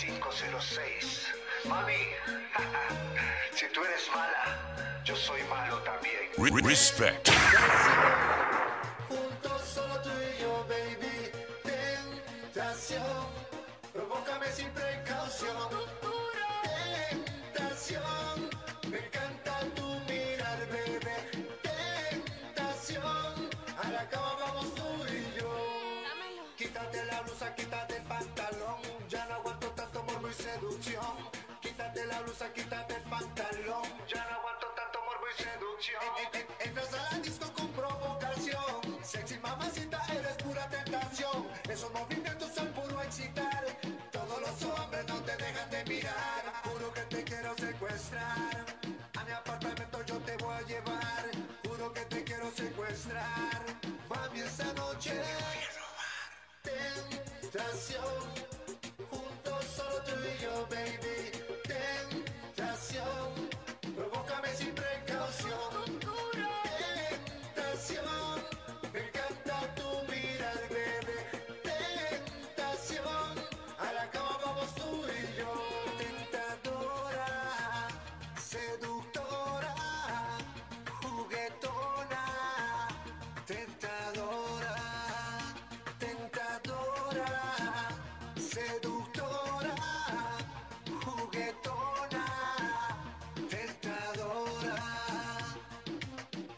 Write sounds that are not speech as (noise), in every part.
506. Mami, (laughs) si tú eres mala, yo soy malo también. Re- Respect. Juntos solo tú y yo, baby. Tentación. Provócame sin precaución. Tentación. Me encanta tu mirar, bebé. Tentación. A la cama vamos tú y yo. Quítate la blusa, quítate el pantalón. Ya no aguanto tanto morbo y seducción. Quítate la blusa, quítate el pantalón. Ya no aguanto tanto morbo y seducción. En- en- en- Entras a la Este disco con provocación. Sexy mamacita, eres pura tentación. Esos movimientos son puro excitar. Todos los hombres no te dejan de mirar. Juro que te quiero secuestrar. A mi apartamento yo te voy a llevar. Juro que te quiero secuestrar. Mami, esta noche tentación. Juntos solo tú y yo, baby. Tentación. Provócame sin precaución. Tentación. Me encanta tu mirar, bebé. Tentación. A la cama vamos tú y yo. Tentadora. Seductora. Juguetona. Tentadora, tentadora, seductora, juguetona, tentadora.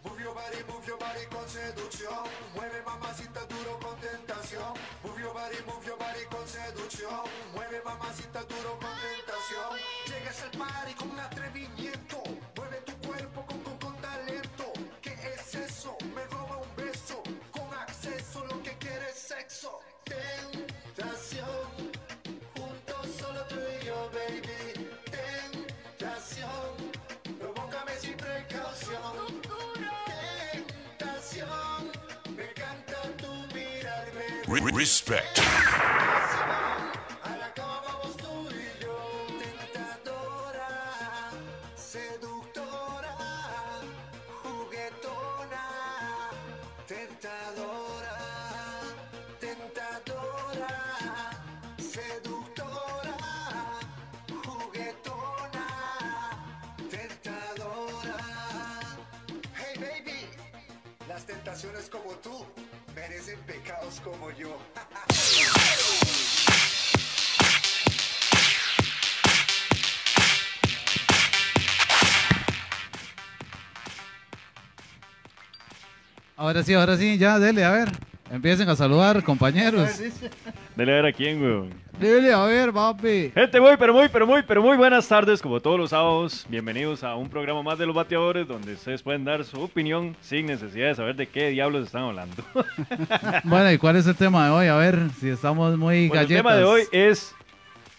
Move your body, move your body con seducción. Mueve mamacita duro con tentación. Move your body, move your body con seducción. Mueve mamacita duro con tentación. Llegas al party con atrevimiento. Mueve tu cuerpo con, con, con talento. ¿Qué es eso? Me roba un beso. Con acceso lo que quieres sexo. Tentación. Juntos solo tú y yo, baby. Tentación. Provócame sin precaución. Tentación. Me encanta tu mirar, bebé. Re- Respect. A la cama vamos tú y yo, tentadora, seductora, juguetona, tentadora, tentadora, seductora, juguetona, tentadora. Hey baby, las tentaciones como tú merecen pecados como yo. Ahora sí, ahora sí, ya, dele, a ver. Empiecen a saludar, compañeros. Dele a ver a quién, weón. Dele, a ver, papi. Gente, muy, pero muy, pero muy, pero muy buenas tardes, como todos los sábados. Bienvenidos a un programa más de los bateadores, donde ustedes pueden dar su opinión sin necesidad de saber de qué diablos están hablando. Bueno, ¿y cuál es el tema de hoy? A ver, si estamos muy (laughs) Bueno, el galletas. tema de hoy es.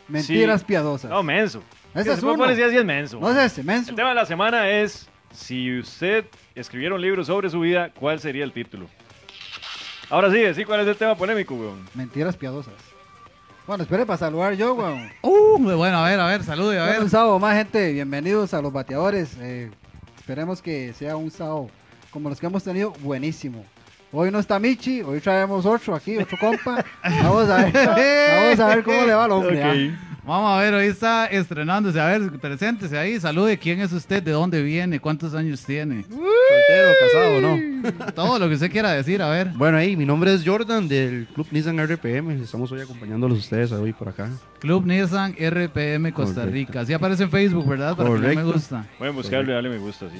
Mentiras Sí. piadosas. No, menso. Ese Que es se puede uno. decir así, es menso. No es este, menso. El tema de la semana es: si usted escribiera un libro sobre su vida, ¿cuál sería el título? Ahora sí, decir cuál es el tema polémico, weón. Mentiras piadosas. Bueno, espere para saludar yo, weón. Uh, bueno, a ver, a ver, salude, a ver. Un sábado más, gente. Bienvenidos a los bateadores. Eh, esperemos que sea un sábado como los que hemos tenido, buenísimo. Hoy no está Michi, hoy traemos otro aquí, (laughs) otro compa. Vamos a ver, vamos a ver cómo le va al hombre. ah. Ok. Vamos a ver, hoy está estrenándose. A ver, preséntese ahí, salude. ¿Quién es usted? ¿De dónde viene? ¿Cuántos años tiene? Soltero, casado, ¿no? Todo lo que usted quiera decir, a ver. Bueno, ahí, mi nombre es Jordan del Club Nissan RPM. Estamos hoy acompañándolos a ustedes hoy por acá. Club Nissan RPM Costa Correcto. Rica. Así aparece en Facebook, ¿verdad? Para que no me Correcto. gusta. Pueden buscarlo y darle me gusta, sí.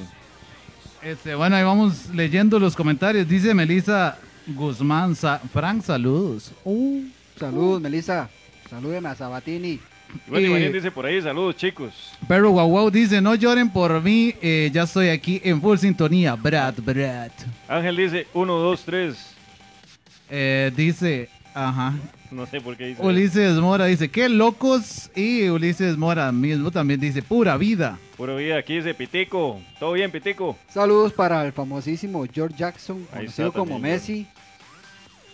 Este, bueno, ahí vamos leyendo los comentarios. Dice Melissa Guzmán, Sa- Frank, saludos. Uh, salud, Melissa. Salúdeme a Sabatini. Bueno, Eh, Ibañez dice por ahí: saludos, chicos. Perro Guau Guau dice, no lloren por mí, eh, ya estoy aquí en full sintonía, Brad, Brad. Ángel dice 1, 2, 3. Eh, dice, ajá, No sé por qué dice. Ulises Mora dice, qué locos. Y Ulises Mora mismo también dice, pura vida. Puro vida, aquí dice Pitico. ¿Todo bien, Pitico? Saludos para el famosísimo George Jackson, Ahí conocido está como también, Messi,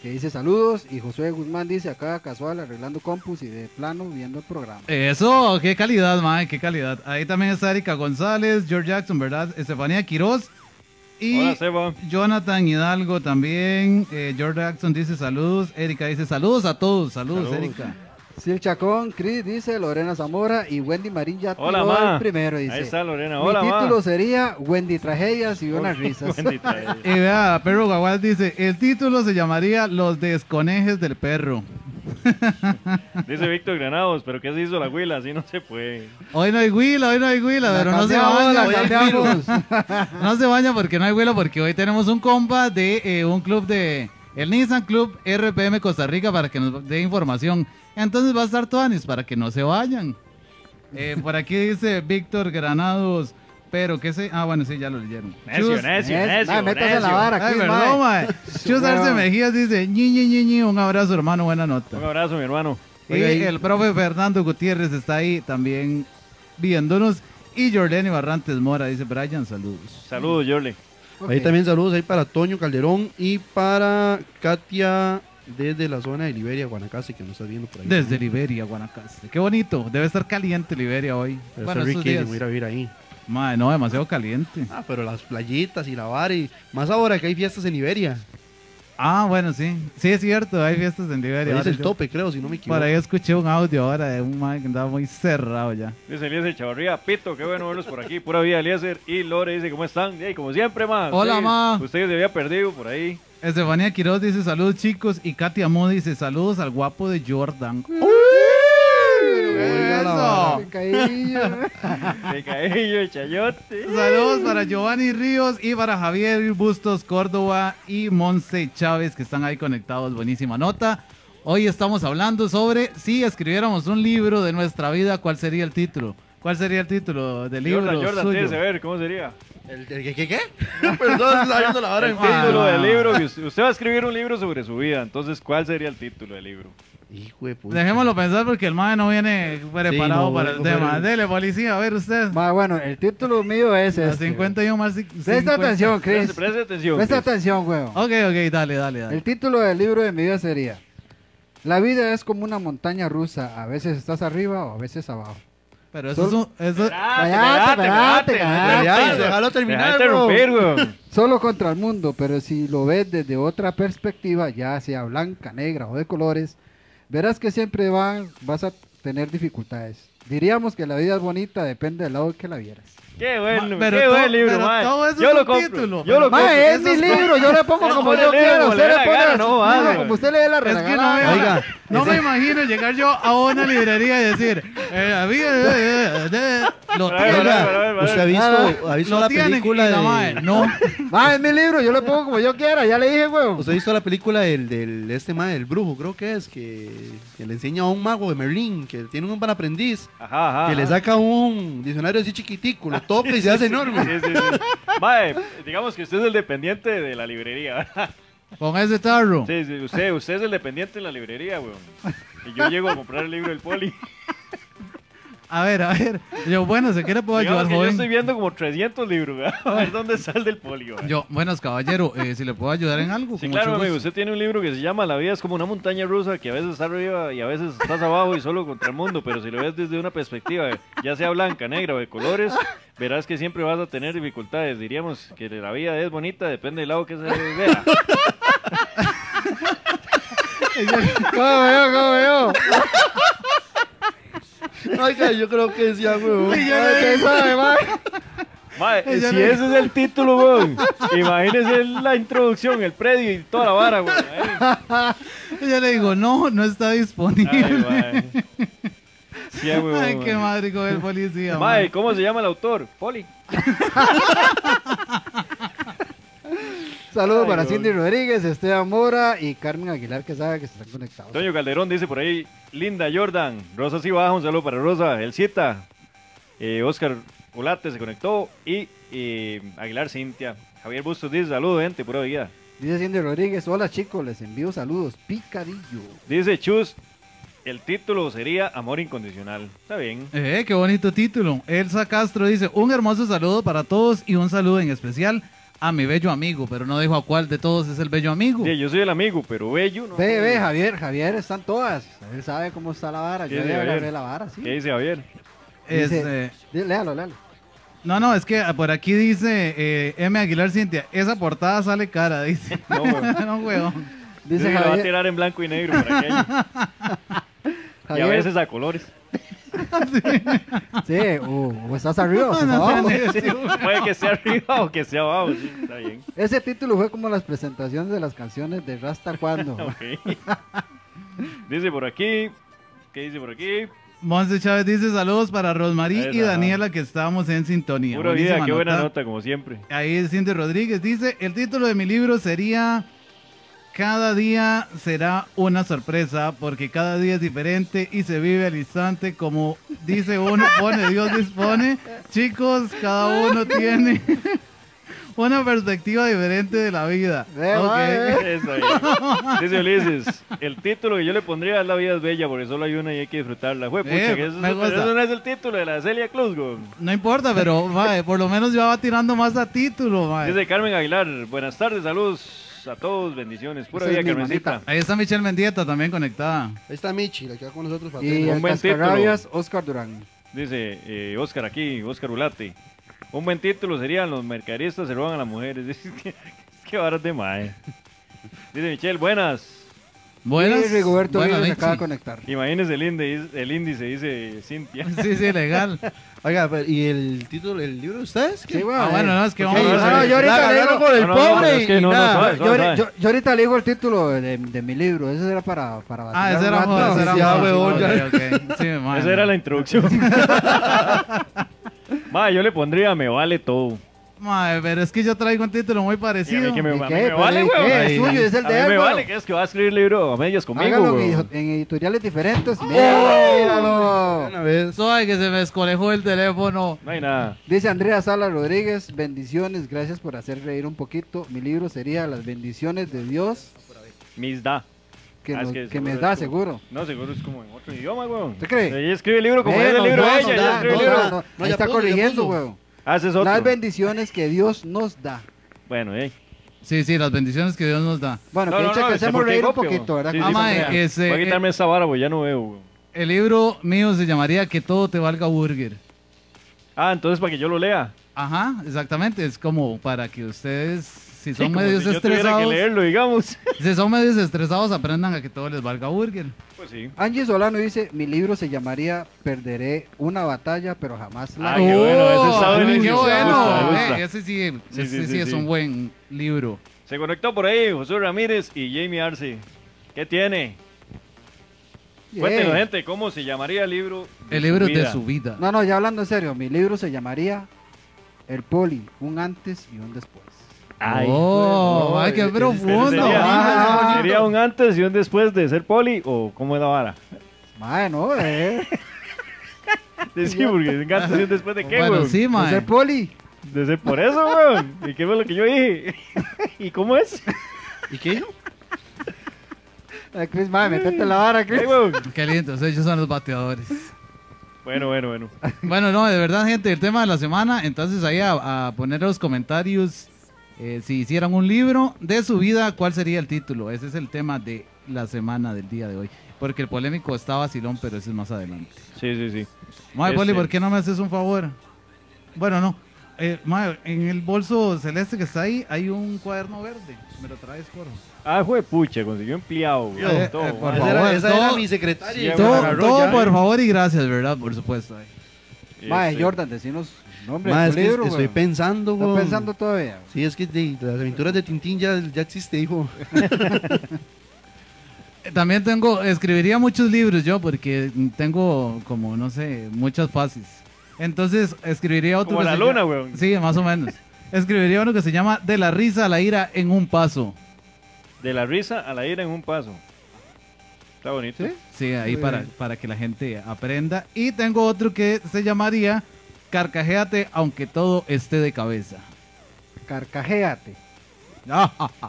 que dice saludos. Y Josué Guzmán dice acá casual arreglando compus y de plano viendo el programa. Eso, qué calidad, mae, qué calidad. Ahí también está Erika González, George Jackson, ¿verdad? Estefanía Quiroz. Y Hola, Seba. Jonathan Hidalgo también. eh, George Jackson dice saludos. Erika dice saludos a todos. Saludos, Saludos. Erika. Sil Chacón, Cris dice, Lorena Zamora y Wendy Marín ya Hola, tiró ma. el primero, dice. Ahí está Lorena. Mi Hola, ma. título sería Wendy Tragedias y (laughs) unas risas. Wendy trae- (laughs) Y vea, Perro Gaguas dice, el título se llamaría Los desconejes del perro. Dice Víctor Granados, pero ¿qué se hizo la huila? Así no se puede. Hoy no hay huila, hoy no hay huila, (laughs) La pero no se cambiamos, baña. la hoy hay cambiamos. huila. No se baña porque no hay huila, porque hoy tenemos un compa de eh, un club de... El Nissan Club RPM Costa Rica para que nos dé información. Entonces va a estar Tuanis para que no se vayan. Eh, por aquí dice Víctor Granados, pero qué sé... Ah, bueno, sí, ya lo leyeron. Necio, Chus- (laughs) necio, Es- necio. ma, métase la necio. vara Ay, aquí, perdón, (laughs) ma. mae. Chus Arce Weón. Mejías dice, ñi, ñi, ñi, ñi, un abrazo, hermano, buena nota. Un abrazo, mi hermano. Y el profe Fernando Gutiérrez está ahí también viéndonos. Y Jordani Barrantes Mora dice, Brian, saludos. Saludos, Jorle. Ahí Ok. también saludos ahí para Toño Calderón y para Katia desde la zona de Liberia, Guanacaste, que nos está viendo por ahí. Desde Liberia, Guanacaste. Qué bonito. Debe estar caliente Liberia hoy. Pero bueno, está estos riquísimo días. ir a vivir ahí. Mae, no, demasiado caliente. Ah, pero las playitas y la vara y más ahora que hay fiestas en Liberia. Ah, bueno, sí. Sí, es cierto. Hay fiestas en Liberia. Ahí es Ahora el yo- tope, creo, si no me equivoco. Por ahí escuché un audio ahora de un mae que andaba muy cerrado ya. Dice Eliezer Chavarría, Pito, qué bueno verlos por aquí. Pura vida, Eliezer. Y Lore dice, ¿cómo están? Y como siempre, ma. Hola, ustedes- ma. Ustedes se había perdido por ahí. Estefanía Quiroz dice saludos chicos y Katia Mo dice saludos al guapo de Jordan. Oiga la vara, Eso. picadillo. De (laughs) cabello, de chayote. Saludos para Giovanni Ríos y para Javier Bustos Córdoba y Monse Chávez que están ahí conectados. Buenísima nota. Hoy estamos hablando sobre si escribiéramos un libro de nuestra vida, ¿cuál sería el título? ¿Cuál sería el título del libro Jordan, Jordan, suyo? tírese a ver, ¿cómo sería? ¿El, el- qué, (laughs) qué, qué? Perdón, estaba viendo la vara en Ah. Título Facebook. del libro. que Usted usted va a escribir un libro sobre su vida, entonces, ¿cuál sería el título del libro? Hijo de puta. Dejémoslo pensar porque el mae no viene preparado no, para el no, tema. pero- Dele, policía, a ver usted. Ma, bueno, el título mío es La este. 51 más ci- Presta 50. atención, Chris. Preste, preste atención. Presta Chris. atención, weón. Ok, ok, dale, dale, dale. El título del libro de mi vida sería La vida es como una montaña rusa, a veces estás arriba o a veces abajo. Pero eso es un... Eso, Ah, Callate, callate, callate. Dale, déjalo terminar, Deja de bro. interrumpir, weón. Solo contra el mundo, pero si lo ves desde otra perspectiva, ya sea blanca, negra o de colores, verás que siempre van- vas a tener dificultades. Diríamos que la vida es bonita, depende del lado que la vieras. Qué bueno, Ma- pero qué todo- buen libro, pero mae. todo eso Yo es lo un compro. título, eh. yo lo pero- compro. Mae, es eso mi es libro, yo (laughs) le pongo como Ponele, yo ponele quiero, usted le la pone gana, así, no mae, vale. como usted le dé la Es que regalada. no, me- Oiga, no me imagino llegar yo a una librería y decir, eh, a mí, eh, eh, eh, lo Oiga, tienen, a ver, a ver, a Oiga, ¿usted ha visto, ha visto lo la tienen, película y la mae, de... no. Ma, es mi libro, yo le pongo como yo quiera, ya le dije, huevo. ¿Usted ha visto la película del, del este mae, del brujo, creo que es, que, que le enseña a un mago de Merlín, que tiene un buen aprendiz, Ajá, ajá. que le saca un diccionario así chiquitico, lo toca y se hace enorme. (laughs) Sí, sí, sí. Mae, digamos que usted es el dependiente de la librería, ¿verdad? Con ese tarro. Sí, sí, usted, usted es el dependiente de la librería, weón. Y yo llego a comprar el libro del poli. A ver, a ver. Yo, bueno, ¿se qué le puedo Digamos ayudar, que yo estoy joven? viendo como 300 libros, ¿verdad? A ver dónde sale el del poli, weón. Yo, buenas, caballero, eh, si le puedo ayudar en algo. Sí, con claro, mucho amigo. gusto. Usted tiene un libro que se llama La vida es como una montaña rusa que a veces está arriba y a veces estás abajo y solo contra el mundo. Pero si lo ves desde una perspectiva, ya sea blanca, negra o de colores, verás que siempre vas a tener dificultades. Diríamos que la vida es bonita, depende del lado que se vea. ¿Cómo Ah, veo, cómo veo? (laughs) Oiga, yo creo que decía, huevón. Ay, ¿qué sabe, ma? Mae, si ese es el título, weón, imagínese la introducción, el predio y toda la vara, weón. Ay, Y yo le digo, no, no está (laughs) ay, disponible. mae. Sí, weón, (laughs) Ay, qué weón. madre con el policía. Mae, mae. ¿cómo se llama el autor? Poli. Saludos Ay, para weón. Cindy Rodríguez, Esteban Mora y Carmen Aguilar, que sabe que se están conectados. Toño Calderón dice por ahí, Linda Jordan, Rosa Cibaja, un saludo para Rosa, Elcita, eh, Oscar Olate se conectó y eh, Aguilar Cintia. Javier Bustos dice, saludo gente, pura vida. Dice Cindy Rodríguez, hola chicos, les envío saludos, picadillo. Dice Chus, el título sería Amor Incondicional. Está bien. Eh, qué bonito título. Elsa Castro dice, un hermoso saludo para todos y un saludo en especial a mi bello amigo, pero no dijo a cuál de todos es el bello amigo. Sí, yo soy el amigo, pero bello. ¿no? Ve, ve, Javier, Javier, están todas. Él sabe cómo está la vara, Sí, yo sí, le agarré Javier. la vara, sí. ¿Qué dice Javier? Dice- Este, di- Léalo, léalo. No, no, es que ah, por aquí dice eh, M. Aguilar Cintia, esa portada sale cara, (laughs) dice. (laughs) No, weón. no, weón. (laughs) Dice Dice que lo va a Javier, tirar en blanco y negro. Para que haya- Y a veces a (laughs) colores. Sí, o, o estás arriba o estás No, abajo. Puede que sea arriba o que sea abajo. Sí, está bien. Ese título fue como las presentaciones de las canciones de Rasta (laughs) cuando. Ok. Dice por aquí. ¿Qué dice por aquí? Monse Chávez dice saludos para Rosmarie y Esa. Daniela que estábamos en sintonía. Pura vida, Buenísima qué buena nota, como siempre. Ahí Cindy Rodríguez dice, el título de mi libro sería Cada día será una sorpresa porque cada día es diferente y se vive al instante como dice uno, pone Dios dispone. Chicos, cada uno tiene (laughs) una perspectiva diferente de la vida. Eh, Ok. mae. Está bien. Dice Ulises, el título que yo le pondría es La vida es bella, porque solo hay una y hay que disfrutarla. Jue, pucha, Eh, que eso, me pero gusta. eso no es el título de la Celia Clusgo. No importa, pero mae, por lo menos ya va tirando más a título. mae. Dice Carmen Aguilar, buenas tardes, saludos a todos, bendiciones, pura Esa vida, es mi Carmencita. hermanita. Ahí está Michelle Mendieta también conectada. Ahí está Michi, la que va con nosotros. para Y hacer- el buen título. Cascarrabias, Oscar Durán. Dice eh, Oscar aquí, Oscar Ulate. Un buen título sería Los mercaderistas se roban a las mujeres. (laughs) Dice, "Es que- es que varas de mae. Dice Michelle, buenas. Buenas. y Rigoberto Buenas, Vives se Michi. acaba de conectar. Imagínense el índice, el índice dice Cintia. (laughs) Sí, sí, legal. Oiga, pero, ¿y el título del libro de ustedes? ¿Qué? Sí, güey. Ah, bueno, no, es que vamos Ey, no, a no, la- no, yo la ahorita leo. agarraron con el No, no, no, pobre es que y no, no, nada. suave, Yo, ahorita- suave. yo- yo ahorita le digo el título de, de mi libro. Ese era para. para Ah, vacilar ese un era rato. joda, ese era sí, ah, joda. huevón, ya. Ok, ok. Sí, mae, Esa era la introducción. (laughs) Ma, yo le pondría me vale todo. Mae, pero es que yo traigo un título muy Y a mí parecido. que me, ¿Y a mí qué? me Pero, vale, ¿y weón. qué? Es suyo, es el A de mí él, me weón. vale, que es que va a escribir libro a medias conmigo, Hágalo en weón. ¡Oh! edi- en editoriales diferentes. Míralo, míralo. Una vez. Suave, que se me escolejó el teléfono. No hay nada. Dice Andrea Sala Rodríguez, bendiciones, gracias por hacer reír un poquito. Mi libro sería Las bendiciones de Dios Mis da. que, Ah, es nos- que que me seguro da es como- seguro. No, seguro es como en otro idioma, weón. ¿Usted cree? Ella escribe el libro como Eh, es el no, libro no, de no, ella. Ella da, escribe el no, libro. da, no. No, Ahí ya está puso, ya corrigiendo, puso. weón. Haces otro. Las bendiciones que Dios nos da. Bueno, eh. Sí, sí, las bendiciones que Dios nos da. Bueno, No, que no, dicha no, que dice, hacemos ¿por qué reír un copio? poquito, ¿verdad? Sí, Ah, sí, mae, sí, mae, sí. ese- Voy a quitarme esa vara, porque ya no veo, weón. El libro mío se llamaría Que todo te valga burger. Ah, entonces para que yo lo lea. Ajá, exactamente. Es como para que ustedes, si Sí, son como medios si yo tuviera que estresados, leerlo, (laughs) digamos. si son medios estresados, aprendan a que todo les valga burger. Pues sí. Angie Solano dice, mi libro se llamaría Perderé una batalla, pero jamás la... Ah, qué bueno, ese está Oh, buenísimo. qué Me gusta, bueno. me gusta. Eh, ese sí, Sí, ese sí, sí sí, es sí. un buen libro. Se conectó por ahí José Ramírez y Jamie Arce. ¿Qué tiene? Yeah. Cuéntenos, gente, ¿cómo se llamaría el libro? El libro de vida? su vida. No, no, ya hablando en serio, mi libro se llamaría El Poli, un antes y un después. Ay. oh, ay, qué Pero profundo. sería, ah. sería un antes y un después de ser poli o cómo es (laughs) la vara? Bueno, eh. De- Sí, porque un antes y un después de qué, bueno, weón? sí, Pues mae. el Poli. De ser por eso, weón. ¿Y qué fue lo que yo dije? (laughs) ¿Y (laughs) cómo es? ¿Y qué dijo? Eh, Chris, mae, metete la vara, Chris. Ay, weón. Qué lindo, ellos son los bateadores. (laughs) Bueno, bueno, bueno. Bueno, no, de verdad, gente, el tema de la semana. Entonces, ahí a, a poner en los comentarios eh, si hicieran un libro de su vida, ¿cuál sería el título? Ese es el tema de la semana del día de hoy. Porque el polémico está vacilón, pero ese es más adelante. Sí, sí, sí. Mae, Este- Poli, ¿por qué no me haces un favor? Bueno, no. Eh, mae, en el bolso celeste que está ahí hay un cuaderno verde. Me lo traes, por Ah, jue pucha, consiguió empleado, Yo, weón. todo, eh, por madre. esa favor, era, esa era todo- mi secretaria. Sí, me todo- la Todo, agarró todo ya. por favor y gracias, ¿verdad? Por supuesto. ay. Mae, Este, Jordan, decinos nombre Ma, de es tu que libro, estoy weón. pensando, Está weón. pensando todavía. Sí, es que de- las aventuras de Tintín ya, ya existe, hijo. Eh, También tengo, escribiría muchos libros yo porque tengo como, no sé, muchas fases. Entonces escribiría otro... Como que la se luna, llama- weón. Sí, más o menos. Escribiría uno que se llama De la risa a la ira en un paso. De la risa a la ira en un paso. Está bonito. ¿Sí? Sí, ahí Muy para, bien. para que la gente aprenda. Y tengo otro que se llamaría Carcajéate aunque todo esté de cabeza. (laughs) Carcajéate.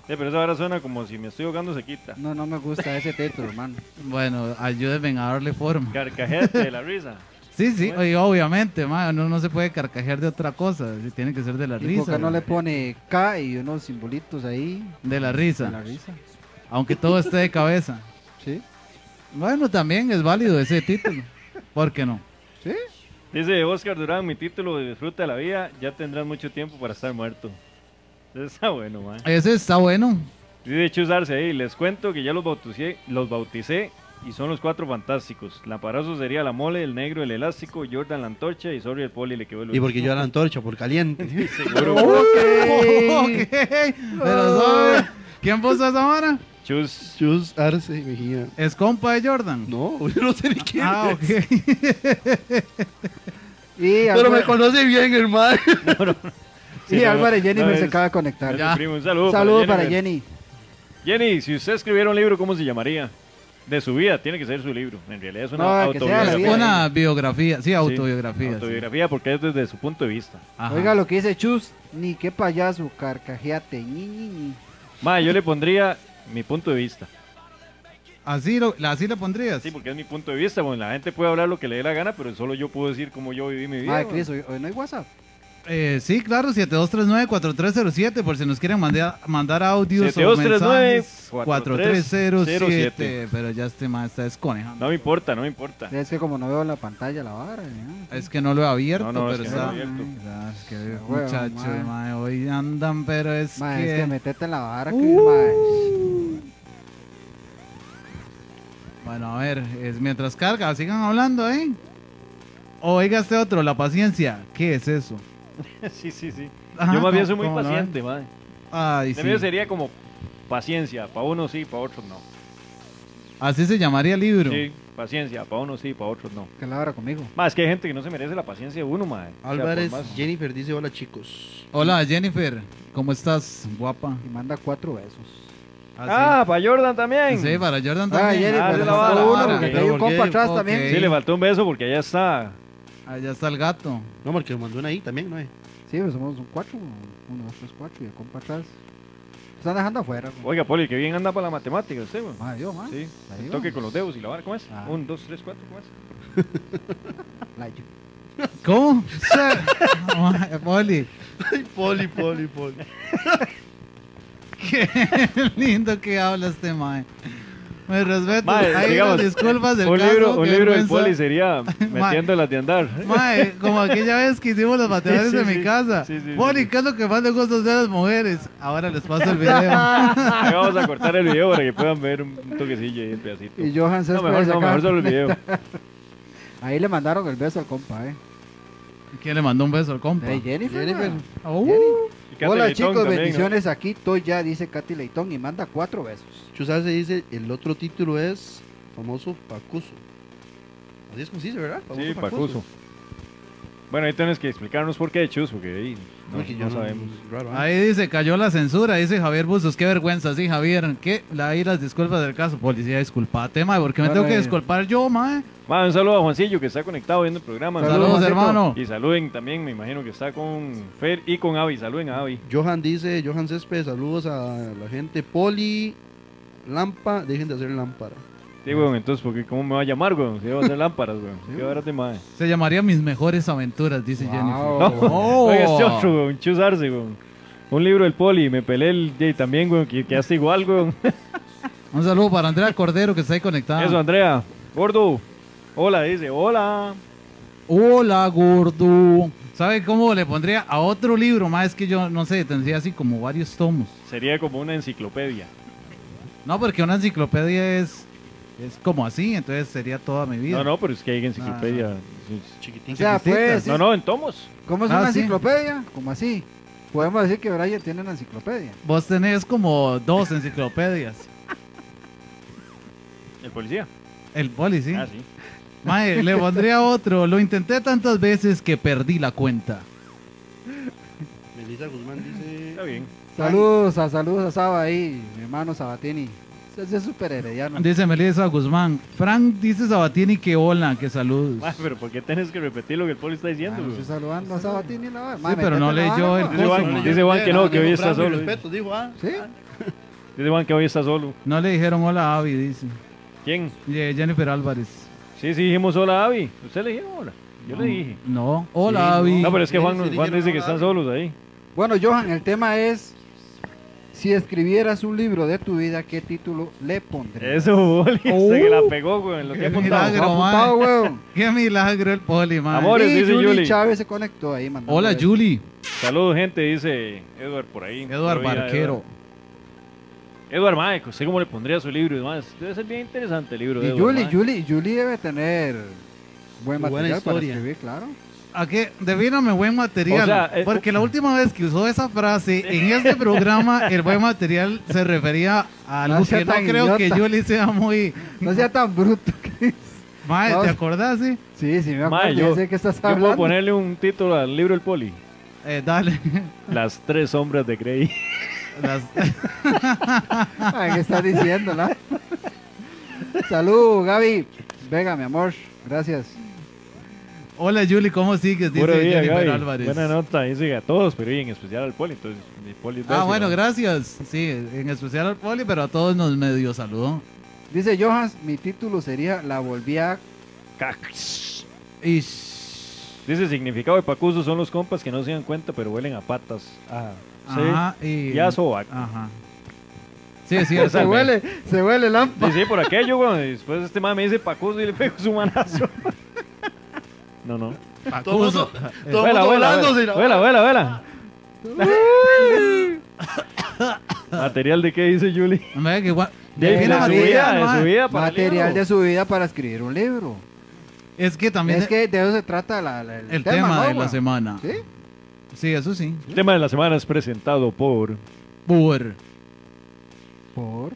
Sí, pero esa vara suena como si me estoy ahogando se quita. No, no me gusta ese título, hermano. Bueno, ayúdenme a darle forma. Carcajete de la risa. Sí, sí, oye, obviamente, ma, uno no se puede carcajear de otra cosa, sí, tiene que ser de la Y por risa. qué no le pone K y unos simbolitos ahí. De la De risa, la risa. aunque todo esté de (laughs) cabeza. Sí. Bueno, también es válido ese título. ¿Por qué no? Sí. Dice Oscar Durán, mi título de Disfruta de la Vida, ya tendrás mucho tiempo para estar muerto. Eso Está bueno, man. Ese está bueno. Dice Chus Arce ahí, les cuento que ya los bauticé, los bauticé Y son los cuatro fantásticos. Lamparazo sería la mole, el negro, el elástico, Jordan la antorcha y sorry el poli le quedó el Y porque yo era la antorcha, por (laughs) caliente. Seguro. (laughs) Ok. Ah. Pero ¿sabe? ¿Quién puso esa vara? Chus. Chus Arce Mejía. Es compa de Jordan. No, (laughs) yo no sé ni quién. Ah, es. ok. Y Pero me Álvaro- conoce bien, hermano. Sí, y no, Álvaro y Jennifer no, se es- acaba de conectar. Saludos, primo, Un saludo. Saludos para Jennifer. Jenny. Jenny, si usted escribiera un libro, ¿cómo se llamaría? De su vida, tiene que ser su libro. En realidad es una No, que sea la autobiografía. (laughs) vida. Una biografía, sí, Sí, autobiografía. sí. autobiografía, porque es desde su punto de vista. Ajá. Oiga lo que dice Chus. Ni qué payaso, carcajeate. Ni, ni, ni. Ma, yo le pondría mi punto de vista. así, lo, la- así le pondrías. Sí, porque es mi punto de vista. Bueno, la gente puede hablar lo que le dé la gana, pero solo yo puedo decir cómo yo viví mi vida. Madre, bueno. Ah, Cris, hoy, hoy no hay WhatsApp. Eh, sí, claro, 7239-4307, por si nos quieren mandar, mandar audios o 7239-4307. mensajes. 4307. Pero ya este más está desconejando. No me importa, no me importa. Es que como no veo en la pantalla la vara. ¿no? Es que no lo he abierto, No, no, es pero que no está. lo he abierto. Ah, es que Huevo, muchachos, mae. mae, hoy andan, pero es Madre, que. es que metete en la vara. Que, Uh. madre. Bueno, a ver, es mientras carga, sigan hablando, ¿eh? Oiga este otro, la paciencia. ¿Qué es eso? (laughs) sí, sí, sí. Ajá, yo más bien ¿cómo- soy muy cómo lo paciente, madre. Ay, De sí. medio sería como paciencia, para unos sí, para otros no. Así se llamaría el libro. Sí, paciencia, para unos sí, para otros no. Que la vara conmigo. Más que hay gente que no se merece la paciencia de uno, madre. O sea, por Álvarez más- Jennifer dice: Hola, chicos. Hola, Jennifer. ¿Cómo estás? Guapa. Y manda cuatro besos. Ah, para Jordan también. sí. Sí, para Jordan Ah, también. Jennifer, Ah, le la faltó vara, uno, vara. porque Pero hay un ¿por qué? compa atrás Ok. también. Sí, le faltó un beso porque allá está. Allá está el gato. No, porque lo mandó una ahí también, ¿no? eh? Sí, pues somos un cuatro. Uno, dos, tres, cuatro. Y el compa atrás. Están dejando afuera. güey. Oiga, Poli, que bien anda para la matemática usted, güey. Madre, yo, madre. Sí, la el digo. toque con los dedos y la vara, ¿cómo es? Ah. Un, dos, tres, cuatro, ¿cómo es? La yo. ¿Cómo? Mae, (laughs) Poli, Ay, poli, poli, poli. qué (laughs) lindo que habla este mae. Me respeto. Mae, Ahí digamos, las disculpas del un caso, libro, un qué libro del vergüenza. Poli sería metiéndolas de andar. Mae, como aquella vez que hicimos los bateadores (laughs) Sí, sí, de sí. mi casa. Sí, sí, Poli, sí. ¿qué es lo que más le gusta hacer a las mujeres? Ahora les paso el (laughs) video. Ahí vamos a cortar el video para que puedan ver un un toquecillo y un pedacito. Y Johan No, Céspedes mejor no, acá. mejor solo el video. Ahí le mandaron el beso al compa, eh. ¿Quién le mandó un beso al compa? Hey, Jennifer. (laughs) Jennifer. ma. Au. Jenny. Y Katy Hola Leitón chicos, también, ¿no? bendiciones. Aquí estoy ya, dice Katy Leitón y manda cuatro besos. Chus Arce dice: El otro título es Famoso Pacuso. Así es como se dice, ¿verdad? Sí, Pacuso. Bueno, ahí tienes que explicarnos por qué, Chus, porque ahí no, Porque no yo no sabemos. Raro, ¿eh? Ahí dice, cayó la censura, dice Javier Buzos, qué vergüenza, sí, Javier, que la ahí las disculpas del caso, policía, disculpate, mae, porque me Bueno, tengo que eh. disculpar yo, mae. Ma, un saludo a Juancillo que está conectado viendo el programa. Saludos, Juancito. hermano. Y saluden también, me imagino que está con Fer y con Avi. Saluden a Avi. Johan dice: Johan Céspedes, saludos a la gente. Poli, Lampa, dejen de hacer lámpara. Sí, weón, entonces, porque ¿cómo me va a llamar, weón? Si va a hacer lámparas, weón. Qué barate, madre. Se llamaría Mis Mejores Aventuras, dice Jennifer. (laughs) Wow. Oh. Oiga, este otro, weón, chuzarse, weón. Un libro del poli, me peleé el Jay también, weón, que quedaste igual, weón. Un saludo para Andrea Cordero, que está ahí conectada. (laughs) Eso, Andrea. Gordo. Hola, dice, hola. Hola, gordo. ¿Sabe cómo le pondría a otro libro? Más es que yo, no sé, tendría así como varios tomos. Sería como una enciclopedia. No, porque una enciclopedia es, es como así, entonces sería toda mi vida. No, no, pero es que hay enciclopedia. es- Chiquitín. O sea, pues, No, no, en tomos. ¿cómo es Ah, una sí. enciclopedia? ¿Cómo así? Podemos decir que Brian tiene una enciclopedia. Vos tenés como dos enciclopedias. El policía. El poli, sí. Ah, sí. Mae, le pondría otro. Lo intenté tantas veces que perdí la cuenta. Melissa Guzmán Está dice. bien. Saludos a saludos a Saba ahí, mi hermano Sabatini. Ese es súper herediano. Dice Melissa Guzmán. Frank dice Sabatini que hola, que saludos. Ma, Ah, pero ¿por qué tienes que repetir lo que el poli está Ah, diciendo, no weón? estoy saludando a Sabatini la vara. Sí, Ma, pero no métete la leyó vara, el ma. Dice Juan, dice Juan eh, que no, que hoy está solo. dice. Respeto, dijo, ah. Sí, Dice Juan que hoy está solo. No le dijeron hola a Abby, dice. ¿Quién? Y, eh, Jennifer Álvarez. Sí, sí, dijimos hola, Avi. ¿Usted le dijeron hola? Yo le dije. No. Hola, Sí, Abby. No, pero es que Sí, Juan, sí, Juan dijeron dice que hola, están Avi. solos ahí. Bueno, Johan, el tema es si escribieras un libro de tu vida, ¿qué título le pondrías? Eso, boli, (laughs) se que la pegó, güey, en lo que Qué he apuntado. milagro, Apuntado, mae. (laughs) weón. Qué milagro el poli, mae. Amor. Flores, Y dice Yuli Yuli. Chávez se conectó ahí. mandando Hola, besos. Julie. Saludos, gente, dice Edward por ahí. Eduard Pero ya, Barquero. Edward Mae, ¿usted cómo le pondría su libro y demás? Debe ser bien interesante el libro de Y Edward Julie, Mae. Julie, Julie debe tener buen Buena material para historia. escribir, claro. ¿A qué? Devíname buen material. O sea, eh, porque la última vez que usó esa frase en este programa, el buen material se refería a algo No sea que no tan creo que idiota. Julie sea muy. No sea tan bruto. que- Mae, Vamos. ¿te acordás? Sí. Sí, sí, me acuerdo. Mae, ya yo, sé que estás yo hablando. puedo ponerle un título al libro El Poli. Eh, dale. (laughs) Las tres sombras de Grey. Las- (laughs) (laughs) Ay, ¿Qué estás (laughs) diciendo, la? Salud, Gaby. Venga, mi amor. Gracias. Hola, Julie, ¿cómo sigues? Dice Puro día, Jennifer Gaby. Álvarez. Buena nota, dice a todos, pero y en especial al Poli. Entonces, mi Poli es Ah, décimo. bueno, gracias. Sí, en especial al Poli, pero a todos nos medio saludó. Dice Johans, mi título sería La volví a... Cax. Y Dice, el significado de Pacuso son los compas que no se dan cuenta, pero huelen a patas. Ah, sí. Ajá, y... Ah. Y a sobaco. Ajá. Sí, sí, Se Se esa- huele, se huele, Lampa. Dice, por aquello, güey. Y Después este man me dice Pacuso y le pego su manazo. No, no. Todo el mundo- Pacuso. todo el Vuela, mundo vuela, hablándose y vuela, la- vuela, vuela, vuela. Material de qué dice Julie. Hombre, que gua- De, De de la su vida, vida, de mae. su vida para Material libro. de su vida para escribir un libro. Es que también e- Es que de eso se trata la- la- el, el tema, ¿no, de la güey? semana. ¿Sí? Sí, eso sí. El tema de la semana es presentado por. Por. Por...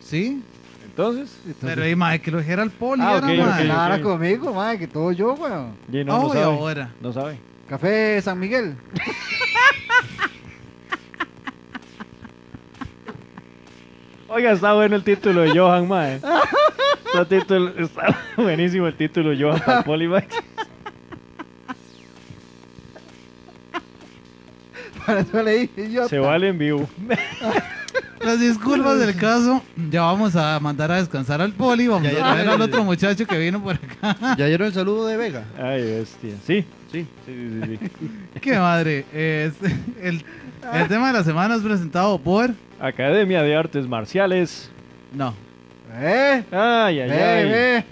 Sí. Entonces. Pero y mae, que lo dijera el poli. Ah, era, ok, mae. ok. Nada conmigo, madre, que todo yo, weón. Y no, no Ay, sabe. ahora. No sabe. Café San Miguel. (laughs) Oiga, está bueno el título de Johan, mae. Está, título, está buenísimo el título de Johan para Poli, mae. Para eso le dije yo. Se vale en vivo. Las disculpas del caso. Ya vamos a mandar a descansar al poli. Vamos Ya, ya, a traer ya, al ya. otro muchacho que vino por (laughs) acá. ¿Ya dieron el saludo de Vega? Ay, bestia. Sí, Sí. sí, sí. sí, sí. Qué madre. Es- el, el tema de la semana es presentado por. Academia de Artes Marciales. No. ¿Eh? Ay, ay, Ve, ay. ve.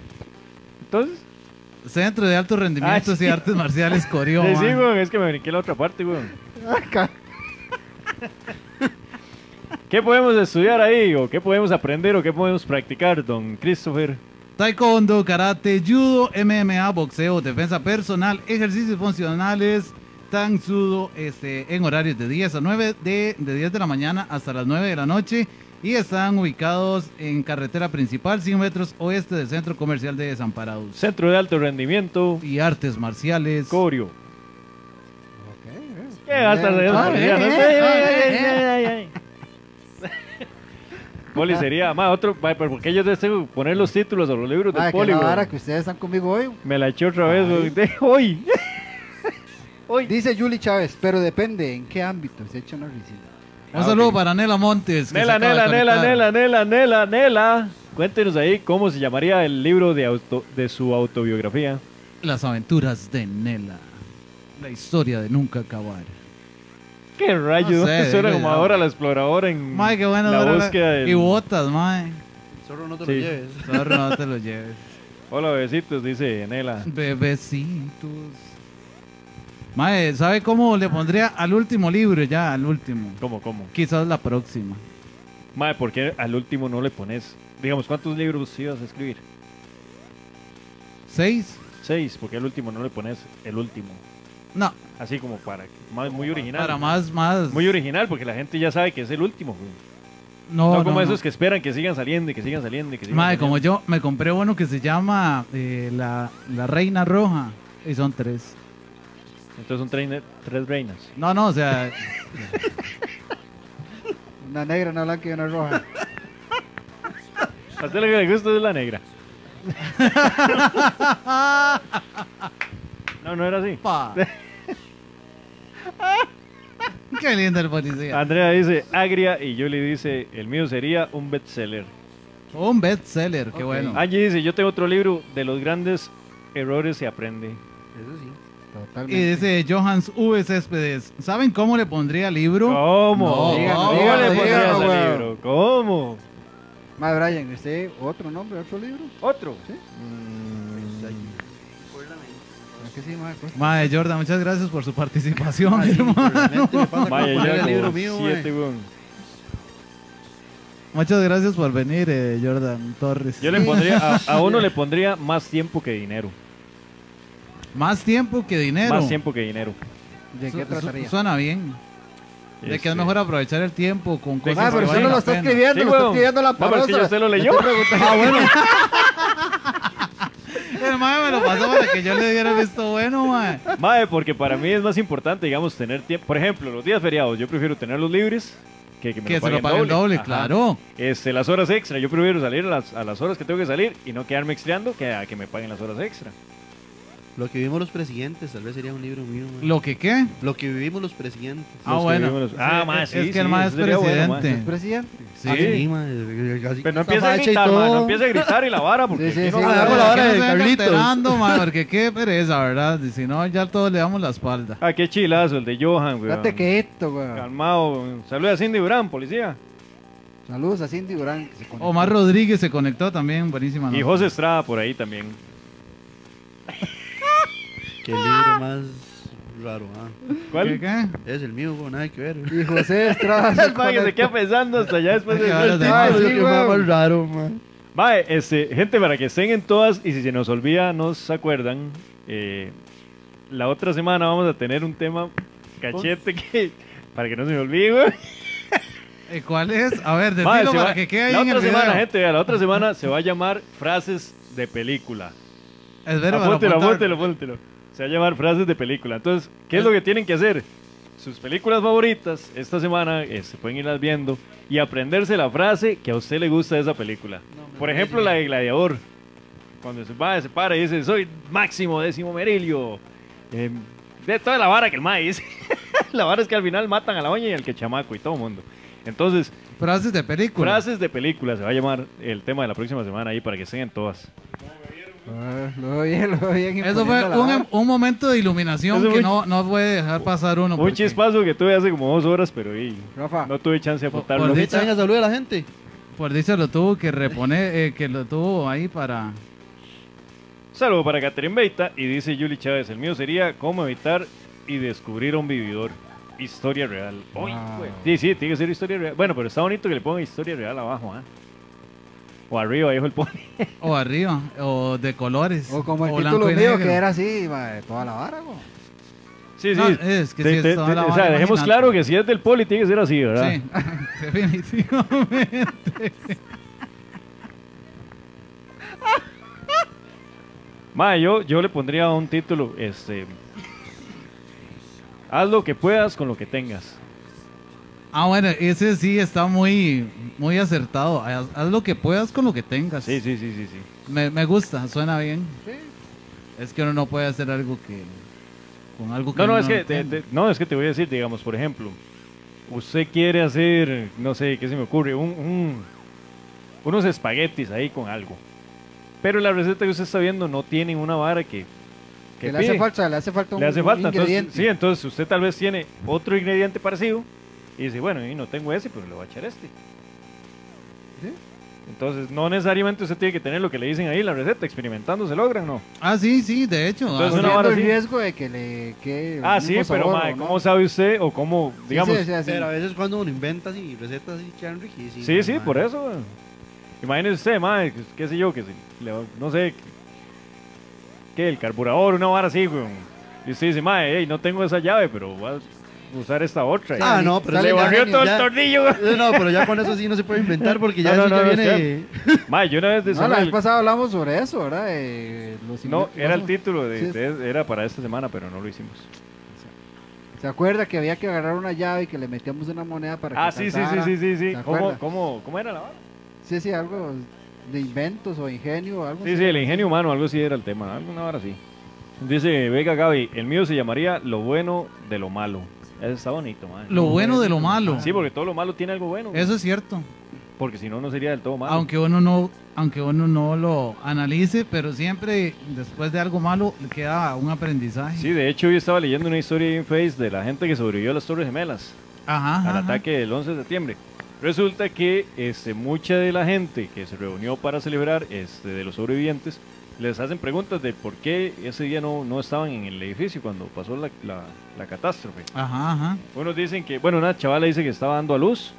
Entonces, Centro de Altos Rendimientos sí. y Artes Marciales (laughs) Corión. les digo, es que me brinqué la otra parte, weón. Acá. ¿Qué podemos estudiar ahí? ¿O qué podemos aprender? ¿O qué podemos practicar, don Christopher? Taekwondo, karate, judo, MMA, boxeo, defensa personal, ejercicios funcionales, tan sudo este, en horarios de 10 a 9, de, de 10 de la mañana hasta las 9 de la noche y están ubicados en carretera principal 100 metros oeste del centro comercial de Desamparados. Centro de Alto Rendimiento, Y artes marciales. Corio. Ok, eh. ¿Qué hasta Bien. de Ah, policía, eh, no? eh, Ay, ay, ay, ay, ay. Poli sería, más otro, ma, pero porque yo tengo que poner los títulos o los libros de Ay, Ah, que Poli, la weón? vara que ustedes están conmigo hoy. Me la eché otra vez, weón, de hoy. (laughs) Dice Julie Chávez, pero depende en qué ámbito se echa una risita. Un saludo para Nela Montes. que se Ah, Nela, acaba de Nela, Nela, conectar. Nela, Nela, Nela, Nela. Cuéntenos ahí cómo se llamaría el libro de, auto, de su autobiografía. Las aventuras de Nela. La historia de nunca acabar. Qué rayos, No sé, suena digo como yo. ahora la exploradora en Mae, qué bueno. la era la- búsqueda del- Y botas, mae. Solo no te Sí. lo lleves. Zorro, no te lo lleves. Hola, bebecitos, dice Nela. Bebecitos. Mae, ¿sabe cómo le pondría al último libro ya? Al último. ¿Cómo, cómo? Quizás la próxima. Mae, ¿por qué al último no le pones? Digamos, ¿cuántos libros ibas a escribir? ¿Seis? Seis, porque al último no le pones el último. No, Así como para que. Más, muy original. para más, más. Muy original, porque la gente ya sabe que es el último. güey. no, no, no, como no. esos que esperan que sigan saliendo y que sigan saliendo y que sigan Mae, saliendo. como yo me compré uno que se llama eh, la, la Reina Roja. Y son tres. Entonces son tres, tres reinas. No, no, o (laughs) sea, Una negra, una blanca y (laughs) una roja. A usted lo que le gusta es la negra. no, no era así. pa. Qué lindo el policía. Andrea dice agria y Julie dice el mío sería un bestseller. Un bestseller, qué bueno. Angie dice yo tengo otro libro de los grandes errores se aprende. Eso sí. Totalmente. Y Eh, dice Johans V. Céspedes, ¿saben cómo le pondría al libro? ¿Cómo? No, Díganos, ¿Cómo díganos, le pondrías díganos, al weón. libro? ¿Cómo? Mae, Brian, ¿usted otro nombre, otro libro? ¿Otro? Sí. ¿Verdad que sí, mae? Pues, Mae Jordan, muchas gracias por su participación, Ay, hermano. realmente me pasa Vaya, como poner ya el eh. libro como mío, siete, mae. weón. Muchas gracias por venir, eh, Jordan Torres. Yo le pondría, a, a uno le pondría más tiempo que dinero. Más tiempo que dinero. Más tiempo que dinero. ¿De Su- qué su- trataría? Suena bien. De que Este, es mejor aprovechar el tiempo con cosas Ah, que pero usted no valen lo la está pena. escribiendo, Sí, lo está huevón. escribiendo la No, pero es que yo parosa. se lo leyó. (laughs) Ah, (laughs) bueno. El mae me lo pasó para que yo le diera el visto bueno, mae. Mae, porque para mí es más importante, digamos, tener tiempo. Por ejemplo, los días feriados, yo prefiero tenerlos libres que que me Que lo se lo paguen pague el doble, Ajá. claro. Este, las horas extra, yo prefiero salir a las, a las horas que tengo que salir y no quedarme extrañando que a que me paguen las horas extra. Lo que vivimos los presidentes, tal vez sería un libro mío. mae. Lo, ¿Lo que qué? que vivimos los presidentes. Ah, Los que bueno. vivimos los- Ah, mae, es, sí, es que sí, el mae eso es sería bueno, mae. presidente. Presidente. sí. Ah, mae, así Pero no con empieza a facha y gritar, mae, todo. no empieza a gritar y la vara, porque Sí, sí, aquí no sí, va a claro. haber- Hago la hora Que no de se venga Carlitos. alterando, mae, porque qué pereza, ¿verdad? Y Si no, ya todos le damos la espalda. Ah, qué chilazo el de Johan, weón. Date quieto, güey. Calmado. weón. Saluda a Cindy Durán, policía. Saludos a Cindy Durán. que se conectó. Omar Rodríguez se conectó también, buenísima. Y nota. José Estrada por ahí también. Qué libro más raro, ah. ¿Qué, ¿Cuál? qué? Es el mío, güey, nada que ver. Y José Estrada. se (laughs) El mae que se conectó. queda pensando hasta allá después de... Ay, ahora Ah, Ay, lo sí, que fue güey. más raro, man. Mae, este, gente, para que estén en todas y si se nos olvida, no se acuerdan. eh, la otra semana vamos a tener un tema cachete que. Para que no se me olvide, güey. Eh, ¿Cuál es? A ver, Mae, decilo se para va- que quede ahí la en otra el video. semana, gente, vea, la otra semana se va a llamar frases de película. Espera, para Apúntelo, apuntar. apúntelo, apúntelo. Se va a llamar frases de película. Entonces, ¿qué es lo que tienen que hacer? Sus películas favoritas esta semana eh, se pueden irlas viendo y aprenderse la frase que a usted le gusta de esa película. Por ejemplo, la de Gladiador. Cuando se va, se para y dice, soy máximo décimo merilio. Eh, de toda la vara que el maíz. (laughs) la vara es que al final matan a la oña y al que chamaco y todo el mundo. Entonces, Frases de película. frases de película se va a llamar el tema de la próxima semana ahí para que estén en todas. Ah, Lo veo bien, lo veo bien. Eso imponiendo fue la un, em- em- vara. un momento de iluminación Eso que fue- no, no puede dejar pasar uno. Un porque- chispazo que tuve hace como dos horas, pero y, Rafa. (laughs) no tuve chance de Por- apuntarlo. por Ahorita dicha- venga, salude a la gente. Por dicho lo tuvo que reponer, eh, que lo tuvo ahí para... Saludo para Catherine Beita y dice Yuli Chávez, el mío sería cómo evitar y descubrir a un vividor. Historia real. Uy, Ah. Wow. güey. Sí, sí, tiene que ser historia real. Bueno, pero está bonito que le pongan historia real abajo, ¿ah? O arriba, dijo el pony. O arriba, o de colores. O como el título blanco y mío, negro. que era así, mae, toda la vara, güey. Sí, sí. No, es que sí, De- es de- toda de- la o sea, vara, dejemos imagínate. claro que si es del poli tiene que ser así, ¿verdad? Sí, (laughs) definitivamente. Ma, yo, yo le pondría un título, este... Haz lo que puedas con lo que tengas. Ah, bueno, ese sí está muy, muy acertado. Haz, haz lo que puedas con lo que tengas. Sí, sí, sí, sí, sí. Me, me gusta, suena bien. Es que uno no puede hacer algo que... Con algo que No, no, uno es que, te, entiende. te- no, es que te voy a decir, digamos, por ejemplo, usted quiere hacer, no sé, qué se me ocurre, un, un- unos espaguetis ahí con algo. Pero la receta que usted está viendo no tiene una vara que, que Que le hace pide. falta, le hace falta un, Le hace un falta. Entonces, ingrediente. sí, entonces usted tal vez tiene otro ingrediente parecido y dice, bueno, y no tengo ese, pero le voy a echar este. Sí. Entonces, no necesariamente usted tiene que tener lo que le dicen ahí en la receta, experimentando se logran, ¿no? Ah, sí, sí, de hecho. Entonces, ah, una Corriendo vara el así. riesgo de que le quede. Ah, sí, pero mae, ¿cómo sabe usted o cómo, digamos, Sí, sí, sí, sí. Pero a veces cuando uno inventa así, recetas así, quedan riquísimas. Sí, sí, man. por eso. weón. Imagínese usted, madre, que- qué sé yo, que se- le va- no sé, que el carburador, una vara así, weón. Y usted dice, madre, hey, no tengo esa llave, pero voy a usar esta otra. Y- Ah, no, pero Sale le eso ya- barrió todo el ya- tornillo, (laughs) weón. Eh, No, pero ya con eso sí no se puede inventar porque ya, No, no, eso ya no, no, viene. Madre, yo una vez No, desarmé la vez el- pasada hablamos sobre eso, ¿verdad? Eh, los No, ingredientes, era el ¿no? título, de, Sí, es- de- era para esta semana, pero no lo hicimos. ¿Se acuerda que había que agarrar una llave y que le metíamos una moneda para que Ah, sí, sí, sí, saltara? sí, sí, sí. ¿se ¿Cómo, acuerda? cómo, cómo era la vara? Sí, sí, algo de inventos o ingenio o algo Sí, sí, el ingenio humano, algo así era el tema, alguna hora así. Dice Vega Gaby, el mío se llamaría Lo bueno de lo malo. Eso está bonito, madre. lo bueno de lo malo. Sí, porque todo lo malo tiene algo bueno. Eso es cierto. Porque si no, no sería del todo malo. Aunque uno no, aunque uno no lo analice, pero siempre después de algo malo le queda un aprendizaje. Sí, de hecho, yo estaba leyendo una historia ahí en Face de la gente que sobrevivió a las Torres Gemelas Ajá. ajá, al ajá. ataque del 11 de septiembre. Resulta que este, mucha de la gente que se reunió para celebrar este, de los sobrevivientes les hacen preguntas de por qué ese día no, no estaban en el edificio cuando pasó la, la- la catástrofe. Ajá, ajá. Unos dicen que, bueno, una chavala dice que estaba dando a luz,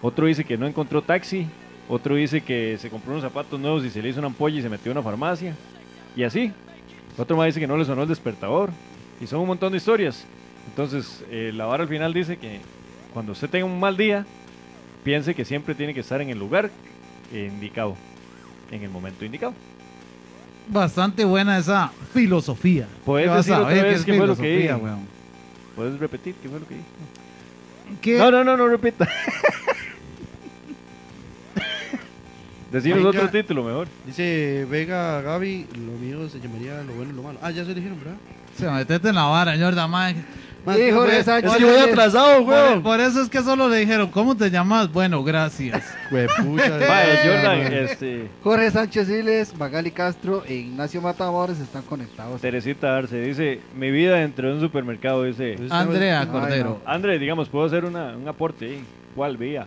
Otro dice que no encontró taxi. Otro dice que se compró unos zapatos nuevos y se le hizo una ampolla y se metió a una farmacia. Y así. Otro más dice que no le sonó el despertador. Y son un montón de historias. Entonces, eh, la vara al final dice que cuando usted tenga un mal día, piense que siempre tiene que estar en el lugar eh, indicado. En el momento indicado. Bastante buena esa filosofía. Puedes ¿Qué vas decir a otra ver vez es qué fue lo que filosofía, dije? weón? ¿Puedes repetir qué fue lo que dije? ¿Qué? No, no, no, no (laughs) repita. Decimos Ay, otro ya. título mejor. Dice Vega Gaby, lo mío se llamaría lo bueno y lo malo. Ah, ya se dijeron, ¿verdad? Se metete en la vara, Jordan, mae. Más Híjole, que- esa es que chile. yo voy atrasado, Por, weón. por eso es que solo le dijeron, ¿cómo te llamas? Bueno, (laughs) gracias. (laughs) Huepucha, Vaya, weón. Jordan, este, Jorge Sánchez Siles, Magali Castro e Ignacio Matamoros están conectados. Teresita Arce dice, mi vida dentro de un supermercado, dice. Entonces, Andrea Ay, Cordero. Andrés, digamos, puedo hacer una, un aporte ahí? ¿Cuál vía?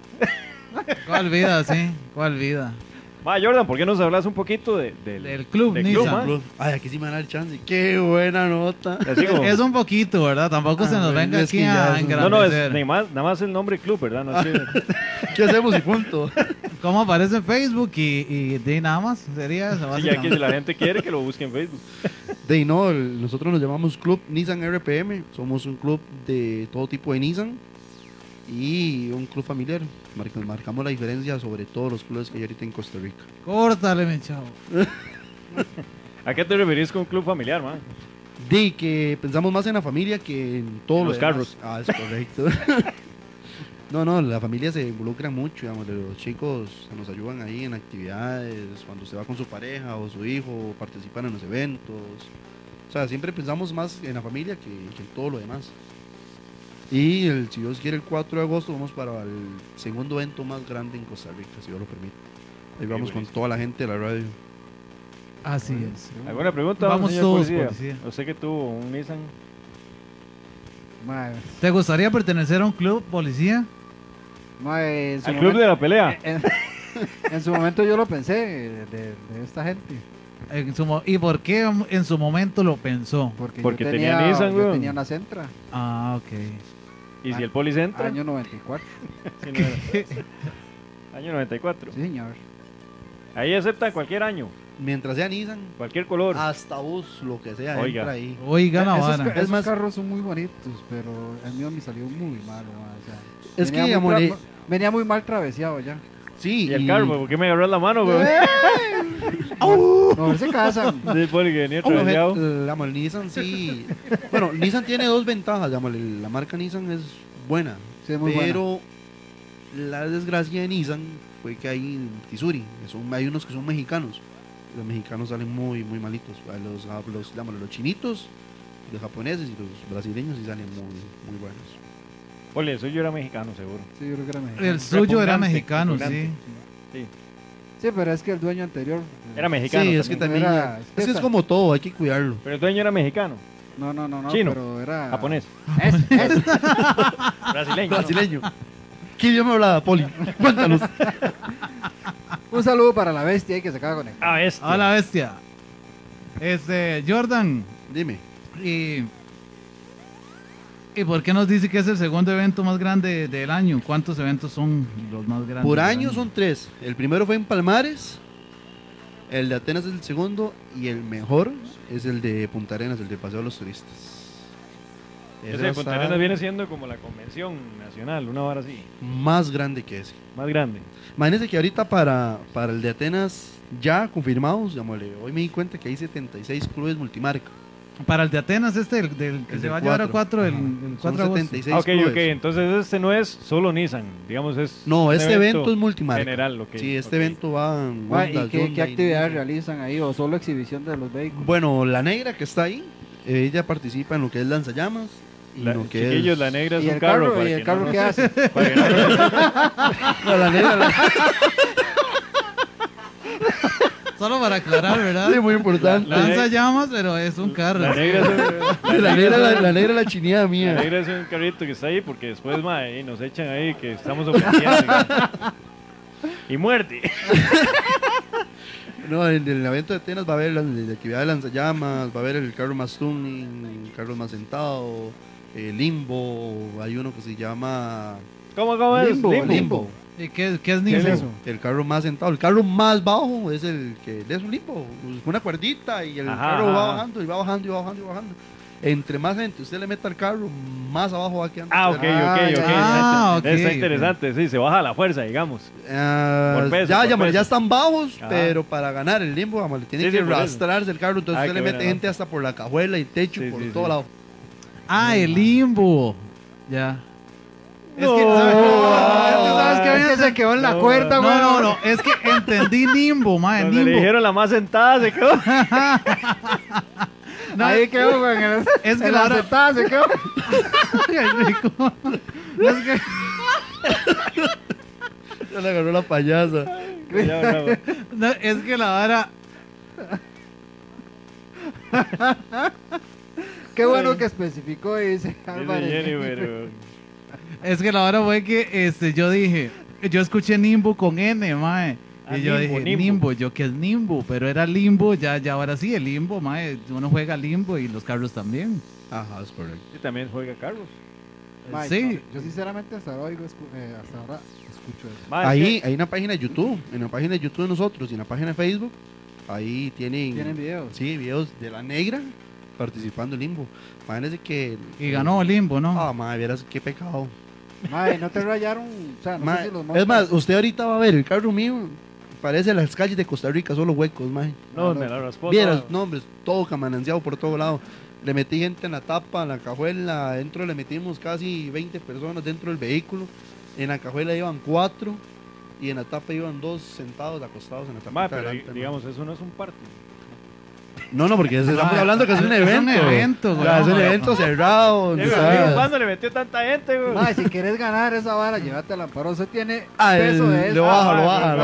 ¿Cuál vida, sí? ¿Cuál vida? Va, Jordan, ¿por qué nos hablas un poquito de- del, Del club del Nissan. ma? Bro, Ay, aquí sí me van a dar chance. Qué buena nota. Así (laughs) como- Es un poquito, ¿verdad? Tampoco se Ah, nos bueno, venga es que aquí ya a es un- no, no, es engrandecer. nada más, nada más el nombre club, ¿verdad? No, (laughs) es que- ¿Qué hacemos y punto? ¿Cómo aparece en Facebook y, y de ahí nada más? Sería eso, sí, ya que si básicamente. la gente quiere que lo busque en Facebook. (laughs) De no, el- nosotros nos llamamos Club Nissan RPM. Somos un club de todo tipo de Nissan y un club familiar. Mar- marcamos la diferencia sobre todos los clubes que hay ahorita en Costa Rica. Córtale, mi chavo. ¿A qué te referís con club familiar, man? De que pensamos más en la familia que en todos En los demás. Ah, es correcto. (laughs) no, no, la familia se involucra mucho, digamos, de los chicos nos ayudan ahí en actividades, cuando se va con su pareja o su hijo, participan en los eventos. O sea, siempre pensamos más en la familia que, que en todo lo demás. Y el, si Dios quiere, el 4 de agosto vamos para el segundo evento más grande en Costa Rica, si Dios lo permite. Ahí vamos con buenísimo. toda la gente de la radio. Así es. ¿Alguna pregunta? Vamos señor todos, policía. policía. Yo sé que tuvo un Nissan. Mae, ¿Te gustaría pertenecer a un club policía? mae, en, su ¿Al club momento, de la pelea? en, (laughs) en su momento yo lo pensé eh, de, de esta gente. En su mo- ¿Y por qué en su momento lo pensó? Porque, Porque yo tenía tenía, Nissan, yo weón. tenía una Sentra, Ah, ok. ¿Y si el policía entra? año 94. Sí, no era. (laughs) Año 94. Sí, señor. Ahí aceptan cualquier año, Mientras sea Nissan, cualquier color. hasta bus, lo que sea, Oiga. entra ahí. Oiga la Esos vara. ca- Esos más- carros son muy bonitos, pero el mío me salió muy malo. mae, o sea, Es que, venía digamos, muy tra- eh, le- venía muy mal (laughs) traveseado ya. Sí, Y el carro, ¿por qué me agarró la mano, (laughs) güey? No, se casan. Después de que venía Bueno, atravesado. eh, digamos, el Nissan sí. bueno, Nissan tiene dos ventajas. digamos, el- la marca Nissan es buena. Sí, es muy pero la desgracia de Nissan fue que hay en Missouri, que son- hay unos que son mexicanos. Los mexicanos salen muy, muy malitos. A Los, a los, digamos, los chinitos, los japoneses y los brasileños sí salen muy, muy buenos. Ole, eso yo era mexicano, seguro. Sí, yo creo que era mexicano. El suyo era repugnante, mexicano, sí. repugnante. Sí, pero es que el dueño anterior. Era mexicano. sí, es que también. también. Era- es que es como todo, hay que cuidarlo. Pero el dueño era mexicano, No, no, no, no. Chino. Pero Ah. era. japonés, (laughs) Es, es- (laughs) brasileño. ¿no? Brasileño. ¿Qué idioma hablaba, Poli? (laughs) Cuéntanos. Un saludo para la bestia ahí que se acaba de conectar. Ah, bestia. Hola, bestia. Este, Jordan, Dime. ¿y, ¿y por qué nos dice que es el segundo evento más grande del año? ¿Cuántos eventos son los más grandes? Por del año son tres. El primero fue en Palmares, el de Atenas es el segundo y el mejor es el de Punta Arenas, el de Paseo de los Turistas. Ese Ese de va a Punta estar Arenas viene siendo como la convención nacional, una hora así, más grande que ese. más grande. Imagínense que ahorita para, para el de Atenas ya confirmados, digamos, le- hoy me di cuenta que hay 76 clubes multimarca. Para el de Atenas, este, el, del que El se de va a llevar a cuatro. cuatro, el, Ajá. el Son 4 de agosto. 76 Ah, ok, clubes. ok. Entonces este no es solo Nissan, digamos es pues. No, un este evento, es multimarca. general, ok, sí, este ok. evento va en Ma, Honda, Ah, ¿Y qué, qué Hyundai, actividades Nissan. realizan ahí? ¿O solo exhibición de los vehículos? Bueno, la negra que está ahí, ella participa en lo que es lanzallamas. Y La, lo que chiquillos, es... la negra es ¿Y un el carro. carro? para ¿Y que el no carro nos- (laughs) qué hace? para que no nos- (laughs) No, la negra, la- (laughs) Solo para aclarar, ¿verdad? Sí, muy importante. La- Lanza llamas, pero es un carro. (laughs) La negra es (laughs) un- La, negra, la, la negra, la chineada La mía. negra es un carrito que está ahí porque después mae, y nos echan ahí que estamos ofendiendo. y muerte. No, en el evento de Atenas va a haber la, la actividad de lanzallamas, va a haber el carro más tuning, el carro más sentado, el limbo, hay uno que se llama ¿Cómo, cómo es? Limbo, limbo. ¿Y qué, qué es ¿Qué Nissan? es eso? El carro más sentado, el carro más bajo es el que es un limbo, pues, una cuerdita y el Ajá, carro va ajá. bajando y va bajando y va bajando y va bajando. Entre más gente usted le meta al carro, más abajo va quedando. Ah, ok, ok, usted. Ah, ok. ya. exacto. Está Ah, ok. interesante, sí, se baja la fuerza, digamos. Ah, Por peso, ya, por ya, ma, peso. ya están bajos, Ajá. pero para ganar el limbo, ma, le tiene Sí, que sí, por eso. arrastrarse el carro, entonces Ay, usted qué le buena mete gente hasta por la cajuela y techo, Sí, por sí, todo sí. lado. (laughs) Ah, el limbo. Ya. Es que, ¿sabes? ¿Tú sabes que ahorita se quedó en la Ah, No, cuerda, No, güey? no, no, es que entendí limbo, mae, Cuando le limbo. dijeron la más sentada, se quedó. (laughs) No, Ahí quedó, güey. en el- Es que en la la hora- sentada se (laughs) quedó. qué rico. No, es que- Ya le agarró la payasa. Ya, (laughs) bravo. no, es que la vara Qué bueno que especificó y dice Álvarez. Dice Jennifer, weón. Es que la hora fue que este, yo dije, yo escuché Nimbo con N, mae. Y Ah, yo Nimbo, dije, Nimbo. Nimbo. yo que es Nimbo, pero era Limbo, ya, ya ahora sí, el Limbo, mae. Uno juega Limbo y los carros también. Ajá, es correcto. Sí, este también juega Carlos. Mae, Sí. Yo sinceramente hasta ahora, oigo, escu- eh, hasta ahora escucho eso. Ma, Ah, es Ahí hay una página de YouTube, en la página de YouTube de nosotros y en la página de Facebook, ahí tienen, ¿Tienen videos? sí, videos de la negra participando en limbo. Imagínense que... Y ganó Limbo, ¿no? Ah, madre, vieras qué pecado. Mae, no te rayaron. O sea, no Ma, sé si los es montan. más, usted ahorita va a ver el carro mío. Parece las calles de Costa Rica, solo huecos, mae. que- No, me la raspó. Vieras, toda. nombres, todo camananceado por todo lado. Le metí gente en la tapa, en la cajuela, adentro le metimos casi 20 personas dentro del vehículo. En la cajuela iban cuatro y en la tapa iban dos sentados acostados en la tapa. Ma, pero di- digamos, eso no es un party. No, no, porque se estamos Ah, hablando que es un es un evento. evento, O sea, es un güey. evento cerrado. donde Eh, está- güey, ¿Cuándo le metió tanta gente, güey? Mae, si quieres ganar esa vara, llévatela. Pero usted tiene Ah, el- peso de lo eso. baja, Ah, lo baja, ma, lo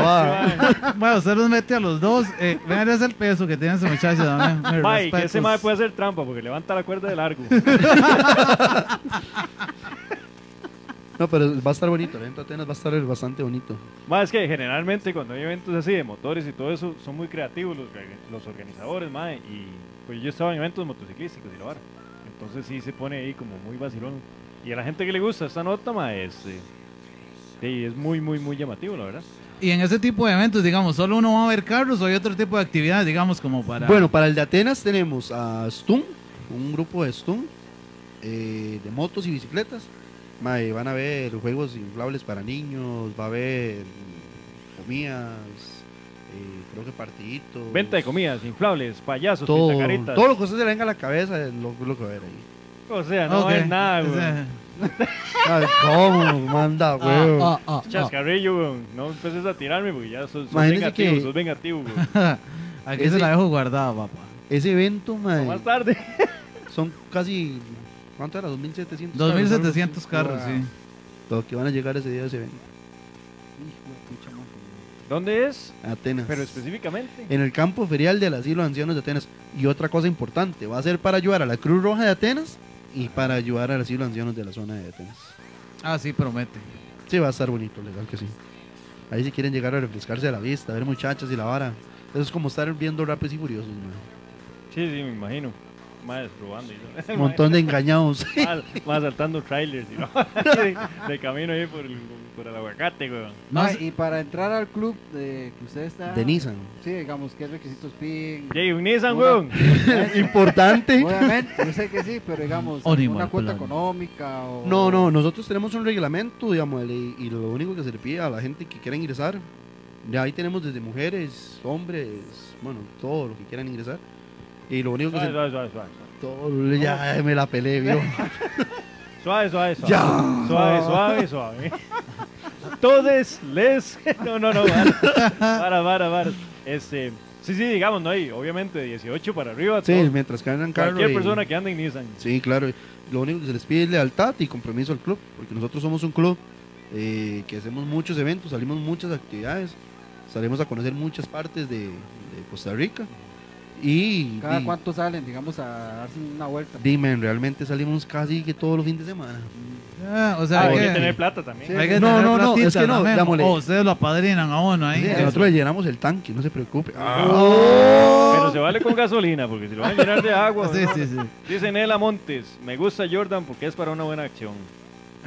ma, baja. (laughs) Bueno, usted los mete a los dos. Eh, vean, es el peso que tiene ese muchacho. dame, me Ma, y que respetos. ese mae puede hacer trampa porque levanta la cuerda de (laughs) largo. No, pero va a estar bonito. El evento de Atenas va a estar bastante bonito. Más es que generalmente cuando hay eventos así de motores y todo eso, son muy creativos los, los organizadores, mae. Y pues yo estaba en eventos motociclísticos y la vara. Entonces sí se pone ahí como muy vacilón. Y a la gente que le gusta esta nota, mae, es, eh, sí, es muy, muy, muy llamativo, la verdad. Y en ese tipo de eventos, digamos, solo uno va a ver carros o hay otro tipo de actividades, digamos, como para. Bueno, para el de Atenas tenemos a Stum, un grupo de Stum, eh, de motos y bicicletas. Mae, van a ver juegos inflables para niños, va a haber mm, comidas, eh, creo que partiditos. Venta de comidas, inflables, payasos, Todo, pintacaretas. todo lo que a usted se le venga a la cabeza es lo, lo que va a ver ahí. O sea, no Ok. Ah, es nada, O güey. sea, Ay, ¿Cómo? Manda, güey. ah, ah, ah, Chascarrillo, güey. No empieces a tirarme, porque ya sos, sos Imagínese vengativo, que- sos vengativo, güey. (laughs) ah. Aquí Ese- se la dejo guardada, papá. Ese evento, mae, Más tarde. son casi. ¿Cuánto era? 2.700 2700 carros, sí. Los que van a llegar ese día a ese evento. ¿Dónde es? Atenas. Pero específicamente. en el campo ferial del asilo de ancianos de Atenas. Y otra cosa importante, va a ser para ayudar a la Cruz Roja de Atenas y para ayudar al asilo de ancianos de la zona de Atenas. Ah, sí, promete. Sí, va a estar bonito, legal que sí. Ahí si quieren llegar a refrescarse a la vista, a ver muchachas y la vara. Eso es como estar viendo rápidos y furiosos, man. Sí, sí, me imagino. Más robando y todo. Un montón de engañados. (laughs) Más, más saltando trailers y no. (laughs) de, de camino ahí por el, por el aguacate, güey. No, Mae, es- y para entrar al club de, que usted está. De Nissan. Sí, digamos, ¿qué requisitos piden? Jay, un Nissan, Una- güey. Importante. Obviamente, yo sé que sí, pero digamos, O ni una Marco cuota Lano. económica o... No, no, nosotros tenemos un reglamento, digamos, el- y lo único que se le pide a la gente que quiera ingresar, de ahí tenemos desde mujeres, hombres, bueno, todo lo que quieran ingresar. Y lo único que se Suave, suave, suave, suave. Todo, ya me la peleé, vio. Suave, suave, suave. Ya. Suave, suave, suave. (laughs) Todes les. (laughs) No, no, no. Para, para, para. para. Este. Sí, sí, digamos, no hay. Obviamente, de 18 para arriba. Sí, (laughs) todo. mientras cargan carro. Cualquier y- persona que anda en Nissan. Sí, claro. Lo único que se les pide es lealtad y compromiso al club, porque nosotros somos un club eh, que hacemos muchos eventos, salimos muchas actividades, salimos a conocer muchas partes de, de Costa Rica. Y, ¿Cada di- cuánto salen, digamos, a darse una vuelta? dime, realmente salimos casi que todos los fines de semana. ah, o sea, Ah, hay hay que, que tener plata también. Sí. hay que No, tener no, no, platita, es que no, la memo. dámosle. O ustedes lo apadrinan a uno ahí. Sí, nosotros le llenamos el tanque, no se preocupe. Pero se vale con gasolina, porque si lo van a llenar de agua. Sí, ¿no? sí, sí. Dice Nela Montes, me gusta Jordan porque es para una buena acción.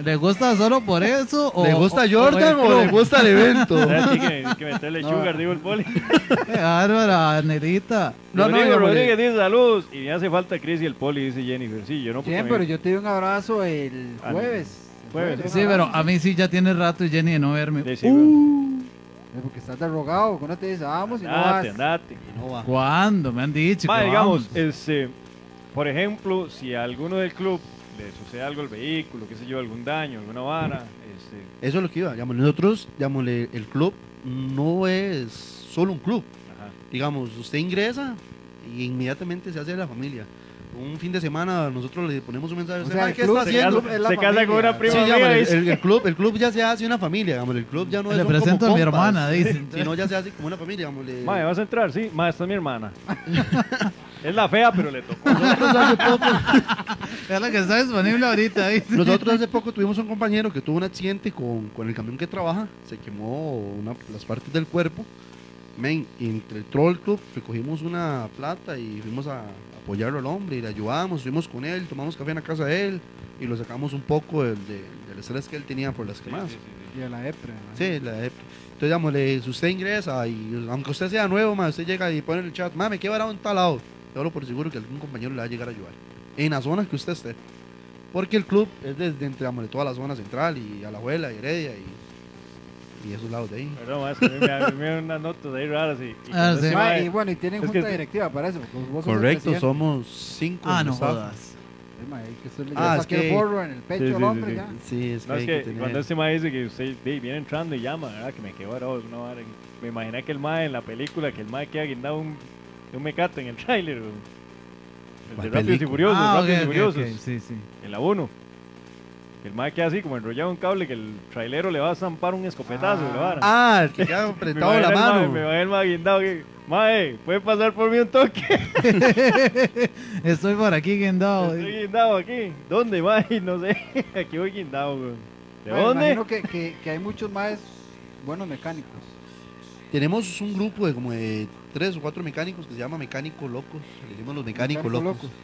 ¿Le gusta solo por eso? O, Oh, ¿Le gusta o- Jordan o, el le club? gusta el (laughs) evento? Hay que, hay que meterle (laughs) No. sugar, digo el (laughs) poli. Qué bárbara, Nerita. (laughs) No, no, Rodrigo digamos, Rodríguez dice saludos. Y me hace falta Chris y el poli, dice Jennifer. Sí, yo no puedo. Bien, pero yo te di un abrazo el Ah, jueves. jueves. Un Sí, pero abrazo. a mí sí ya tiene rato, Jenny, de no verme. Es eh, porque estás derrogado. Cuando te dice, vamos y Uh, no vas. andate, andate. No va. ¿Cuándo? Me han dicho. Ma, que digamos, vamos. este, por ejemplo, si a alguno del club le sucede algo al vehículo, qué sé yo, algún daño, alguna vara, este, Eso es lo que iba. Digamos, nosotros, digamos, le- el club no es solo un club. ajá. Digamos, usted ingresa y inmediatamente se hace de la familia. Un fin de semana nosotros le ponemos un mensaje. O "Usted, sea, ma, el ¿Qué club está se haciendo? casa- es la se casa con familia. una prima Sí, mía, digamos, el, dice, el- el club, el club ya se hace una familia, digamos, el club ya no es Le son como presento a mi compas, hermana, dicen. sino ya se hace como una familia, digamos. le- "Ma, vas a entrar, sí, ma, esta es mi (laughs) hermana. es la fea, pero le tocó. Nosotros hace poco- Es la que está disponible ahorita. (laughs) dice. Nosotros hace poco tuvimos un compañero que tuvo un accidente con, con el camión que trabaja, se quemó una- las partes del cuerpo. Men, y entre el troll club recogimos una plata y fuimos a apoyarlo al hombre y le ayudamos, fuimos con él, tomamos café en la casa de él y lo sacamos un poco del, del- del estrés que él tenía por las quemadas. Sí, Y a la EPRE. ¿no? la dep- Entonces, digamos, le- si usted ingresa y aunque usted sea nuevo, ma, usted llega y pone en el chat, mame, qué varado en tal lado. Yo hablo por seguro que algún compañero le va a llegar a ayudar. En la zona que usted esté. Porque el club es desde entre, digamos, de toda la zona central y Alajuela y Heredia y, y esos lados de ahí. Perdón, ma, es que a mí me- a mí me dieron unas notas ahí raras. Y, y Ah, cuando este sí. ese Ma, ma- y bueno, y tienen Es que- junta directiva para eso. porque vos sos el Correcto, presidente. somos cinco. Ah, en no el staff. jodas. Sí, ma, y que usted le- Ah, ya es saqué el que- forro en el pecho Sí, sí, al hombre sí, ya. Sí, es que, No, es hay que que tener- cuando este mae dice que usted "Di, viene entrando y llama, ¿verdad? Que me quedo varado, es una vara. Y Me imaginé que el mae en la película, que el mae queda guindado un, un mecate en el tráiler. güey. El de ¿Cuál Rápidos y película? Furiosos, Ah, Rápidos ok, y ok, Furiosos, ok, sí, sí. el abono. El mae queda así, como enrollado en un cable, que el trailero le va a zampar un escopetazo, Ah. la vara. Ah, el que ya (laughs) ha Me apretado imagino la el mae, mano. me va el mae guindado, que, mae, puede pasar por mí un toque. Estoy por aquí, guindado. Estoy guindado aquí. ¿Dónde, (laughs) mae? No sé. Aquí voy guindado, güey. ¿De Ma, dónde? Ah, Imagino que, que, que hay muchos más buenos mecánicos. Tenemos un grupo de como de tres o cuatro mecánicos que se llama Mecánicos Locos. Le decimos los Mecánicos Mecánicos Locos. Locos.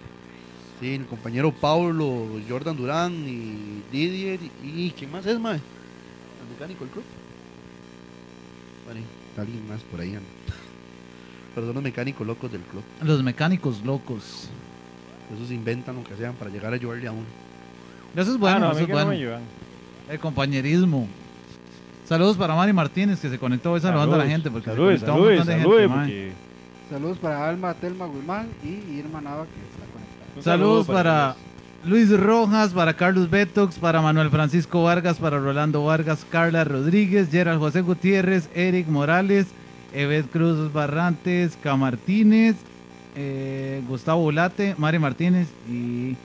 Sí, el compañero Pablo, Jordan Durán y Didier. ¿Y quién más es, mae? El mecánico del club. Vale, alguien más por ahí anda. (laughs) Pero son los mecánicos locos del club. Los mecánicos locos. Esos inventan lo que sean para llegar a ayudarle a uno. Eso es Ah, bueno, no, a eso mí es que no bueno. me ayudan. El compañerismo. Saludos para Mari Martínez que se conectó hoy saludando a la gente. Porque se saludos, conectó un saludos, montón de gente, saludos, mae. porque Saludos para Alma, Telma, Guzmán y Irma Nava que está conectada. Un Saludos saludo para Luis Rojas, para Carlos Betox, para Manuel Francisco Vargas, para Rolando Vargas, Carla Rodríguez, Gerald José Gutiérrez, Eric Morales, Evet Cruz Barrantes, Camartínez, eh, Gustavo Ulate, Mari Martínez y...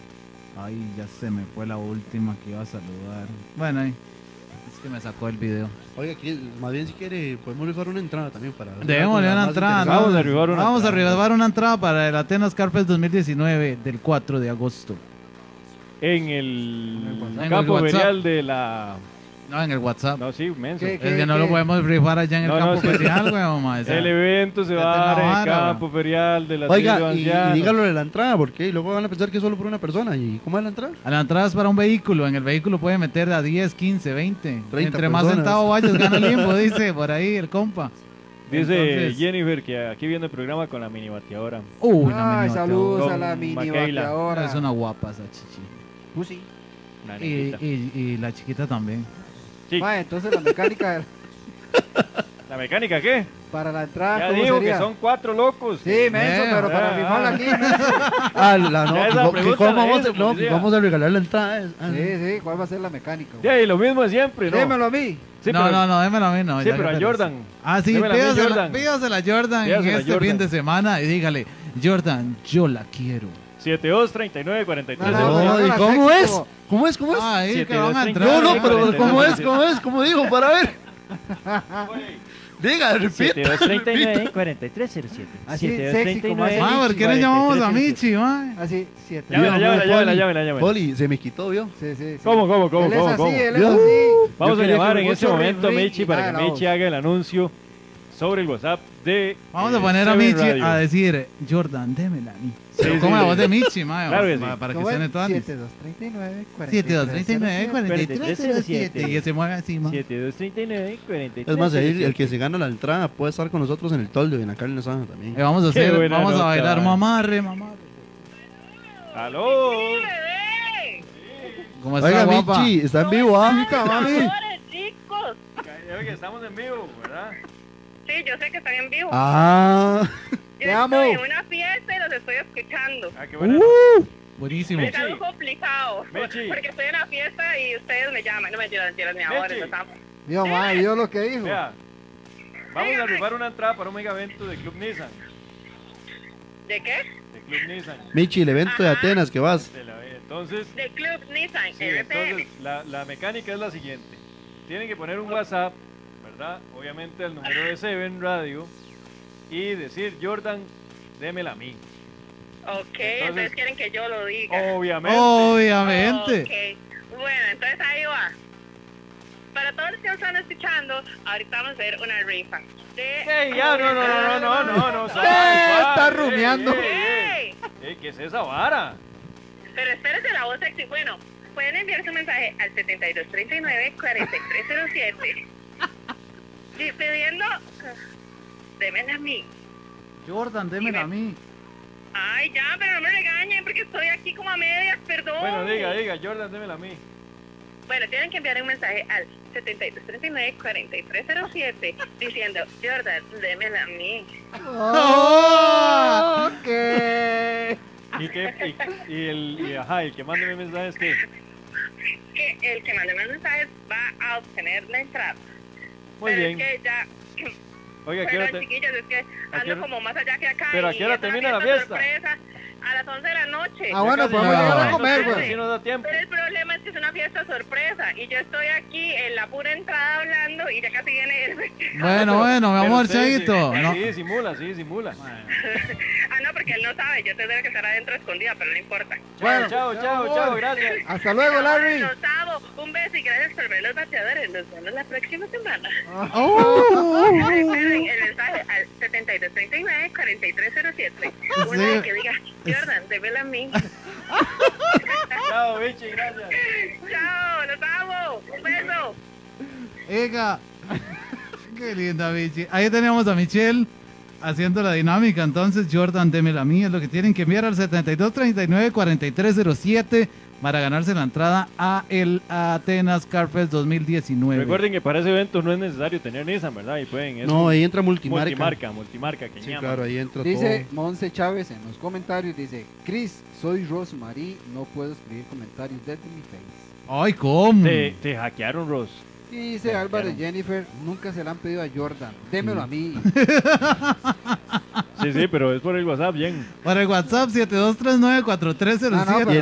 Ay, ya se me fue la última que iba a saludar. Bueno, ahí, es que me sacó el video. Oiga, aquí, más bien si quiere, podemos rifar una entrada también para. Démosle una más entrada. interesante. Vamos a arribar una Vamos a entrada. arribar una entrada pues. para el Atenas Carpes 2019 del 4 de agosto. En el, En el campo WhatsApp. Ah. ferial de la. No, en el WhatsApp. No, sí, menso. ¿Qué? Es que no lo podemos rifar allá en el No, no, campo sí. ferial, weón, ma, o sea, El evento se ya va a dar te en el enojaron, campo ferial de la Oiga, y, ancianos. y dígalo de la entrada, porque luego van a pensar que es solo por una persona. ¿Y cómo es la entrada? A la entrada es para un vehículo. En el vehículo puede meter a 10, 15, 20. Entre 30 más personas. sentado vayas, gana limbo, dice por ahí el compa. Dice Entonces- Jennifer que aquí viene el programa con la mini bateadora. Uy, no me Ay, noto. saludos a Con la mini Macaila. bateadora. Es una guapa esa chichi. Pussy. Una Y, nenita. y- y la chiquita también. Sí, Ma, entonces la mecánica ¿La mecánica qué? para la Ah, entrada, Ya ¿cómo digo sería? que son cuatro locos. Sí, menso, Eh, pero ah, para rifarla ah. aquí. (laughs) Ah, la (laughs) pues, no, Ya que esa co- que, pregunta cómo la vamos, hizo, a- no, que policía. vamos a regalar la entrada. es- ah, Sí, sí, ¿cuál va a ser la mecánica? güey? Ya, y lo mismo de siempre, ¿no? Dímelo a mí. Sí, no, pero, no, no, démelo a mí, no. sí, ya pero a déjalo. Jordan. Ah, sí, Démela a mí, pídasela, Jordan. pídasela a Jordan en Pídasela a este Jordan. fin de semana y dígale, Jordan, yo la quiero. 72 39 43. No, no, no, no, ¿y no, ¿Cómo no, es? no. ¿Cómo es? ¿Cómo es? Ay, Pues, Ah, Siete, que van dos, a treinta. entrar. Ah, no, no, ahí. pero ¿cómo es? 49. ¿Cómo es? ¿Cómo digo? Para (laughs) ver. Diga, repita. 72 39 Así, sexy como hace Ma, Ah, ¿por qué no llamamos a Michi, ma? Así, Ah, siete. Ya, Llámela, llámela, llámela, llámela, llámela. Poli, se me quitó, ¿vio? Sí, sí, sí. ¿Cómo, cómo, cómo, Él es cómo, así, cómo? él es Dios. así. Vamos a Yo quería llamar que en mucho este momento a ring, Michi y para que nada, la Michi voz. haga el anuncio. sobre el WhatsApp de. Vamos eh, a poner a CB Michi Radio. a decir, Jordan, démela a mí. Sí, Pero ¿Cómo sí, la voz sí. de Michi, mae? Claro que para, sí. para que ¿Cómo sean es? entonces. 7239 7239 4307. 4307 y que se mueva encima. 7239 43. Es más, ahí el que se gana la entrada puede estar con nosotros en el toldo y en la carne asada también. Eh, vamos a Qué hacer, buena vamos nota, a bailar mae. mamarre, mamarre. ¡Aló! Como está Oiga, guapa. Michi, está en vivo, ah. Ahora, chicos. Oiga, estamos en vivo, ¿verdad? Sí, yo sé que están en vivo. Ah, yo te estoy amo. en una fiesta y los estoy escuchando. Ah, qué bueno. Buenísimo. Es algo complicado. Mechi. Porque estoy en la fiesta y ustedes me llaman. No me tiran, tiran ni ahora. Mechi. los amo. Vio, ma, vio lo que dijo. Vea, vamos a arribar una entrada para un mega evento de Club Nissan. ¿De qué? De Club Nissan. Michi, el evento de Ajá. Atenas que vas. de la- entonces, De Club Nissan sí, RPM. entonces la, la mecánica es la siguiente. Tienen que poner un WhatsApp, ¿verdad? Obviamente al número de Seven Radio y decir, Jordan, démela a mí. ok, entonces- Oh, entonces quieren que yo lo diga. Obviamente. Oh. Obviamente. Ok, bueno, entonces ahí va. Para todos los que nos están escuchando, ahorita vamos a hacer una rifa. De... Ey, ya, no, no, no, no, no, no, no. suave, Eh, está suave, rumiando. ey, ey, ¡Ey! ey. Ey, ¿Qué es esa vara? Pero espérese la voz sexy. Bueno, pueden enviar su mensaje al 7239-4307 (laughs) y pidiendo... Démela a mí. Jordan, démela a mí. Ay, ya, pero no me regañen porque estoy aquí como a medias, perdón. Bueno, diga, diga, Jordan, démela a mí. Bueno, tienen que enviar un mensaje al 7239-4307 diciendo, Jordan, démela a mí. Ok. Y, que, y, y el, y, ajá, el que mande mi mensaje es que... Que el que mande más mensajes va a obtener la entrada. Muy pero bien. es que ya... Oiga, Bueno, quiero... te- chiquillos, es que ¿A qué ando hora- como más allá que acá. ¿Pero a y qué hora es una termina la sorpresa a las 11 de la noche. Ah, Ya bueno, casi no, podemos llegar a no, comer, pues. no, güey. sí nos da tiempo. Pero el problema es que es una fiesta sorpresa y yo estoy aquí en la pura entrada hablando y ya casi viene el... (laughs) Bueno, bueno, mi Pero amor, usted sí- Chaito. No. Sí, disimula, sí, disimula. ah, no, porque él no sabe, yo tendría que estar adentro escondida, pero no importa. Bueno, chao, chao, chao, gracias. Hasta luego, Larry. Los amo, un beso y gracias por ver los bateadores. Nos vemos la próxima semana. Ah. Oh. Recuerden el mensaje al 7239-4307. Una Sí. vez que diga, Jordan, débela a mí. Chao, bichi, gracias. Chao, los amo. Un beso. Ega. (laughs) Qué linda, Michi. Ahí tenemos a Michelle haciendo la dinámica. Entonces, Jordan, démela a mí. Es lo que tienen que enviar al 7239-4307 para ganarse la entrada a el Atenas Carpet 2019. Recuerden que para ese evento no es necesario tener Nissan, ¿verdad? Y pueden... es No, ahí entra multimarca. multimarca, multimarca, que Sí, llama. claro, ahí entra Dice Monse Chávez en los comentarios, dice, Chris, soy Rosemary, no puedo escribir comentarios desde mi face. Ay, ¿cómo? Te, te hackearon, Ross. Y dice Ya, Álvarez ya Jennifer, nunca se la han pedido a Jordan, démelo a mí. (laughs) Sí, sí, pero es por el WhatsApp, bien. Para el WhatsApp No, no, 7239-4307. Y pero en no lo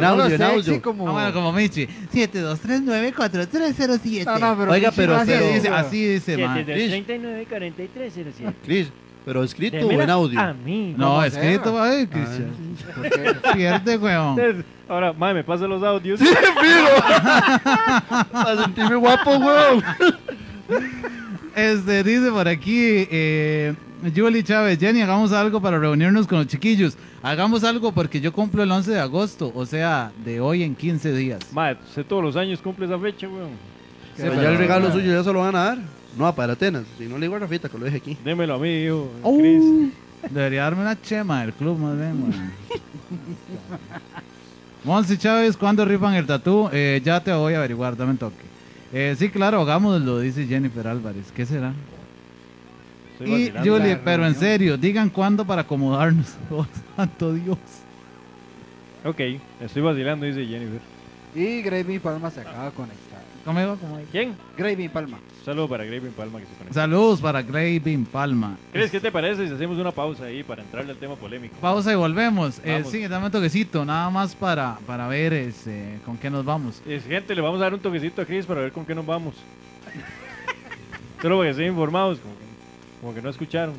audio, en sé, audio. sí, como... Ah, bueno, como Michi. 7239-4307. No, no, pero Michi Oiga, no pero- hace pero- eso. Dice, así dice, ma. Chris. 4307. todo. Cris, pero escrito o en audio. A mí. No, ¿Cómo escrito, será? ay, Ah, eh, Cristian. ¿Por qué? Pierde, weón. Ahora, madre, me pasa los audios. Para Ah, sentirme guapo, weón. Este, dice por aquí, eh, Julie Chávez, Jenny, hagamos algo para reunirnos con los chiquillos. Hagamos algo porque yo cumplo el 11 de agosto, o sea, de hoy en 15 días. Madre, sé todos los años cumple esa fecha, weón. Sí, Pero ya el regalo suyo ya se lo van a dar. No, para Atenas. Si no le digo a Rafita que lo deje aquí. Démelo a mí, hijo. Oh, Chris. debería darme una chema del club, más bien, weón. Monsi Chávez, ¿cuándo rifan el tatú? Eh, ya te voy a averiguar, dame un toque. Eh, sí, claro, hagámoslo, dice Jennifer Álvarez. ¿Qué será? Estoy Y vacilando. Julie, La pero en reunión. serio, digan cuándo para acomodarnos. (laughs) Oh, santo Dios. Ok, estoy vacilando, dice Jennifer. Y Gravy Palma se acaba de conectar. ¿Cómo iba? ¿Cómo iba? ¿Quién? Gravy Palma. Un saludo para Gravin Palma que se conecta. Saludos para Graving Palma. ¿Crees qué te parece si hacemos una pausa ahí para entrarle al tema polémico? Pausa y volvemos. Eh, Vamos. sí, dame un toquecito, nada más para, para ver este, con qué nos vamos. Eh, gente, le vamos a dar un toquecito a Chris para ver con qué nos vamos. Solo para que estén informados, como que, como que no escucharon.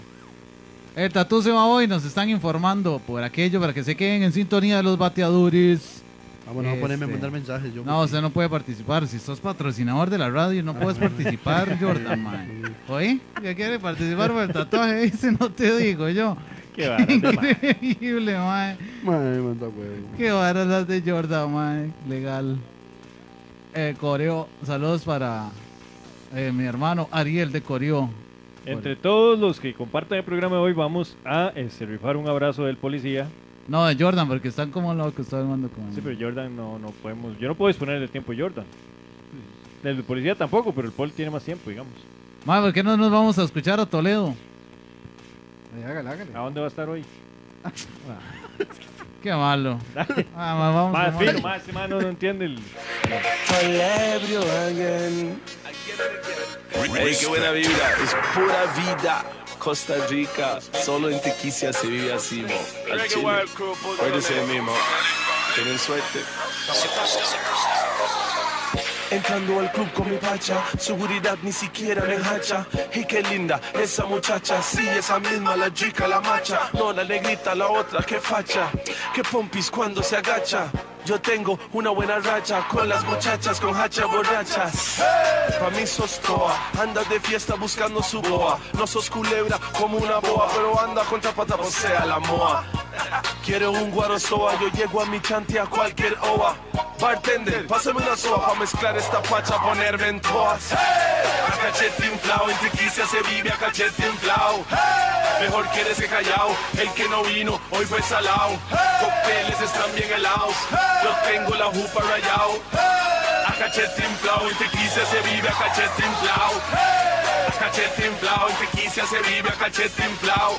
El tatú se va hoy, nos están informando por aquello, para que se queden en sintonía de los bateadores. Ah, bueno, voy a ponerme a Este. mandar mensajes. Yo No, usted no puede participar. Si sos patrocinador de la radio, no puedes (laughs) participar, Jordan, mae. ¿Oí? ¿Ya quiere participar por el tatuaje? (laughs) Dice, no te digo yo. (laughs) Qué barato, mae. Increíble, mae. Madre, manda huevo. Qué varas las de Jordan, mae. Legal. Eh, Coreo, saludos para eh, mi hermano Ariel de Coreo. Entre todos los que compartan el programa de hoy, vamos a este, rifar un abrazo del policía. No, de Jordan, porque están como locos, estoy hablando con Sí, pero Jordan no, no podemos. Yo no puedo disponer del tiempo de Jordan. El policía tampoco, pero el pol tiene más tiempo, digamos. Mae, ¿por qué no nos vamos a escuchar a Toledo? Eh, Ahí, hágale, hágale. ¿A dónde va a estar hoy? Qué (laughs) malo. Ah, mae, vamos, Más vamos. fino, más, este mae no, no entiende el. Ey, qué buena vibra, es pura vida. Costa Rica, solo en Tequicia se vive así, mo. Al chile. Acuérdese de mí, mo. Tienen suerte. Entrando al club con mi pacha, seguridad ni siquiera me hacha. Y qué linda esa muchacha, sí, esa misma, la chica, la macha. No, la negrita, la otra, qué facha. Qué pompis cuando se agacha. Yo tengo una buena racha con las muchachas con hacha borrachas. Pa' mí sos toa, anda de fiesta buscando su boa. No sos culebra como una boa, pero anda con tapata, o sea, la moa. Quiero un guarosoa, yo llego a mi chante a cualquier oa. Bartender, pásame una soa pa' mezclar esta pacha, ponerme en toas. A cachete inflao, en Tiquicia se vive a cachete inflao. Mejor quieres que callao, el que no vino, hoy fue salao. Cócteles están bien helados, yo tengo la jupa rayao. A cachete inflao, en Tiquicia se vive a cachete inflao. A cachete inflao, en Tiquicia se vive a cachete inflao.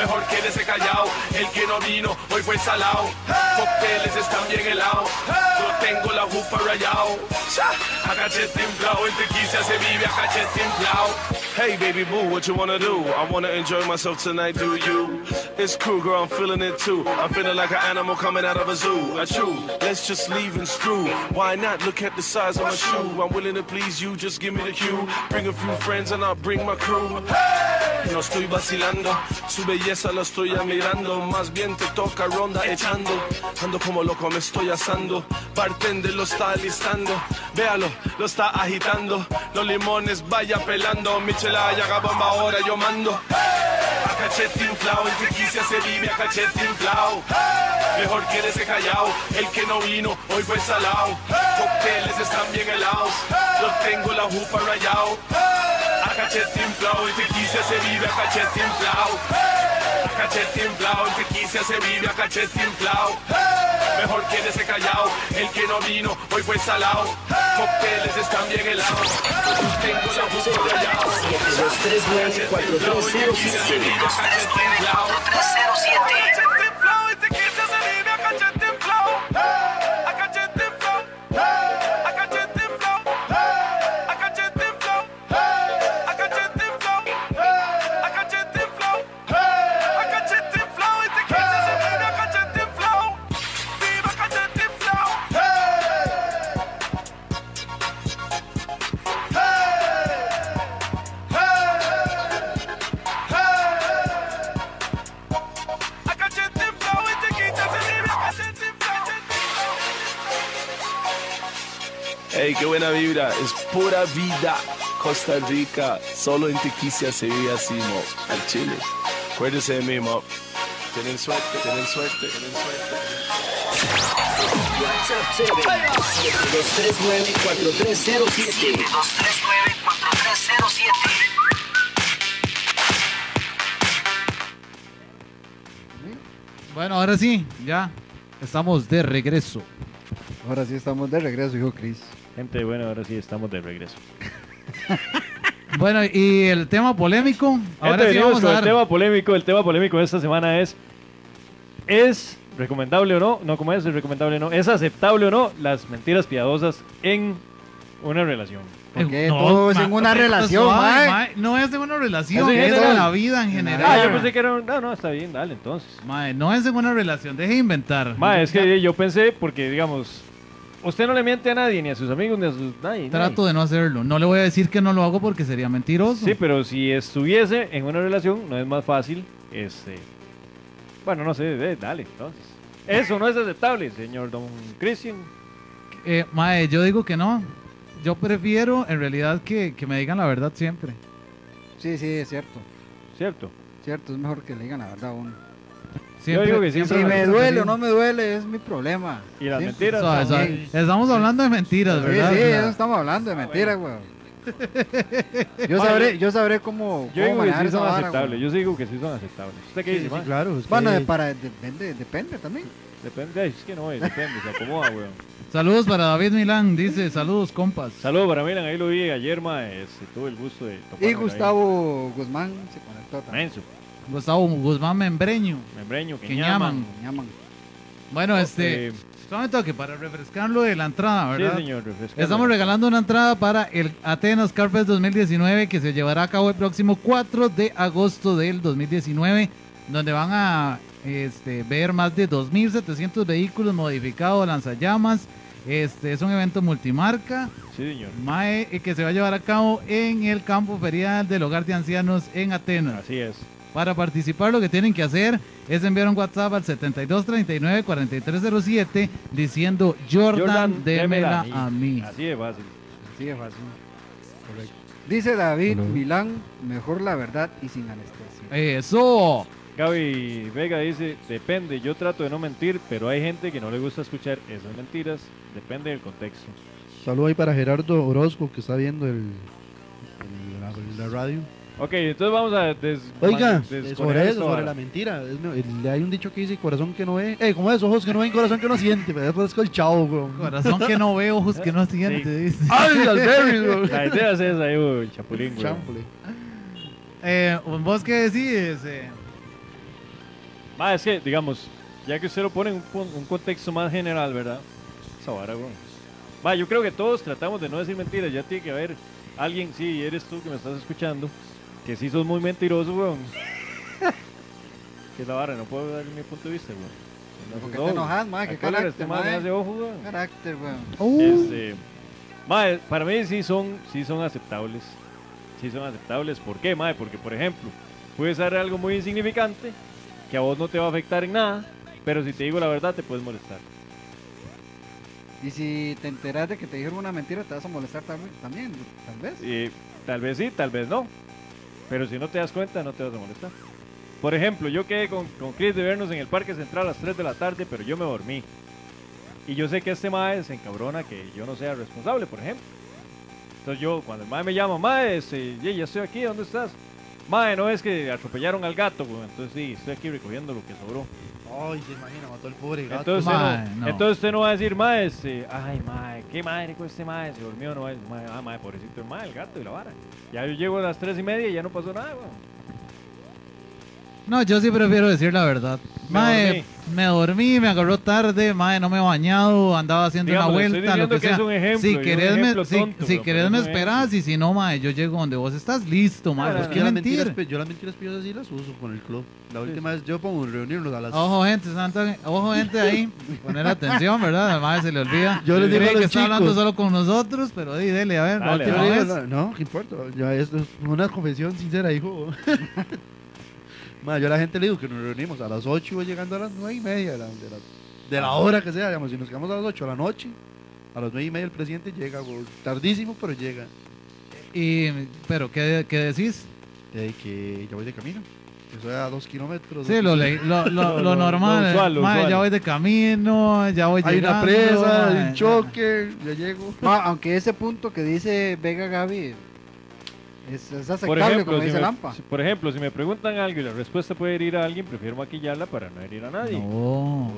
Mejor quédese callado, el que no vino hoy fue salado. Cócteles están bien helados, yo tengo la jupa rayado. Cha, A cachete inflado, en Tequila se vive a cachete inflado. Hey baby boo, what you wanna do? I wanna enjoy myself tonight, do you? It's cool, girl, I'm feeling it too. I'm feeling like an animal coming out of a zoo. I chew, let's just leave and screw. Why not? Look at the size of my shoe. I'm willing to please you, just give me the cue. Bring a few friends and I'll bring my crew. No estoy vacilando, su belleza la estoy admirando. Más bien te toca ronda echando. Ando como loco, me estoy asando. Bartender lo está alistando, véalo, lo está agitando. Los limones vaya pelando. Michelada, haga bomba ahora, yo mando. A cachete inflao, en Tiquicia se vive a cachete inflao. Mejor quédese callao, el que no vino hoy fue salao. Cócteles están bien helados, yo tengo la jupa rayao. A cachete inflao, en Tiquicia se vive a cachete inflao. A cachete inflao, en Tiquicia se vive a cachete inflao. Mejor quédese callao, el que no vino hoy fue salao. Cócteles están bien helados, yo tengo la jupa rayao. Ey, qué buena vibra, es pura vida. Costa Rica, solo en Tiquicia se vive así, mo. Al Chile. Acuérdense de mí, mo. Tienen suerte, tienen suerte, tienen suerte. Bueno, ahora sí, ya. Estamos de regreso. Ahora sí estamos de regreso, dijo Chris. Gente, bueno, ahora sí estamos de regreso. Bueno, y el tema polémico. Ahora Gente, sí vamos a venimos con dar. el tema polémico. El tema polémico de esta semana es: ¿es recomendable o no? No, como es? ¿Es recomendable o no? ¿Es aceptable o no las mentiras piadosas en una relación? Porque todo es en una relación, mae. No es de una relación, Eso en es de general. la vida en Ah, general. yo pensé que era un. No, no, está bien, dale, entonces. Mae, no es de una relación, deje de inventar. Ma, es que yo pensé, porque digamos, usted no le miente a nadie, ni a sus amigos, ni a sus. Nadie, Trato de no hacerlo. No le voy a decir que no lo hago porque sería mentiroso. nadie. Sí, pero si estuviese en una relación, no es más fácil. Este. Bueno, no sé, eh, dale, entonces. Eso no es aceptable, señor don Cristian. Eh, mae, yo digo que no. Yo prefiero en realidad que, que me digan la verdad siempre. Sí, sí, es cierto. ¿Cierto? Cierto, es mejor que le digan la verdad a uno. Siempre, digo que Si siempre la me verdad duele o también. no me duele, es mi problema. Y las Sí, mentiras. Suave, suave. también. Estamos hablando de mentiras, Sí, ¿verdad? sí, eso estamos hablando Ah, de mentiras, güey. Yo sabré, yo sabré cómo, Yo cómo digo que manejar sí esa son vara, aceptables. güey. Yo sí digo que sí son aceptables. ¿Usted qué dice, ma? claro. es Bueno, que- de- para, depende, depende también. Depende, ay, es que no, eh, depende, se acomoda, weón. Saludos para David Milán, dice, saludos compas. Saludos para Milan, ahí lo vi ayer, ma, este, tuve el gusto de toparlo Y ahí. Gustavo Guzmán se conectó también. Menso, Gustavo Guzmán Membreño. membreño, que Que ñaman. ñaman. Llaman. Bueno, este, Eh, solamente toque para refrescarlo de la entrada, sí, ¿verdad? señor, refrescando. Estamos regalando una entrada para el Atenas Carpet 2019 que se llevará a cabo el próximo 4 de agosto del 2019, donde van a este, ver más de 2.700 vehículos modificados, lanzallamas. Este es un evento multimarca Sí, señor. mae, eh, que se va a llevar a cabo en el campo ferial del Hogar de Ancianos en Atenas. Así es. Para participar lo que tienen que hacer es enviar un WhatsApp al 7239-4307 diciendo Jordan, Jordan, démela démela a mí. Así de fácil. Sí, es fácil. Dice David Milán, mejor la verdad y sin anestesia. Eso. Gaby Vega dice, depende, yo trato de no mentir, pero hay gente que no le gusta escuchar esas mentiras, depende del contexto. Saludo ahí para Gerardo Orozco que está viendo el, el- la, la radio. Ok, entonces vamos a des Oiga, man- desconectar sobre esta eso, sobre vara. la mentira. es me- el- hay un dicho que dice corazón que no ve. Eh, ¿cómo es? Ojos que no ven, corazón que no siente. Me parezco el (laughs) chavo, güey. Corazón que no veo, ojos que no siente, dice. ¡Ay, las berries, (laughs) güey! La idea es esa, ahí, güey, chapulín, güey. Chámpole. Eh, ¿Vos qué decís? eh? Ma, es que, digamos, ya que usted lo pone en un, pon- un contexto más general, ¿verdad? Esa vara, güey. Ma, yo creo que todos tratamos de no decir mentiras. Ya tiene que haber alguien, sí, eres tú que me estás escuchando, que sí sos muy mentiroso, (laughs) güey. que es la vara, no puedo dar mi punto de vista, güey. Entonces, ¿Por qué no, te güey. enojas, ma? ¿Qué Al cólera, este carácter, ma ma? me hace ojo, güey. Carácter, weón. Este, mae, para mí sí son, sí son aceptables. Sí son aceptables. ¿Por qué, mae? Porque, por ejemplo, puede ser algo muy insignificante que a vos no te va a afectar en nada, pero si te digo la verdad te puedes molestar. Y si te enteras de que te dijeron una mentira, te vas a molestar tam- también, tal vez. Eh, tal vez sí, tal vez no. Pero si no te das cuenta, no te vas a molestar. Por ejemplo, yo quedé con, con Chris de vernos en el Parque Central a las 3 de la tarde, pero yo me dormí. Y yo sé que este mae se encabrona que yo no sea responsable, por ejemplo. Entonces yo, cuando el mae me llama, mae, este, ye, ya estoy aquí, ¿dónde estás? Mae, no es que atropellaron al gato, güey. entonces sí, estoy aquí recogiendo lo que sobró. Ay, se imagina, mató al pobre gato. Entonces, Mae, usted no, no. entonces usted no va a decir, mae, este, ay, mae, qué madre con este mae, se durmió, no va a decir, mae, ah, mae, pobrecito el mae, el gato y la vara. Ya yo llego a las tres y media y ya no pasó nada, weón. No, yo sí prefiero decir la verdad. Me Mae, me dormí, me agarró tarde, mae, no me he bañado, andaba haciendo Digamos, una le estoy vuelta, lo diciendo que, que sea. es un ejemplo, y si un querés me, ejemplo si, tonto, si pero querés es me un ejemplo. esperás y si no, mae, yo llego donde vos estás, listo, mae, No, ¿por no, qué yo, las mentiras, mentir? pi- yo las mentiras piadosas sí las uso con el club. La última vez yo pongo reunirnos a las. Ojo gente, santa- ojo gente ahí, poner atención, ¿verdad? Además se le olvida. Yo les digo Cree a los que está hablando chicos. solo con nosotros, pero di, dele, a ver, la Dale, Yo última le vez. digo, no, no, qué importa. Ya esto es una confesión sincera, hijo. (laughs) Ma, yo a la gente le digo que nos reunimos a las 8 voy llegando a las 9 y media de la, de la- de la hora que sea. Digamos, si nos quedamos a las 8 de la noche, a las 9 y media el presidente llega, güey. tardísimo, pero llega. Y, pero, ¿qué, qué decís? De que ya voy de camino. Eso es a 2 kilómetros. Sí, dos lo, kilómetros. le- lo, lo, Lo- lo lo normal. usual, lo mae, usual. ya voy de camino, ya voy Hay una llegando. presa, hay mae. un choque, ya llego. Ma, aunque ese punto que dice Vega Gaby es, es Por aceptable, ejemplo, como si dice me, Lampa. si- por ejemplo, si me preguntan algo y la respuesta puede herir a alguien, prefiero maquillarla para no herir a nadie. No.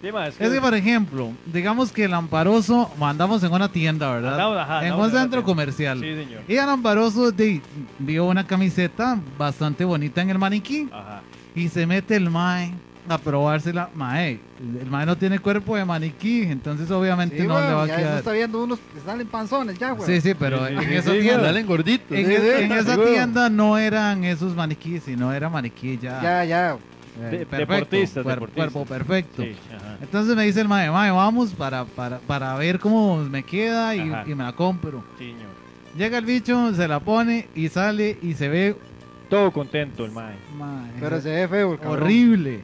Sí, mae, es que- Es que, por ejemplo, digamos que el amparoso mandamos en una tienda, ¿verdad? Andamos, ajá, en andamos un en una centro tienda. comercial. Sí, señor. Y el amparoso de- vio una camiseta bastante bonita en el maniquí Ajá. y se mete el mae a probársela. Mae, el mae no tiene cuerpo de maniquí, entonces obviamente Sí, no weón, le va a ya eso quedar. está viendo unos que salen panzones ya, güey. Sí, sí, pero Sí, sí, en sí, esa sí, tienda... Dale gordito. En, sí, es- sí. en esa güey. tienda no eran esos maniquíes, sino era maniquí ya. Ya, ya. eh, De- perfecto, deportistas, cuer- deportistas. Cuerpo perfecto. Sí, ajá. Entonces me dice el mae, mae, vamos para, para, para ver cómo me queda y, Ajá. y me la compro. Sí, señor. Llega el bicho, se la pone y sale y se ve Todo contento el mae. mae, Pero se ve feo el cabrón. horrible.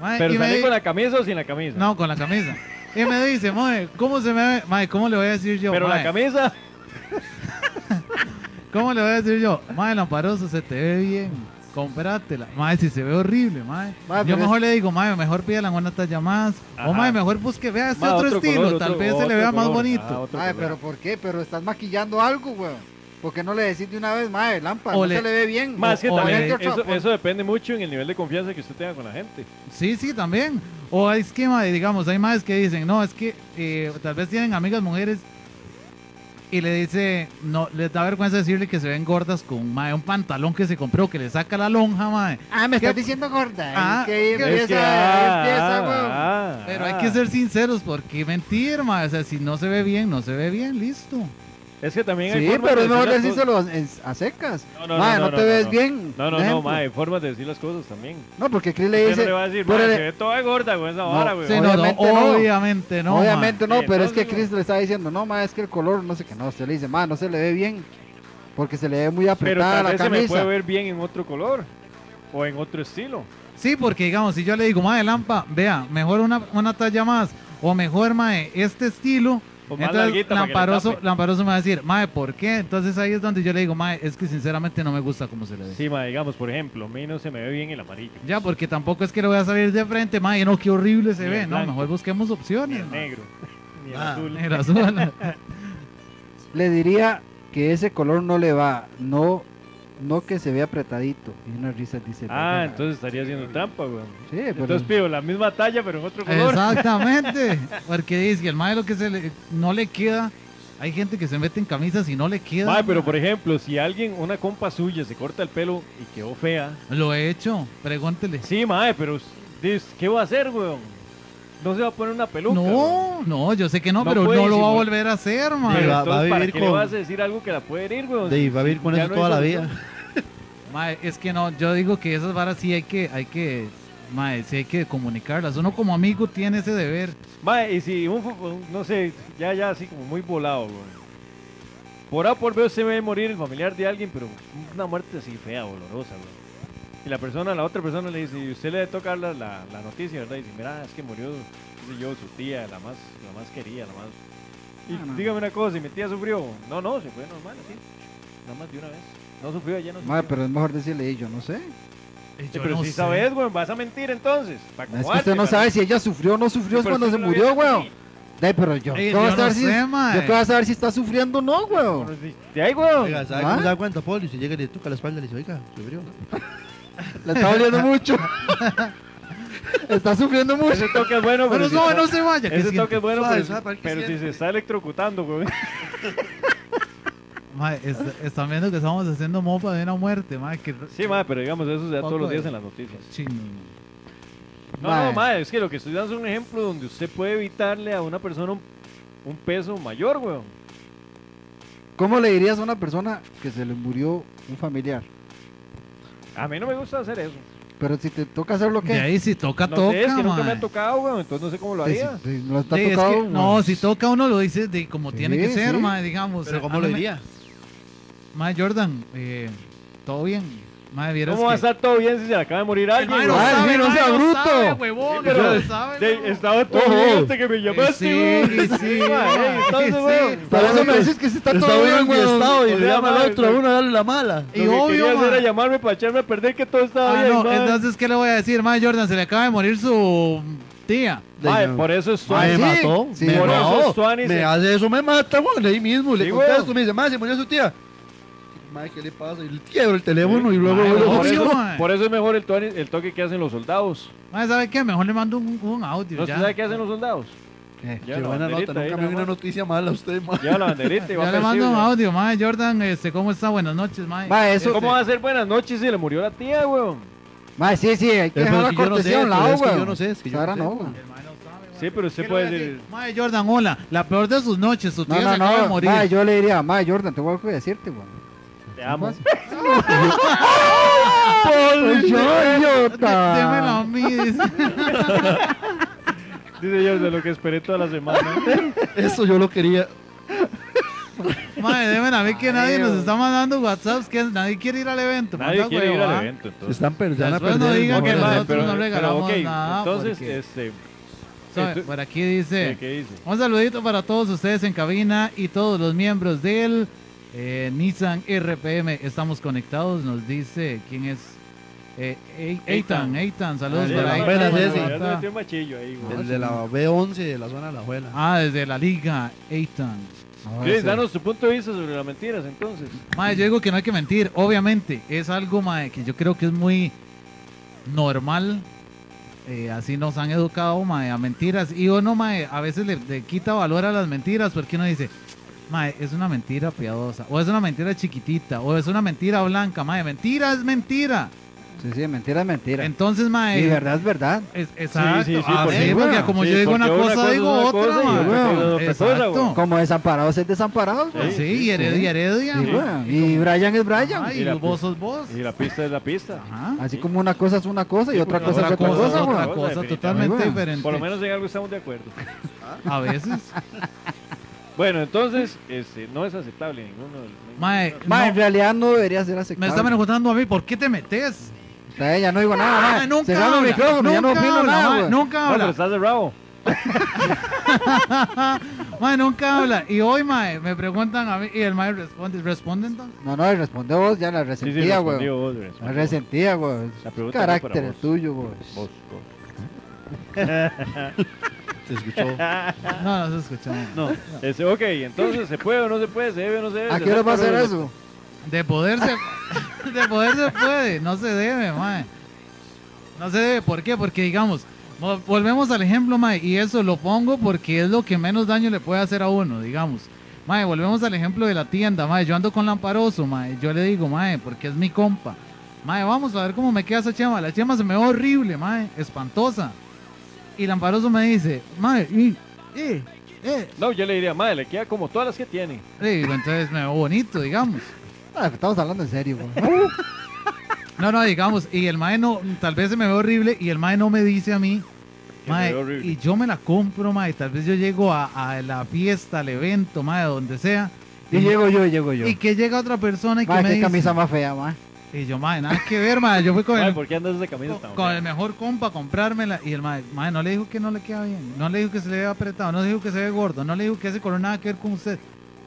Mae, Pero y me salí di- con la camisa o sin la camisa. No, con la camisa. Y me dice, mae, ¿cómo se me ve? Mae, ¿cómo le voy a decir yo? Pero la mae? camisa. ¿Cómo le voy a decir yo? Mae, Lamparoso, se te ve bien. Comprátela. Mae, si se ve horrible, mae. Mae, yo pero mejor le digo, mae, mejor pídela en una talla más. O Ajá. mae, mejor busque, vea este Va, otro, estilo. color, Tal otro- vez se le otro vea más color. Ah, bonito. Ajá, otro Mae, color. pero ¿por qué? Pero estás maquillando algo, weón. ¿Por qué no le decís de una vez, mae, lámpara? O No le- se le ve bien. este Más que o- también, ponete otra- eso, pon- eso depende mucho en el nivel de confianza que usted tenga con la gente. Sí, sí, también. O hay esquema, de, digamos, hay madres que dicen, no, es que eh, tal vez tienen amigas mujeres y le dice, no, les da vergüenza decirle que se ven gordas con mae, un pantalón que se compró, que le saca la lonja, mae. Ah, me ¿Qué? estás diciendo gorda. Ah, es que ahí Es empieza, que, ahí ah, empieza, ah, weón. ah, Pero ah. hay que ser sinceros, porque mentir, mae, o sea, si no se ve bien, no se ve bien, listo. Es que también hay Sí, formas pero de es mejor decir las cosas- decírselo a, en- a secas. No, No, no, mae, no, no, no, te no, ves no. bien. No, no, por no, ejemplo. mae, hay formas de decir las cosas también. No, porque Chris le Usted dice. no le va a decir, por "Mae, el- se ve toda gorda con esa vara, güey. Sí, no, no, obviamente no. obviamente no. mae. Obviamente no, Sí, pero es que entonces no. Chris le está diciendo, no, ma, es que el color, no sé qué, no, usted le dice, ma, no se le ve bien, porque se le ve muy Pero tal apretada la vez se me puede camisa. ver bien en otro color o en otro estilo. Sí, porque digamos, si yo le digo, mae, Lampa, vea, mejor una, una talla más, o mejor, mae, este estilo, O más entonces larguita para que le Lamparoso, tape. Lamparoso me va a decir, mae, ¿por qué? Entonces ahí es donde yo le digo, mae, es que sinceramente no me gusta cómo se le ve. Sí, ma, digamos, por ejemplo, a mí no se me ve bien el amarillo, Ya, porque tampoco es que le voy a salir de frente, mae, no, qué horrible se Ni ve, el no, blanco. mejor busquemos ni opciones. el mae. negro, (laughs) ni el Ah. azul. Ah. Negro, (laughs) azul. Le diría que ese color no le va, no, no que se ve apretadito. Y una risa dice. Ah, "Ajá". entonces estaría haciendo trampa, güey. Sí, pero- Entonces pido la misma talla, pero en otro color. Exactamente, porque dice que el mae lo que se le, no le queda, hay gente que se mete en camisas y no le queda. Ma, pero mae. por ejemplo, si alguien, una compa suya, se corta el pelo y quedó fea. Lo he hecho, pregúntele. Sí, mae, pero dis- ¿qué va a hacer, güey? No se va a poner una peluca. weón. No, no, yo sé que no, No pero puede no lo va a disimular. volver a hacer, Pero mae. Pero va- va a entonces, ¿para vivir qué le con- vas a decir algo que la puede herir, güey? De ahí va a vivir con Ya eso no toda hizo la nada. vida. Mae, es que no, yo digo que esas varas sí hay que, hay que, mae, sí hay que comunicarlas. Uno como amigo tiene ese deber. Mae, y si un, fu- un- no sé, ya, ya, así como muy volado, güey. Por A por B usted ve morir el familiar de alguien, pero una muerte así fea, dolorosa, güey. Y la persona, la otra persona le dice, y usted le toca la, la, la noticia, ¿verdad? Y dice, mira, es que murió, qué sé yo, su tía, la más, la más querida, la más... Y Ah, no. dígame una cosa, ¿y mi tía sufrió? No, no, se fue normal, así. Nada más de una vez. No sufrió, ya no sufrió. Ma, pero es mejor decirle, "Y yo no sé. Eh, Sí, yo pero no si sé. sabes, güey, vas a mentir entonces. pa' Es que acomodarte, usted no para- sabe si ella sufrió o no sufrió es Pero cuando usted se no lo había murió, weón. hecho Ay, pero yo, Ey, ¿qué voy yo a no saber si, sé, yo mae. qué voy a saber si está sufriendo o no, weón. así. De ahí, güey. Oiga, ¿sabe ¿Ah? cómo se da cuenta, Paul? Y si llega y le toca la espalda, le dice, oiga, se abrió. Le está (laughs) doliendo mucho. (laughs) está sufriendo mucho. Ese toque es bueno, Pero si no, está- no se vaya. que Ese siento- toque es bueno, Suave, pero, suave, para que pero si siente. se está electrocutando, güey. (laughs) Mae, es- están viendo que estamos haciendo mofa de una muerte, mae. Que... Sí, madre, pero digamos, eso se da todos Poco los días de- en las noticias. Chin. No, no, Mae. madre, es que lo que estoy dando es un ejemplo donde usted puede evitarle a una persona un, un peso mayor, güey. ¿Cómo le dirías a una persona que se le murió un familiar? A mí no me gusta hacer eso. Pero si te toca hacer lo De que... ahí si toca, No toca, sé, es que nunca mae. Pues, me ha tocado, güey, entonces no sé cómo lo Sí, haría. sí, sí, lo está Sí, es que- tocado, no, weón. si toca uno lo dice de como tiene que Sí, ser, sí. mae, digamos. Pero A ¿cómo mí lo me- diría? Mae, Jordan, eh, todo bien. Mae, vieras ¿Cómo va que- a estar todo bien si se le acaba de morir alguien? Mae, no güey? sabe, el no mae sea bruto. sabe, huevón, pero- no lo sabe, De- huevón. estaba todo Ojo. bien hasta que me Eh, llamaste, Sí, güey. sí, (laughs) Sí, mae, eh, sí, entonces, sí. güey. Para eso me dices que si está todo bien, weón. estado pues, O sea, madre, lo- uno dale la mala. Y lo que obvio, quería hacer mae. era llamarme para echarme a perder que todo estaba Ah, bien, no, mae. entonces, ¿qué le voy a decir? Mae, Jordan, se le acaba de morir su tía. Mae, Digo, por eso es Me suave. Mae, sí, mató, sí. me Por eso mató, Suárez me se- hace eso, me mata, weón, ahí mismo, Sí, le weón. contesto, me dice, madre, se murió su tía. Madre, ¿qué le pasa? Y le quiebro el teléfono y luego... Mae, vuelvo obvio, Por eso, mae. por eso es mejor el, tuani- el toque que hacen los soldados. Mae, ¿sabe qué? Mejor le mando un, un audio. ¿No se ya. Eh, sabe qué hacen los soldados? ¿Qué? Ya Qué la buena nota, banderita ahí nunca me nada vi una más. noticia mala a usted, madre. Lleva la (laughs) banderita y va Ya le mando un perdido, audio, mae, Jordan, este, ¿cómo está? Buenas noches, Este, mae. Ma, ya. eso... ¿Cómo va a ser buenas noches si le murió la tía, weón? Ma, sí, sí, hay que Eh, pero dejar la es que yo no cortesía sé, a un lado, pero es que weón. yo no sé, es que yo Ahora no no, sé. weón. Sí, pero usted ¿Qué le voy a puede decir... decir? Mae, Jordan, hola. La peor de sus noches, su tía No, se no, acaba (laughs) de no. morir. Ma, yo le diría, ma, Jordan, tengo algo que decirte, weón. Te amo. (laughs) Paul, Dé- Démelo Jordan. a mí, (laughs) dice. (laughs) Dice yo, de lo que esperé toda la semana. Eso yo lo quería. Madre, démen a mí que nadie nos está mandando WhatsApps, que nadie quiere ir al evento. Nadie manda quiere ir huevo, al ah. evento, entonces. Están per- se van a Después no perder el digan Ok, que momento. mae, nosotros pero- no regalamos pero, ok, nada, Entonces, porque- este, Sabe, eh, Esto- Por aquí dice, ¿qué dice? un saludito para todos ustedes en cabina y todos los miembros del eh, Nissan RPM. Estamos conectados, nos dice quién es. Eh, Ei- Eitan, Eitan. Eitan, saludos Ah, para ya, Eitan. apenas Guanajuato. ese. Ya se metió un machillo ahí, güey. El de la B11 de la zona de la abuela. Ah, desde la liga, Eitan. Ahora Chris, sí. danos tu punto de vista sobre las mentiras, entonces. Mae, yo digo que no hay que mentir, obviamente. Es algo mae, que yo creo que es muy normal. Eh, así nos han educado mae, a mentiras. Y uno mae, a veces le, le quita valor a las mentiras porque uno dice, mae, es una mentira piadosa, o es una mentira chiquitita, o es una mentira blanca. Mae, mentira es mentira. Sí, sí, mentira es mentira. Entonces, mae, Y verdad es verdad. es- exacto. sí, sí, Ah, porque- sí, porque como Sí, yo digo porque una una cosa, cosa es digo una otra. cosa y mae. otra cosa es otra cosa, Exacto. Como desamparados es desamparados. Sí, güey. y Heredia, y Heredia. Sí, mae. güey. Y Brian es Brian. Ay, Y la- vos sos vos. Y la pista es la pista. Ajá. Así como una cosa es una cosa y otra porque cosa es otra cosa, es otra güey. güey. cosa totalmente Ay, güey. diferente. Por lo menos en algo estamos de (laughs) acuerdo. A veces. Bueno, entonces, este, no es aceptable ninguno de los. Mae, Ma, no, en realidad no debería ser me aceptable. está preguntando a mí, ¿por qué te metes? Está ella, no digo nada, ma. Mae, nunca Cerrame Ah, el habla, micrófono, ya no nunca opino habla, nada, mae, güey. nunca No, pero habla. estás cerrado. Mae, nunca habla. Y hoy, mae, me preguntan a mí y el mae responde, responden entonces. No, no, y responde vos, ya la Sí, sí, resentía, güey. respondió vos, respondió la vos. resentía, güey. La pregunta fue Carácter para el vos. tuyo, güey. Vos, vos. Se escuchó. No, no se escuchó. No, ese, ok, entonces se puede o no se puede, se debe o no se debe. ¿A se qué hora va a acepta ser o no se- eso? De poder se (laughs) de poder se puede, no se debe, mae. No se debe, ¿por qué? Porque digamos, vo- volvemos al ejemplo, mae, y eso lo pongo porque es lo que menos daño le puede hacer a uno, digamos. Mae, volvemos al ejemplo de la tienda, mae, yo ando con Lamparoso, mae, yo le digo, mae, porque es mi compa. Mae, vamos a ver cómo me queda esa chema, la chema se me ve horrible, mae, espantosa. Y Lamparoso me dice, mae, y, eh, eh, No, yo le diría, madre, le queda como todas las que tiene. le digo, entonces me veo bonito, digamos. Ah, estamos hablando en serio, güey. No, no, digamos, y el mae no, tal vez se me ve horrible y el mae no me dice a mí, Que me mae, ve horrible. y yo me la compro, mae, tal vez yo llego a, a la fiesta, al evento, mae, donde sea, (laughs) Y llego yo, y llego yo. y que llega otra persona y Ma, que me qué dice, camisa más fea, ma. y yo, mae, nada que ver, mae, yo fui con, Madre, el, ¿por qué andas de camisa con- tan con fea? el mejor compa a comprármela y el mae, mae, no le dijo que no le queda bien, no le dijo que se le ve apretado, no le dijo que se ve gordo, no le dijo que ese color nada que ver con usted,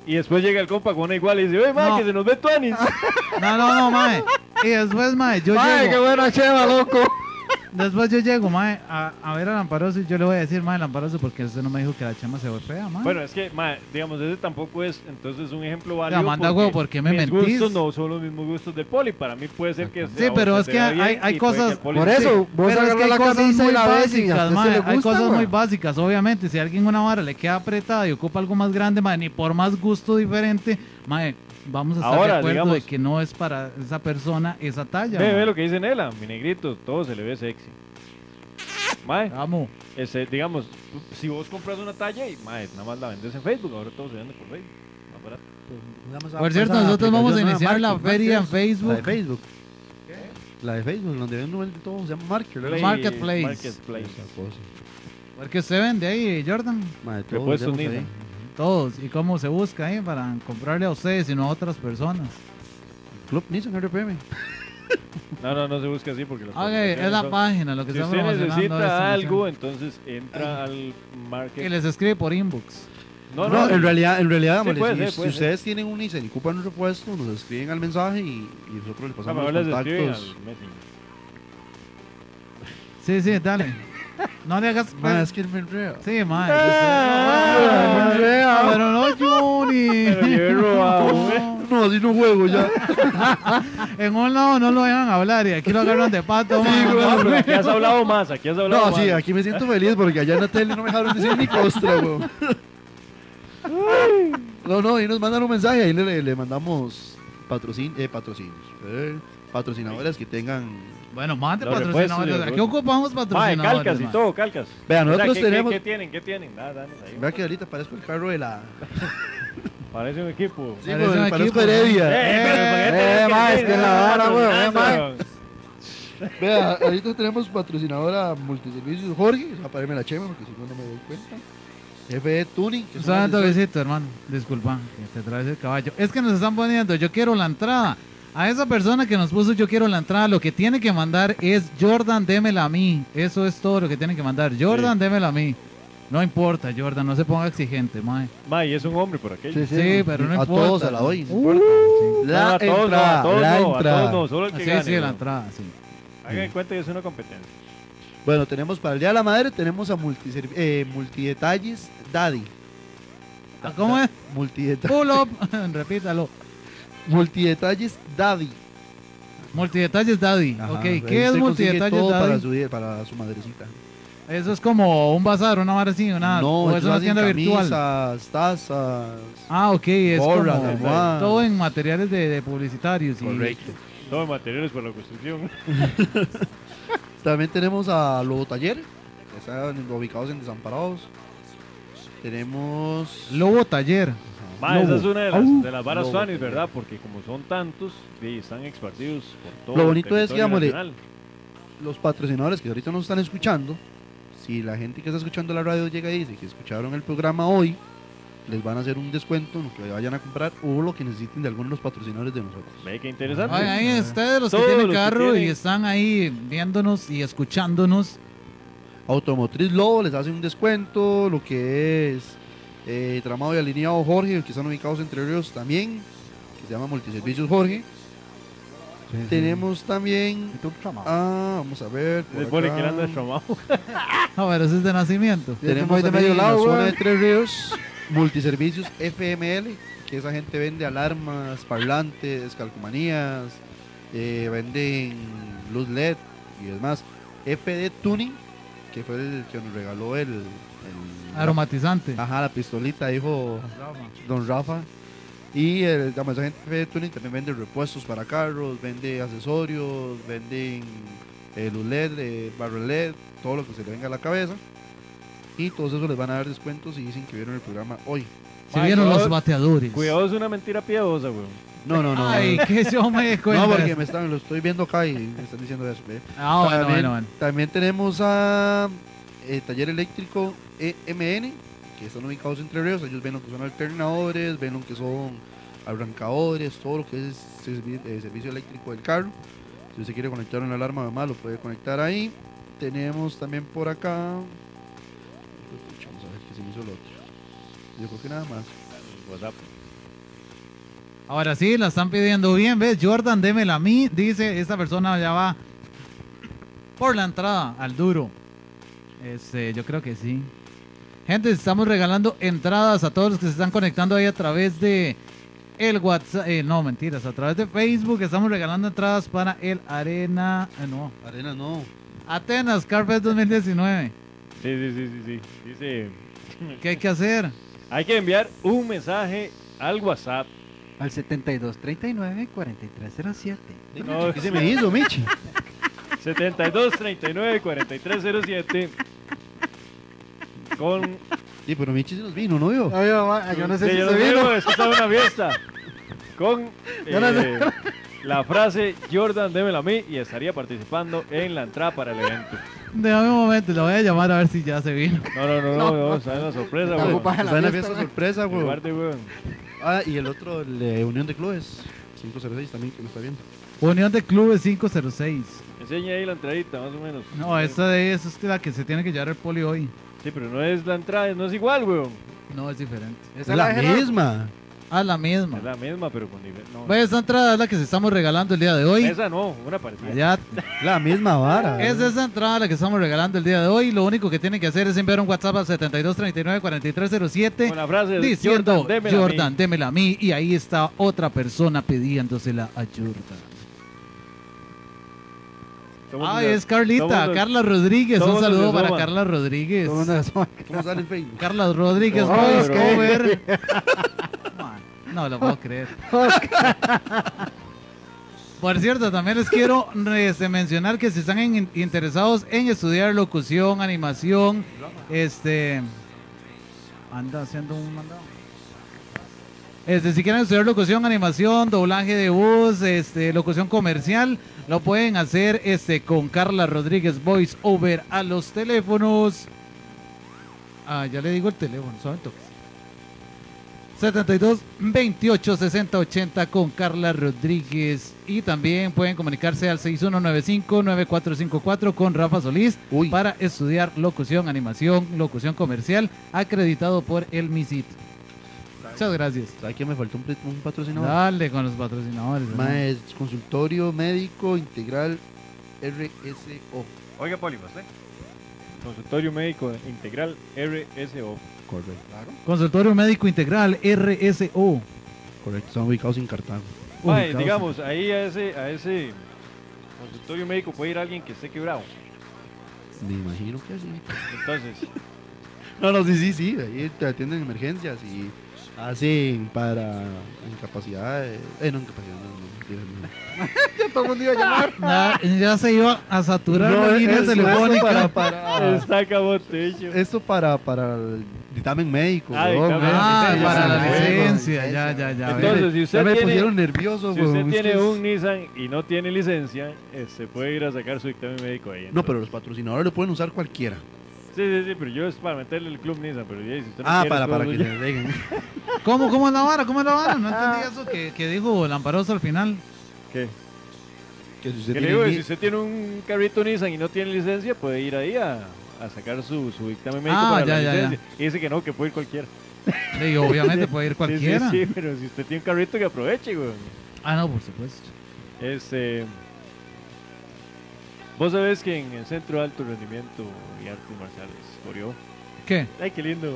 Y después llega el compa con una igual y dice, ¡Ey, madre, No. que se nos ve Tuanis! Ah, no, no, no, mae, y después, mae, yo Ay, llego. qué buena cheva, loco. Después yo llego, mae, a, a ver a Lamparoso y yo le voy a decir, mae, Lamparoso, porque usted no me dijo que la chama se ve fea, mae. Bueno, es que, ma, digamos, ese tampoco es entonces un ejemplo válido. manda huevo, ¿por qué me mis mentís? gustos no son los mismos gustos del poli. Para mí puede ser que. Sí, pero es que hay- hay cosas- Por eso, vos Pero es que agarras hay la cosas camisa muy y la ves y a básicas, usted se mae, le hay gusta, cosas güey. muy básicas, obviamente. Si a alguien una vara le queda apretada y ocupa algo más grande, mae, ni por más gusto diferente, mae, vamos a estar Ahora, de acuerdo de digamos- que no es para esa persona esa talla. Ve, mae. ve lo que dice Nela, mi negrito, todo se le ve sexy. Mae, Amo. este, digamos, tú- si vos compras una talla y mae, nada más la vendes en Facebook, ahora todo se vende por Facebook. más barato. Por cierto, nosotros vamos a iniciar la feria en La de Facebook. Facebook. La de Facebook, donde venden de todo, se llama Marker. Play- Marketplace. Marketplace. Porque usted vende ahí, Jordan, Madre, Que todo puede vendemos unir, ahí. todos. ¿Y cómo se busca ahí para comprarle a ustedes y no a otras personas? Club Nissan RPM. No, no, no se busca así porque las Ok, publicaciones es la son- página lo que Si está usted promocionando. esa necesita canción. algo, entonces entra al Que market. les escribe por inbox. No, No, en realidad, en realidad, Sí, amores, puede si- ser, si, puede ser. ustedes tienen un Nissan y ocupan un repuesto, nos escriben al mensaje y, y nosotros les A lo pasamos mejor los les escriben contactos. al Messenger. Sí, sí, dale. No le (laughs) hagas. Madre, es que me enreda. Sí, madre. yo sé. Ah, Pero no, Pero Juni. llevé (laughs) robado, ¿eh? No. No, así no juego ya. En un lado no lo dejan hablar y aquí lo agarran de pato. madre. No, Ah, pero aquí has hablado más, aquí has hablado No, más. sí, aquí me siento feliz porque allá en la tele no me dejaron decir ni costra, weón. No, no, y nos mandan un mensaje, ahí le, le mandamos patrocin eh, patrocinios. eh, patrocinadores que tengan. Bueno, mate Los repuestos patrocinadores. y los Aquí ocupamos Mae, patrocinadores. calcas y mae. todo, calcas. Vea, O sea, nosotros ¿qué- tenemos- ¿Qué, qué tienen? ¿Qué tienen? Nada, danos ahí. Vea que ahorita parezco el carro de la. Parece un equipo. Sí, Parece un weón, parezco equipo, Heredia. Eh, eh, mae, es que la vara, güey, Ah, eh, mae. Vea, ahorita tenemos patrocinadora multiservicios Jorge. Apáreme la chema porque si no, no me doy cuenta. FE Tuning. que es Suave una asesora- toquecito, hermano. Disculpa, que te traes el caballo. Es que nos están poniendo, yo quiero la entrada. A esa persona que nos puso yo quiero la entrada, lo que tiene que mandar es Jordan, démela a mí. Eso es todo lo que tiene que mandar. Jordan, démela a mí. No importa, Jordan, no se ponga exigente, mae. Ma, y es un hombre por aquello. Sí, pero no a importa. Uh, todos se la doy. no importa. No, La a todos no, a entrada, todos la no, a todos no, entrada. solo el pues, que Sí, gane. sí, la ¿no? entrada, sí. Hagan en cuenta que es una competencia. Bueno, tenemos para el Día de la Madre, tenemos a multiservi- eh, Multidetalles Daddy. Ah, ¿Cómo es? Multideta- (laughs) Pull up, (laughs) repítalo. multidetalles Daddy. Multidetalles Daddy. Ajá, ok, ahí ¿qué es usted consigue multidetalles todo para Daddy? su, para su madrecita. Eso es como un bazar, una vara así, una, o es ellos una hacen tienda virtual. Camisas, tazas. Ah, ok, es Gorras, como almohadas. todo en materiales de, de publicitarios. y- Todo de materiales para la (laughs) construcción. También tenemos a Lobo Taller, que están ubicados en Desamparados. Tenemos. Lobo Taller. Ma, esa Lobo. es una de las, Au. de las varas Lobo, suanis, sí. ¿verdad? Porque como son tantos, sí, están esparcidos por todo Lo el bonito es que, territorio digámosle, nacional. los patrocinadores que ahorita nos están escuchando, si la gente que está escuchando la radio llega y dice que escucharon el programa hoy, les van a hacer un descuento en lo que vayan a comprar o lo que necesiten de algunos patrocinadores de nosotros. Ve que interesante. Ay, ahí ustedes los que Todos los tienen que carro y tienen. están ahí viéndonos y escuchándonos. Automotriz Lobo les hace un descuento, lo que es eh, Tramado y Alineado Jorge, que están ubicados entre ríos también, que se llama Multiservicios Jorge. Tenemos también... Ah, vamos a ver. por Se pone que acá. él anda desframado. A ver, eso Ah, es de nacimiento. Ya Tenemos te voy de de medio medio lado, la zona güey. de Tres Ríos, Multiservicios FML, que esa gente vende alarmas, parlantes, calcomanías, eh, venden luz LED y demás. FD Tuning, que fue el que nos regaló el... el- Aromatizante. Ajá, la pistolita, dijo Don Rafa. Y el, digamos, esa gente de Tuning también vende repuestos para carros, vende accesorios, venden eh, luz LED, eh, barro LED, todo lo que se le venga a la cabeza. Y todos eso les van a dar descuentos y dicen que vieron el programa hoy. Se Ay, vieron los cuidado- bateadores. (laughs) Cuidado, es una mentira piadosa, güey. No, no, no. Ay, que yo me di cuenta. no, porque me están, lo estoy viendo acá y me están diciendo eso. ¿eh? ¿ve? Ah, bueno, también, bueno, bueno. también tenemos a eh, Taller Eléctrico EMN, que están ubicados entre ríos. Ellos ven lo que son alternadores, ven lo que son arrancadores, todo lo que es servi- eh, servicio eléctrico del carro. Si usted quiere conectar una alarma, además lo puede conectar ahí. Tenemos también por acá. Vamos a ver qué se me hizo el otro. Yo creo que nada más. WhatsApp. Ahora sí, la están pidiendo bien, ¿ves? Jordan, démela a mí. Dice, esta persona ya va por la entrada al duro. Este, yo creo que sí. Gente, estamos regalando entradas a todos los que se están conectando ahí a través de el WhatsApp. eh, no, mentiras, a través de Facebook estamos regalando entradas para el Arena. eh, no, Arena no. Atenas Carpet 2019. Sí, sí, sí, sí, sí. Dice, ¿Qué hay que hacer? hay que enviar un mensaje al WhatsApp. Al 72 39 43 07. No, ¿Qué se me hizo, (laughs) Michi? 72 39 43 07 con Sí, pero Michi se nos vino, ¿no vio? Ay, mamá, Ah, yo no sé Sí, si yo se no vino. veo, es que estaba en una fiesta (laughs) con no eh, la frase Jordan démelo a mí y estaría participando en la entrada para el evento. Déjame un momento, la voy a llamar a ver si ya se vino. No, no, no, no, no, está en la sorpresa, Está weón. ocupada la Fue una fiesta, fiesta ¿no? sorpresa, güey. Guarde, weón. Ah, y el otro, el de Unión de Clubes, 506 también que me está viendo. Unión de Clubes 506. Enseña ahí la entradita, más o menos. No, esta de eso es la que se tiene que llevar el poli hoy. Sí, pero no es la entrada, no es igual, weón. No, es diferente. Esa La, de Gerardo. misma. Ah, la misma. Es la misma, pero con nivel. No, Ve, esa entrada es la que se estamos regalando el día de hoy. esa no, una parecida. Allá. La misma vara. Es esa entrada la que estamos regalando el día de hoy. Lo único que tienen que hacer es enviar un WhatsApp al 7239-4307 Con la frase diciendo Jordan, démela a mí". Jordan, démela a mí. Y ahí está otra persona pidiéndosela a Jordan. Todo mundo Ah, se- es Carlita, todo mundo- Carla Rodríguez. todo Un mundo se saludo para asoma. Carla Rodríguez. Todo el mundo se asoma. (laughs) ¿Cómo sale en Facebook? Carla Rodríguez, Oh, voice bro. cover. Man, no lo puedo creer. Por cierto, también les quiero este, mencionar que si están en- interesados en estudiar locución, animación, este anda haciendo un mandado. Este, si quieren estudiar locución, animación, doblaje de voz, este, locución comercial, lo pueden hacer este, con Carla Rodríguez Voice Over a los teléfonos Ah, ya le digo el teléfono, suave un toque. 72 28 60 80 con Carla Rodríguez. Y también pueden comunicarse al 6195 9454 con Rafa Solís Uy. para estudiar locución, animación, locución comercial, acreditado por el MISIT. Muchas gracias. ¿Sabes qué? Me faltó un, pl- un patrocinador. Dale con los patrocinadores. ¿no? Mae, es consultorio médico integral RSO. Oiga, Poli, ¿usted? Consultorio Médico Integral RSO. Correcto. Claro. Consultorio Médico Integral, RSO. Correcto. Están ubicados en Cartago. Mae, Ubicados digamos, ahí a ese, a ese consultorio médico puede ir alguien que esté quebrado. Me imagino que sí. (laughs) Entonces, No, no, sí, sí, sí. Ahí te atienden emergencias y hacen para incapacidades. Eh, no, incapacidad, no, no, Dios mío. ya todo el mundo iba Ah, a llamar. Na- ya se iba a saturar Ah. No, la línea es- telefónica. para, para, está cabote, de hecho. esto para, para el dictamen médico. Ah, weón, dictamen. weón. Ah, Sí, para sí, la sí, licencia, ya, ya, ya. Entonces, ve. Ya si usted me tiene- pusieron nervioso, Si weón, usted es que tiene es- un Nissan y no tiene licencia, eh, se puede ir a sacar su dictamen médico ahí. No, pero entonces. los patrocinadores lo pueden usar cualquiera. Sí, sí, sí, pero yo es para meterle el club Nissan, pero ya, si usted no Ah, quiere, para, es para todo que suyo. (laughs) le dejen. (laughs) ¿Cómo, ¿Cómo es la vara? ¿Cómo es la vara? No Ah. entendí eso que, que dijo Lamparoso al final. ¿Qué? Que si usted Que le tiene digo, ni- si usted tiene un carrito Nissan y no tiene licencia, puede ir ahí a, a sacar su, su dictamen médico Ah, para ya, la ya, ya. licencia. Y dice que no, que puede ir cualquiera. Le digo, obviamente puede ir Sí, sí, cualquiera. Sí, pero si usted tiene un carrito, que aproveche, güey. Ah, no, por supuesto. Este. Vos sabés que en el Centro de Alto Rendimiento y Artes Marciales, Orió. ¿Qué? Ay, qué lindo.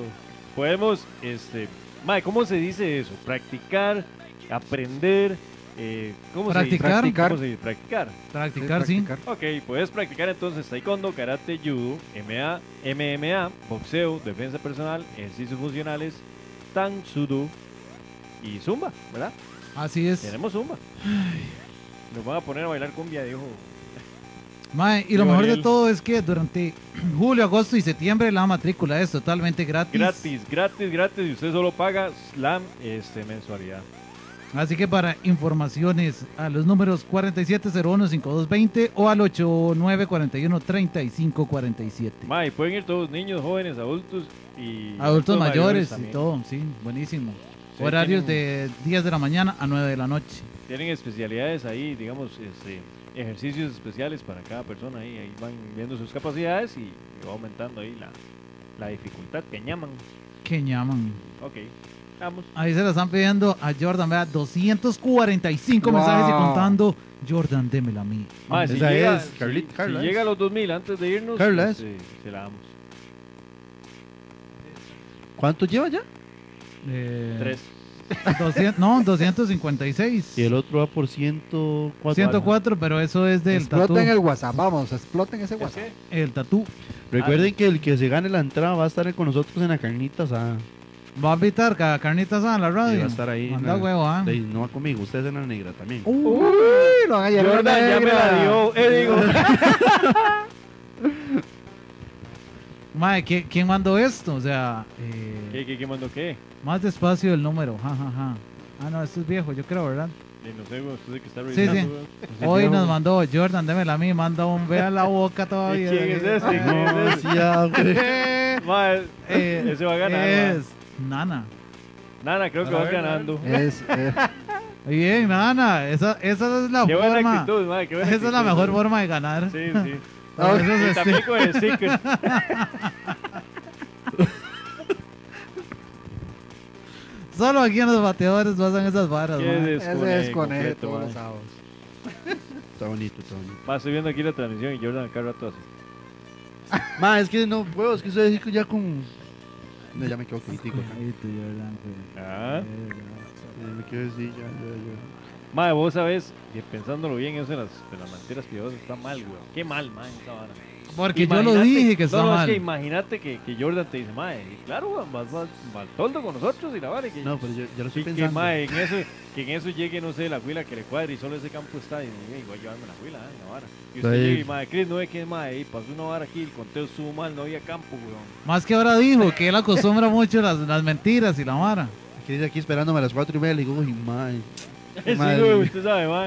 Podemos, este. Mae, ¿cómo se dice eso? Practicar, aprender. eh, ¿Cómo Practicar. se dice? ¿Cómo se dice? Practicar. Practicar, sí. Practicar. Ok, puedes practicar entonces taekwondo, karate, judo, MA, MMA, boxeo, defensa personal, ejercicios funcionales, tan sudo y zumba, ¿verdad? Así es. Tenemos zumba. Nos van a poner a bailar cumbia, dijo. Mae, y lo Digo, mejor de Ariel. todo es que durante (clears throat) julio, agosto y septiembre la matrícula es totalmente gratis. Gratis, gratis, gratis. Y usted solo paga slam este, mensualidad. Así que para informaciones a los números 4701-5220 o al 8941-3547. Ma, y pueden ir todos, niños, jóvenes, adultos y... Adultos mayores y también. todo, sí, buenísimo. Sí, Horarios de tienen- 10 de la mañana a 9 de la noche. Tienen especialidades ahí, digamos, este, ejercicios especiales para cada persona. Ahí, ahí van viendo sus capacidades y, y va aumentando ahí la, la dificultad que llaman. Que llaman. Ok, vamos. Ahí se la están pidiendo a Jordan, vea, 245 Wow. mensajes y contando. Jordan, démela a mí. Ma, si Esa llega, es, si- Carlit- si Carla es. llega a los 2000 antes de irnos, Carla pues, es. eh, se la damos. ¿Cuánto lleva ya? Eh, Tres. 200 no, 256. Y el otro va por 104. 104, pero eso es del tatú. Exploten el WhatsApp, vamos, exploten ese ¿Es WhatsApp. que? El tatú. Ah, Recuerden que el que se gane la entrada va a estar con nosotros en la carnita asada. Va a invitar ca- carnitas a la Y radio. va a estar ahí. Anda na- huevo, ah. de- No va conmigo, ustedes en la negra también. Uh. Uy, lo van a llevar Jordan ya me la dio. Eh, digo. Mae, ¿quién, quién mandó esto? O sea, eh, ¿Qué, qué, qué mandó qué? más despacio el número. Ja, ja, ja. Ah, no, esto es viejo, yo creo, ¿verdad? Eh, No sé, güey, usted es el que está Sí, sí. revisando. güey. Hoy nos mandó Jordan, démela a mí, manda un ve a la boca (laughs) todavía. ¿Quién es este? ¿Quién es este? Ya, güey. (laughs) Eh, Ma, eh, ese va a ganar. Es Nana. Nana, creo que vas ganando. Es, eh, Muy Bien, Nana. Esa, esa es la Qué buena forma. actitud, ma, qué buena Esa es la actitud. mejor forma de ganar. (laughs) Sí, sí. Por eso es Y este- también con el (laughs) sticker. Solo aquí en los bateadores pasan esas varas. Qué ma. ese descone- es con él concreto, todos ma. los sábados. Está bonito, está bonito. Ma, estoy viendo aquí la transmisión y Jordan acá rato así. Ma, es que no puedo, es que estoy así ya con. No, ya me quedo crítico. acá. Ay, tú, Jordan, güey. Ah. Ya me quedo así, ya, ya, Ma, vos sabés, que pensándolo bien, eso de las, de las mentiras piadosas está mal, güey. Qué mal, ma, esa vara. Porque yo lo Imagínate- dije que no, está no, mal. Es que imagínate que, que Jordan te dice, ma, eh, claro, güey, vas, vas, vas toldo con nosotros y la vara. y que- ya. No, pero yo, yo lo estoy Y que, pensando. ma, en eso, que en eso llegue, no sé, la huila que le cuadre y solo ese campo está. Y digo, voy a llevarme la huila, eh, la vara. Y usted Sí. llega y, ma, Chris, no ve que, ma, eh, pasó una vara aquí, el conteo estuvo mal, no había campo, (laughs) weón. Más que ahora dijo que él acostumbra mucho las, las mentiras y la vara. Que dice aquí esperándome a las 4 y media, le digo, uy, ma. Sí, Madre güey, mía. usted sabe, ma.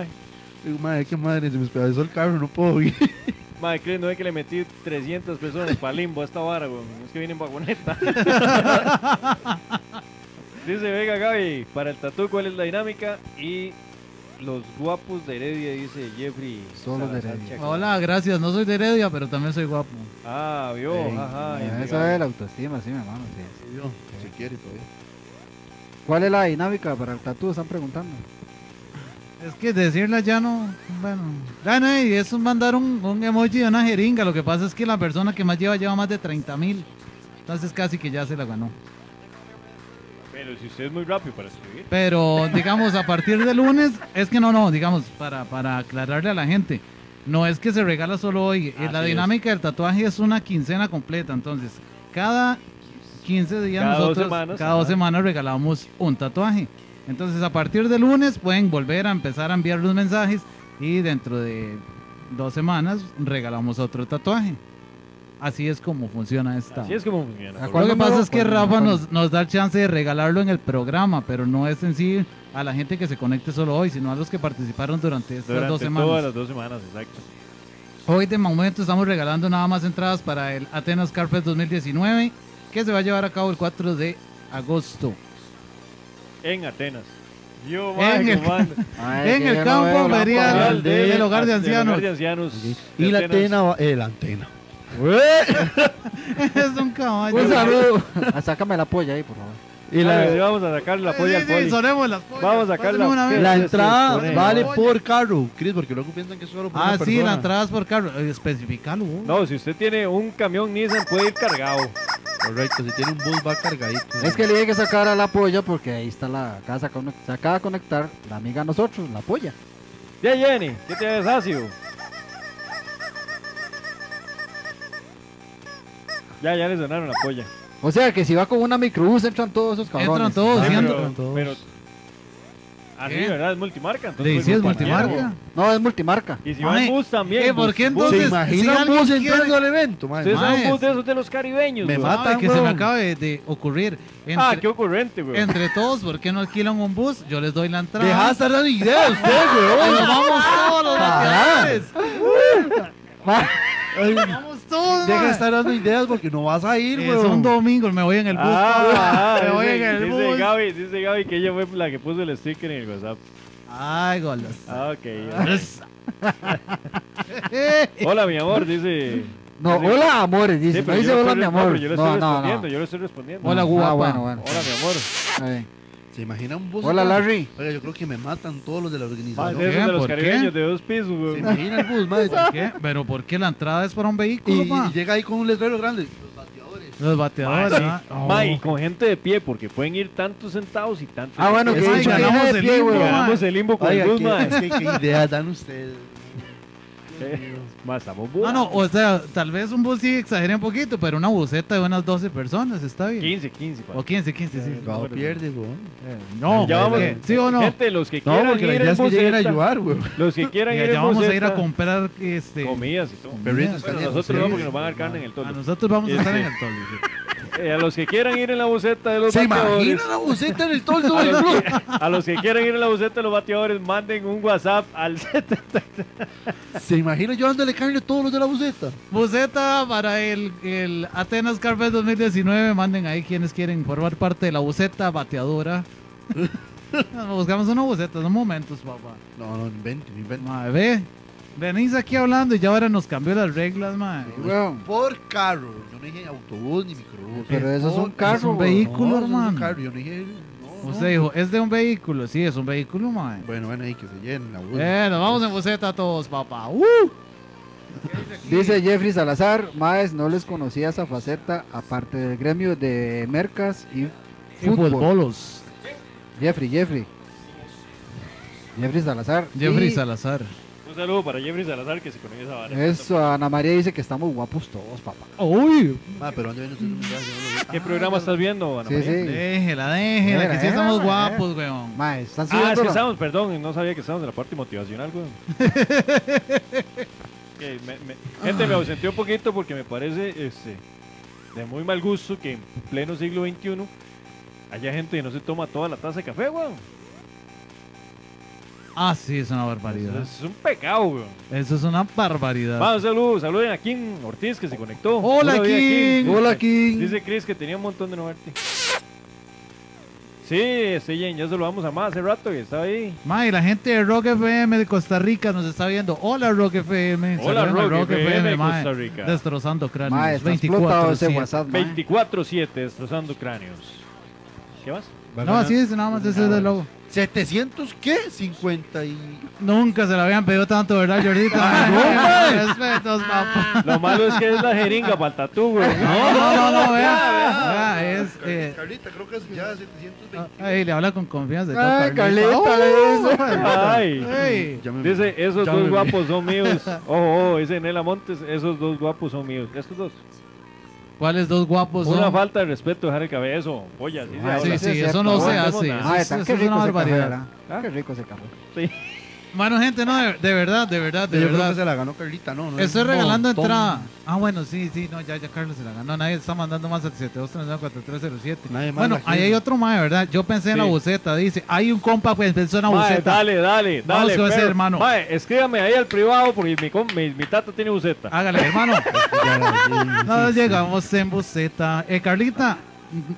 Digo, madre, qué madre, se me despedazó el carro, no puedo ir. Madre, Chris, no es que le metí 300 personas para limbo a esta vara, weón. Es que vienen (laughs) vagoneta. Dice, venga, Gaby, para el tatú, ¿cuál es la dinámica? Y los guapos de Heredia, dice Jeffrey. Son los de Salazar Heredia. Chacón. Hola, gracias. No soy de Heredia, pero también soy guapo. Ah, vio, Ey, ajá. eh, ese eso Gaby. es la autoestima, sí, mi hermano. sí. Si quiere pues. todavía. ¿Cuál es la dinámica para el tatu? Están preguntando. Es que decirla ya no. Bueno. Ya no, y eso es mandar un, un emoji de una jeringa. Lo que pasa es que la persona que más lleva lleva más de 30 mil. Entonces casi que ya se la ganó. Pero si usted es muy rápido para escribir. Pero digamos, a partir de lunes, es que no, no, digamos, para, para aclararle a la gente, no es que se regala solo hoy. eh, la Así es. dinámica del tatuaje es una quincena completa. Entonces, cada 15 días Cada dos nosotros, semanas, cada dos ajá. semanas regalamos un tatuaje. Entonces, a partir de lunes pueden volver a empezar a enviar los mensajes y dentro de dos semanas regalamos otro tatuaje. Así es como funciona esta. Así es como funciona. ¿A por cuál Lo que número? pasa es que ¿Cuál Rafa número? nos, nos da el chance de regalarlo en el programa, pero no es en sí a la gente que se conecte solo hoy, sino a los que participaron durante estas Durante dos semanas. todas las dos semanas, exacto. Hoy de momento estamos regalando nada más entradas para el Atenas Carpet 2019, que se va a llevar a cabo el 4 de agosto. En Atenas. Yo, En madre, el- cómo anda. Mae, En que el yo campo veo la ferial palabra. (laughs) del- del hogar de ancianos. del hogar de ancianos de Y la Atenas. antena, va- eh, la antena. (laughs) es un caballo. Un saludo. Ah, Sácame la polla ahí, por favor. Y Ah, sí, la, vamos a sacar la Sí, polla al sí, poli. sonemos las pollas. Vamos a sacar Pásenme la- una vez. la sí, entrada sí, sí. vale Oye. por carro, Chris, porque luego piensan que es solo por Ah, una sí, persona. la entrada es por carro. Eh, Especificalo. vos. No, si usted tiene un camión Nissan puede ir cargado. Correcto, si tiene un bus va cargadito. Es que le dije que sacara la polla porque ahí está la casa. Se acaba de conectar la amiga a nosotros, la polla. Ya Jenny, ¿qué te ves ácido? Ya, ya le sonaron la polla. O sea que si va con una microbús entran todos esos cabrones. Entran todos, Ah, sí, entran. pero, todos. pero así, ¿Qué? ¿verdad? Es multimarca. Le Entonces sí, es multimarca. multimarca. No, es multimarca. Y si va Mae, en bus también. ¿qué? ¿Por bus, qué bus. entonces? ¿Se imagina si un alguien bus quiere- entrando al evento? madre? Ustedes saben Mae. bus de esos de los caribeños. Me güey. mata. Ay, Matan, que se me weón. acaba de, de ocurrir. Ah, Entre- qué ocurrente, güey. Entre todos, ¿por qué no alquilan un bus? Yo les doy la entrada. Deja de estar dando ideas, usted, Nos weón. vamos todos los Pará. bateadores. Ay, Vamos todos. Deja de mae. estar dando ideas porque no vas a ir, Es un weón. domingo, me voy en el bus. Ah, (laughs) me voy en dice, el dice bus. Gaby, dice Gaby que ella fue la que puso el sticker en el WhatsApp. Ay, (laughs) golosa. Ah, ok. Eh, Hola, mi amor, dice. No, Sí. hola amores, dice. Sí, no pero dice yo le hola estoy- mi no, amor. pero yo le no, estoy no, no. respondiendo, yo le estoy respondiendo. Hola, Ah, guapa. bueno, bueno. Hola, mi amor. Está bien. ¿Se imagina un bus? Hola, entrando? Larry. Oiga, yo creo que me matan todos los de la Más organización. de esos de los ¿Por qué? caribeños de dos pisos, ¿Se güey. imagina el bus, madre? ¿por qué? ¿Pero por qué la entrada es para un Y, vehículo, pa? y llega ahí con un letrero grande. Los bateadores. Los bateadores, Ma, ah. sí. Oh. Ma, y con gente de pie, porque pueden ir tantos sentados y tantos. Ah, bueno, que Es que dicho que ganamos era de el pie, himno, güey. ganamos Hagamos el limbo con Oiga, el bus, ¿qué, ma. es que qué ideas dan ustedes? Más, estamos Ah, no, o sea, tal vez un bus sí exagere un poquito, pero una buseta de unas 12 personas, está bien. 15, 15. pa. O 15, 15, sí. No, pierde, weón. No, pues. eh, Ya vamos. ¿qué? ¿sí o no? Gente, los que No, quieran porque la ir idea en es que lleguen a buseta, ayudar, weón. Los que quieran ir Ya, ya en vamos a ir a buseta, comprar este comidas y todo. Perritos Bueno, calientes. nosotros no, porque nos van a dar carne en el A Ah, tono. nosotros vamos a estar en Este. el toldo. sí. Eh, a los que quieran ir en la buceta de los ¿Se bateadores. imagina la buceta en el toldo A del los, club? que, a los que quieran ir en la buceta de los bateadores, manden un WhatsApp al (laughs) 70. ¿Se imagina yo dándole carne a todos los de la buceta? Buceta para el, el Atenas Carpet 2019. Manden ahí quienes quieren formar parte de la buceta (laughs) bateadora. Nos buscamos una buceta, son momentos, papá. No, no, invente, no invente. Mae, ve. Venís aquí hablando y ya ahora nos cambió las reglas, mae. Weón. Por carro. Yo no dije autobús ni microbús. Pero eso es un Por- carro, Es un weón. No, vehículo, eso es un man. carro. Yo no dije. no, Usted dijo, es de un vehículo. Sí, es un vehículo, mae. no. Bueno, bueno, ahí que se llenen la buceta. Eh, nos vamos en buceta todos, papá. ¡Uh! Dice Jeffrey Salazar, Maes, no les conocía esa faceta aparte del gremio de mercas y pues Y fútbol. bolos. Jeffrey, Jeffrey. Jeffrey Salazar. Jeffrey Y Salazar. Un saludo para Jeffrey Salazar que se conecta esa vara. Eso, Ana María dice que estamos guapos todos, papá. ¡Uy! Ah, pero ¿dónde viene usted? ¿Qué Ah, programa estás viendo, Ana Sí, María? sí. Déjela, déjela, que sí Déjela, estamos eh, guapos, weón. Maes, están Ah, es siguiendo. que estamos, perdón, no sabía que estábamos en la parte motivacional, (laughs) güey. Ok, me- me- gente, Ah. me ausenté un poquito porque me parece este, de muy mal gusto que en pleno siglo XXI haya gente que no se toma toda la taza de café, güey. Ah, sí, es una barbaridad. Es un pecado, weón. Eso es una barbaridad. Vamos, saludos, saluden a Kim Ortiz que se conectó. Hola, vida, Kim. Hola, King. Dice Chris que tenía un montón de no verte. Sí, este Jen, ya se lo vamos a más hace rato que estaba ahí. Ma, y la gente de Rock FM de Costa Rica nos está viendo. Hola, Rock FM. Hola, Saluden a Rock FM de ma. Costa Rica. Destrozando Mae, cráneos. está explotado ese 24 WhatsApp, mae. 24-7 destrozando cráneos. ¿Qué más? No, así es, nada más ese es el logo. 700 qué? 50 y Nunca se lo habían pedido tanto, ¿verdad, Jordita? (laughs) Mae, Respetos, papá. Lo malo es que es la jeringa para el tatú, güey. (laughs) No, no, no, no, vea. Vea, es. eh, Carlita, creo que es ya 720. Ay, le habla con confianza. y todo, Ay, Carlita, Oh, Ay. ay. Ya me- Dice, esos Ya dos me- guapos (laughs) son míos. Ojo, ojo, dice Nela Montes, esos dos guapos son míos. Estos dos. ¿Cuáles dos guapos Una Pues son? falta de respeto dejar el cabello. Polla, sí, se Ah, habla. Sí, Sí, sí, es eso cierto, no se aguantemos hace. nada. Eso- Mae, eso tan- es qué rico una ese café, barbaridad. ¿verdad? Qué rico ese café. Sí. Bueno, gente, no, de, de verdad, de verdad, de Yo creo que verdad. se la ganó Carlita, no, no. Estoy regalando montón. entrada. Ah, bueno, sí, sí, no, ya, ya Carlos se la ganó. Nadie está mandando más al 72394307. Nadie más Bueno, la quiere. ahí hay otro más, ¿verdad? Yo pensé en la Sí. buceta, dice. Hay un compa que pensó en la Mae, buceta. dale, dale, dale. Vamos con ese perro. hermano. Mae, escríbame ahí al privado porque mi, com- mi, mi tata tiene buceta. Hágale, hermano. (laughs) Ya, No, llegamos en buceta. Eh, Carlita,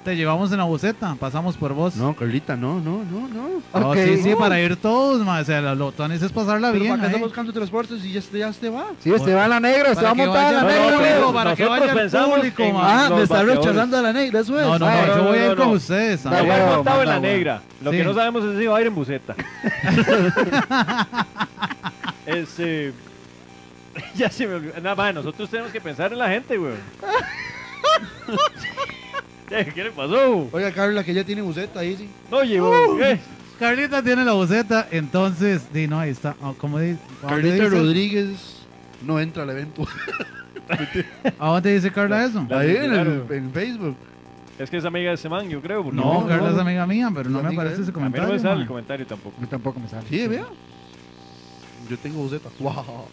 te llevamos en la buceta. Pasamos por vos. sí. No, Carlita, no, no, no, no. No, Ok. sí, sí, para ir todos, ma. O sea, lo, lo tuanis es pasarla Pero bien. para acá ahí. está buscando transportes y ya, se- ya se va. Sí, usted va a la negra, usted Para va a que montar vaya a la al No, no, negra. público, pero para que nosotros vaya al pensamos público, en- ma. Ah, Ah, los me está bateadores. rechazando a la negra, eso es. No, no, no, no, yo voy a no, ir con no. ustedes. Yo ma. No, he huevo, montado en manda la huevo. negra. Lo Sí. que no sabemos es si va a ir en buceta. este. (laughs) Ya se me olvidó. Nada más, nosotros tenemos que pensar en la gente, güey. Eh, ¿Qué le pasó? Oiga, Carla, que ya tiene buceta ahí, sí. No llegó. eh. ¿qué? Carlita tiene la buceta, entonces, di, no, ahí está. Ah, ¿Cómo dice? ¿A dónde Carlita dice? Rodríguez no entra al evento. ¿A dónde dice Carla eso? La Ahí en, el, retiraron. en Facebook. Es que es amiga de ese man, yo creo. porque No, no, Carla es no. amiga mía, pero no Es me amiga aparece de ese él. A mí no me comentario. sale el ma. comentario tampoco. Yo tampoco me sale. Sí, vea. Yo tengo buceta. Wow.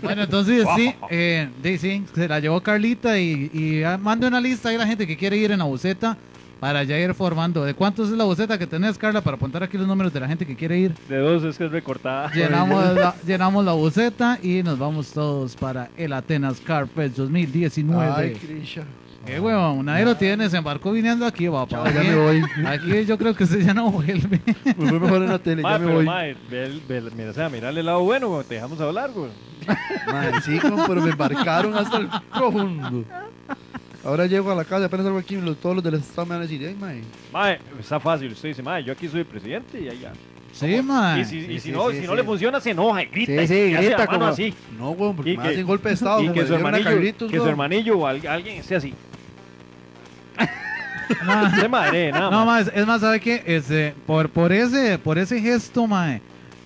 Bueno, entonces (laughs) sí, eh, di, sí, se la llevó Carlita y, y ah, mande una lista ahí a la gente que quiere ir en la buceta para ya ir formando. ¿De cuántos es la buceta que tenés, Carla, para apuntar aquí los números de la gente que quiere ir? Pues, De dos es que es recortada. eh, Llenamos la, llenamos la buceta y nos vamos todos para el Atenas Carpet 2019. Ay, Krisha. Qué huevón, nadie lo tiene, se embarcó viniendo aquí, papá. Ya Aquí- me voy. Aquí yo creo que usted ya no (laughs) vuelve. Me fue mejor en la tele, Mae, ya me pero voy. mae, ve el- ve el- mira, o sea, mirale el lado bueno, güey, te dejamos hablar, güey. Madre, sí, como, pero me embarcaron hasta el profundo. Ahora llego a la casa, apenas salgo aquí, los- todos los del Estado me van a decir, ay, mae. Mae, está fácil, usted dice, mae, yo aquí soy el presidente y allá. Sí, man. y si, y sí, si sí, no, sí, si sí. no le funciona, se enoja, y grita, Sí, y sí, hace la grita mano como- así. No, weón, porque Y me que- hacen golpe de Estado. y Ah, como que le su dieron a hermanillo, Carlitos, que su weón. hermanillo o al- alguien esté así. Se madre, nada No, más. más, es más, ¿sabe qué? Este, por, por, ese, por ese gesto, mae,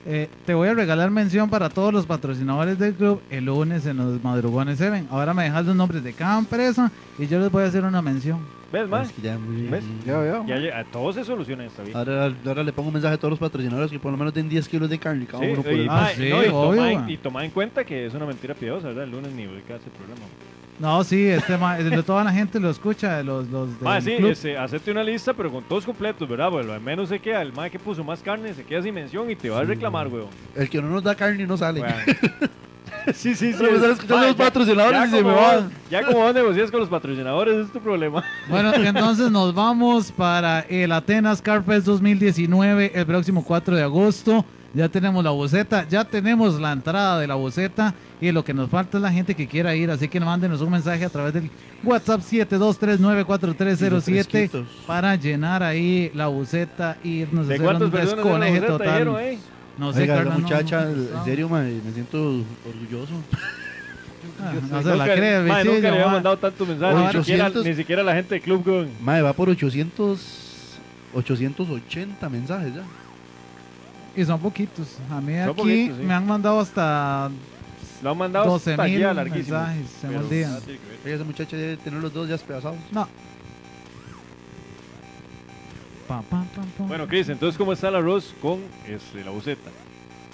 eh, te voy a regalar mención para todos los patrocinadores del club el lunes en los madrugones Seven. Ahora me dejas los nombres de cada empresa y yo les voy a hacer una mención. ¿Ves, mae? Es que Ah, ya, muy- ¿Ves? Yo veo. Ya, llega- todo se soluciona en esta vida. Ahora, ahora le pongo un mensaje a todos los patrocinadores que por lo menos den 10 kilos de carne cada Sí, uno por y, el- Ah, mae, sí, no, y toma- obvio, mae. y toma en cuenta que es una mentira piadosa, ¿verdad? El lunes ni voy a hacer programa. No, sí, este, mae, de toda la gente lo escucha, de los, los del Mae, sí, club. este, hacete una lista, pero con todos completos, ¿verdad? Bueno, al menos se queda el mae que puso más carne, se queda sin mención y te va a reclamar, weón. El que no nos da carne no sale. (laughs) Sí, sí, sí. Pero me están escuchando Mae, los ya- patrocinadores ya y se como me vos- van. Ya como vos negocias con los patrocinadores, es tu problema. Bueno, entonces nos vamos para el Atenas Carpet 2019 el próximo 4 de agosto. Ya tenemos la boceta, ya tenemos la entrada de la boceta y lo que nos falta es la gente que quiera ir, así que mándenos un mensaje a través del WhatsApp Y los 72394307 fresquitos. para llenar ahí la boceta y irnos a ¿De hacer un cuántas personas en la desconeje boleta total. dijeron, eh? No sé, Oiga, la Carla, no- Ah, muchacha, no- no- en serio, mae, me siento orgulloso. Ah, no se la Nunca- cree, Mae, Vicillo, nunca le había ma. mandado tantos mensajes. Ni siquiera, 800. ni siquiera la gente de Club Gun. Mae, va por 800, 880 mensajes ya. Y son poquitos. A mí Son aquí poquitos, sí. me han mandado hasta Lo han mandado 12 hasta aquí mil a larguísimo. mensajes en Pero- un día. Ah, tiene que ver. Oiga, esa muchacha debe tener los dos ya despedazados. No. Pam, pam, pam, pam. Bueno, Chris, entonces, ¿cómo está el arroz con este, la buceta?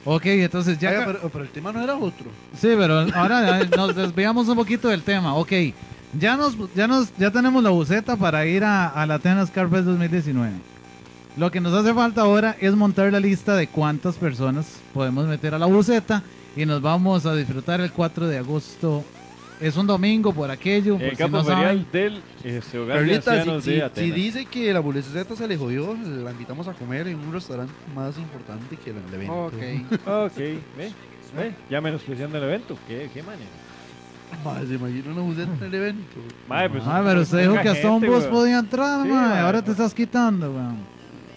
ok, entonces ya. Oiga, pero, pero el tema no era otro. Sí, pero ahora eh, nos desviamos un poquito del tema. Ok, ya nos, ya nos, ya tenemos la buceta para ir a, a la Atenas Carpet 2019. Lo que nos hace falta ahora es montar la lista de cuántas personas podemos meter a la buceta y nos vamos a disfrutar el 4 de agosto. Es un domingo por aquello. por El pues si Eh, campo no saben. ferial del este, hogar de Carlita, si, ancianos si- de si Atenas. dice que la buleceta se le jodió, la invitamos a comer en un restaurante más importante que el del evento. Ok. Ok, ve, ve, ya menospreciando el evento. ¿Qué, qué manera? Madre, se imagina una buleceta en el evento. Mae, pues, Ah, pero usted dijo que hasta un gente, bus weón. podía entrar, Sí, mae, mae, Ahora mae. te estás quitando, weón.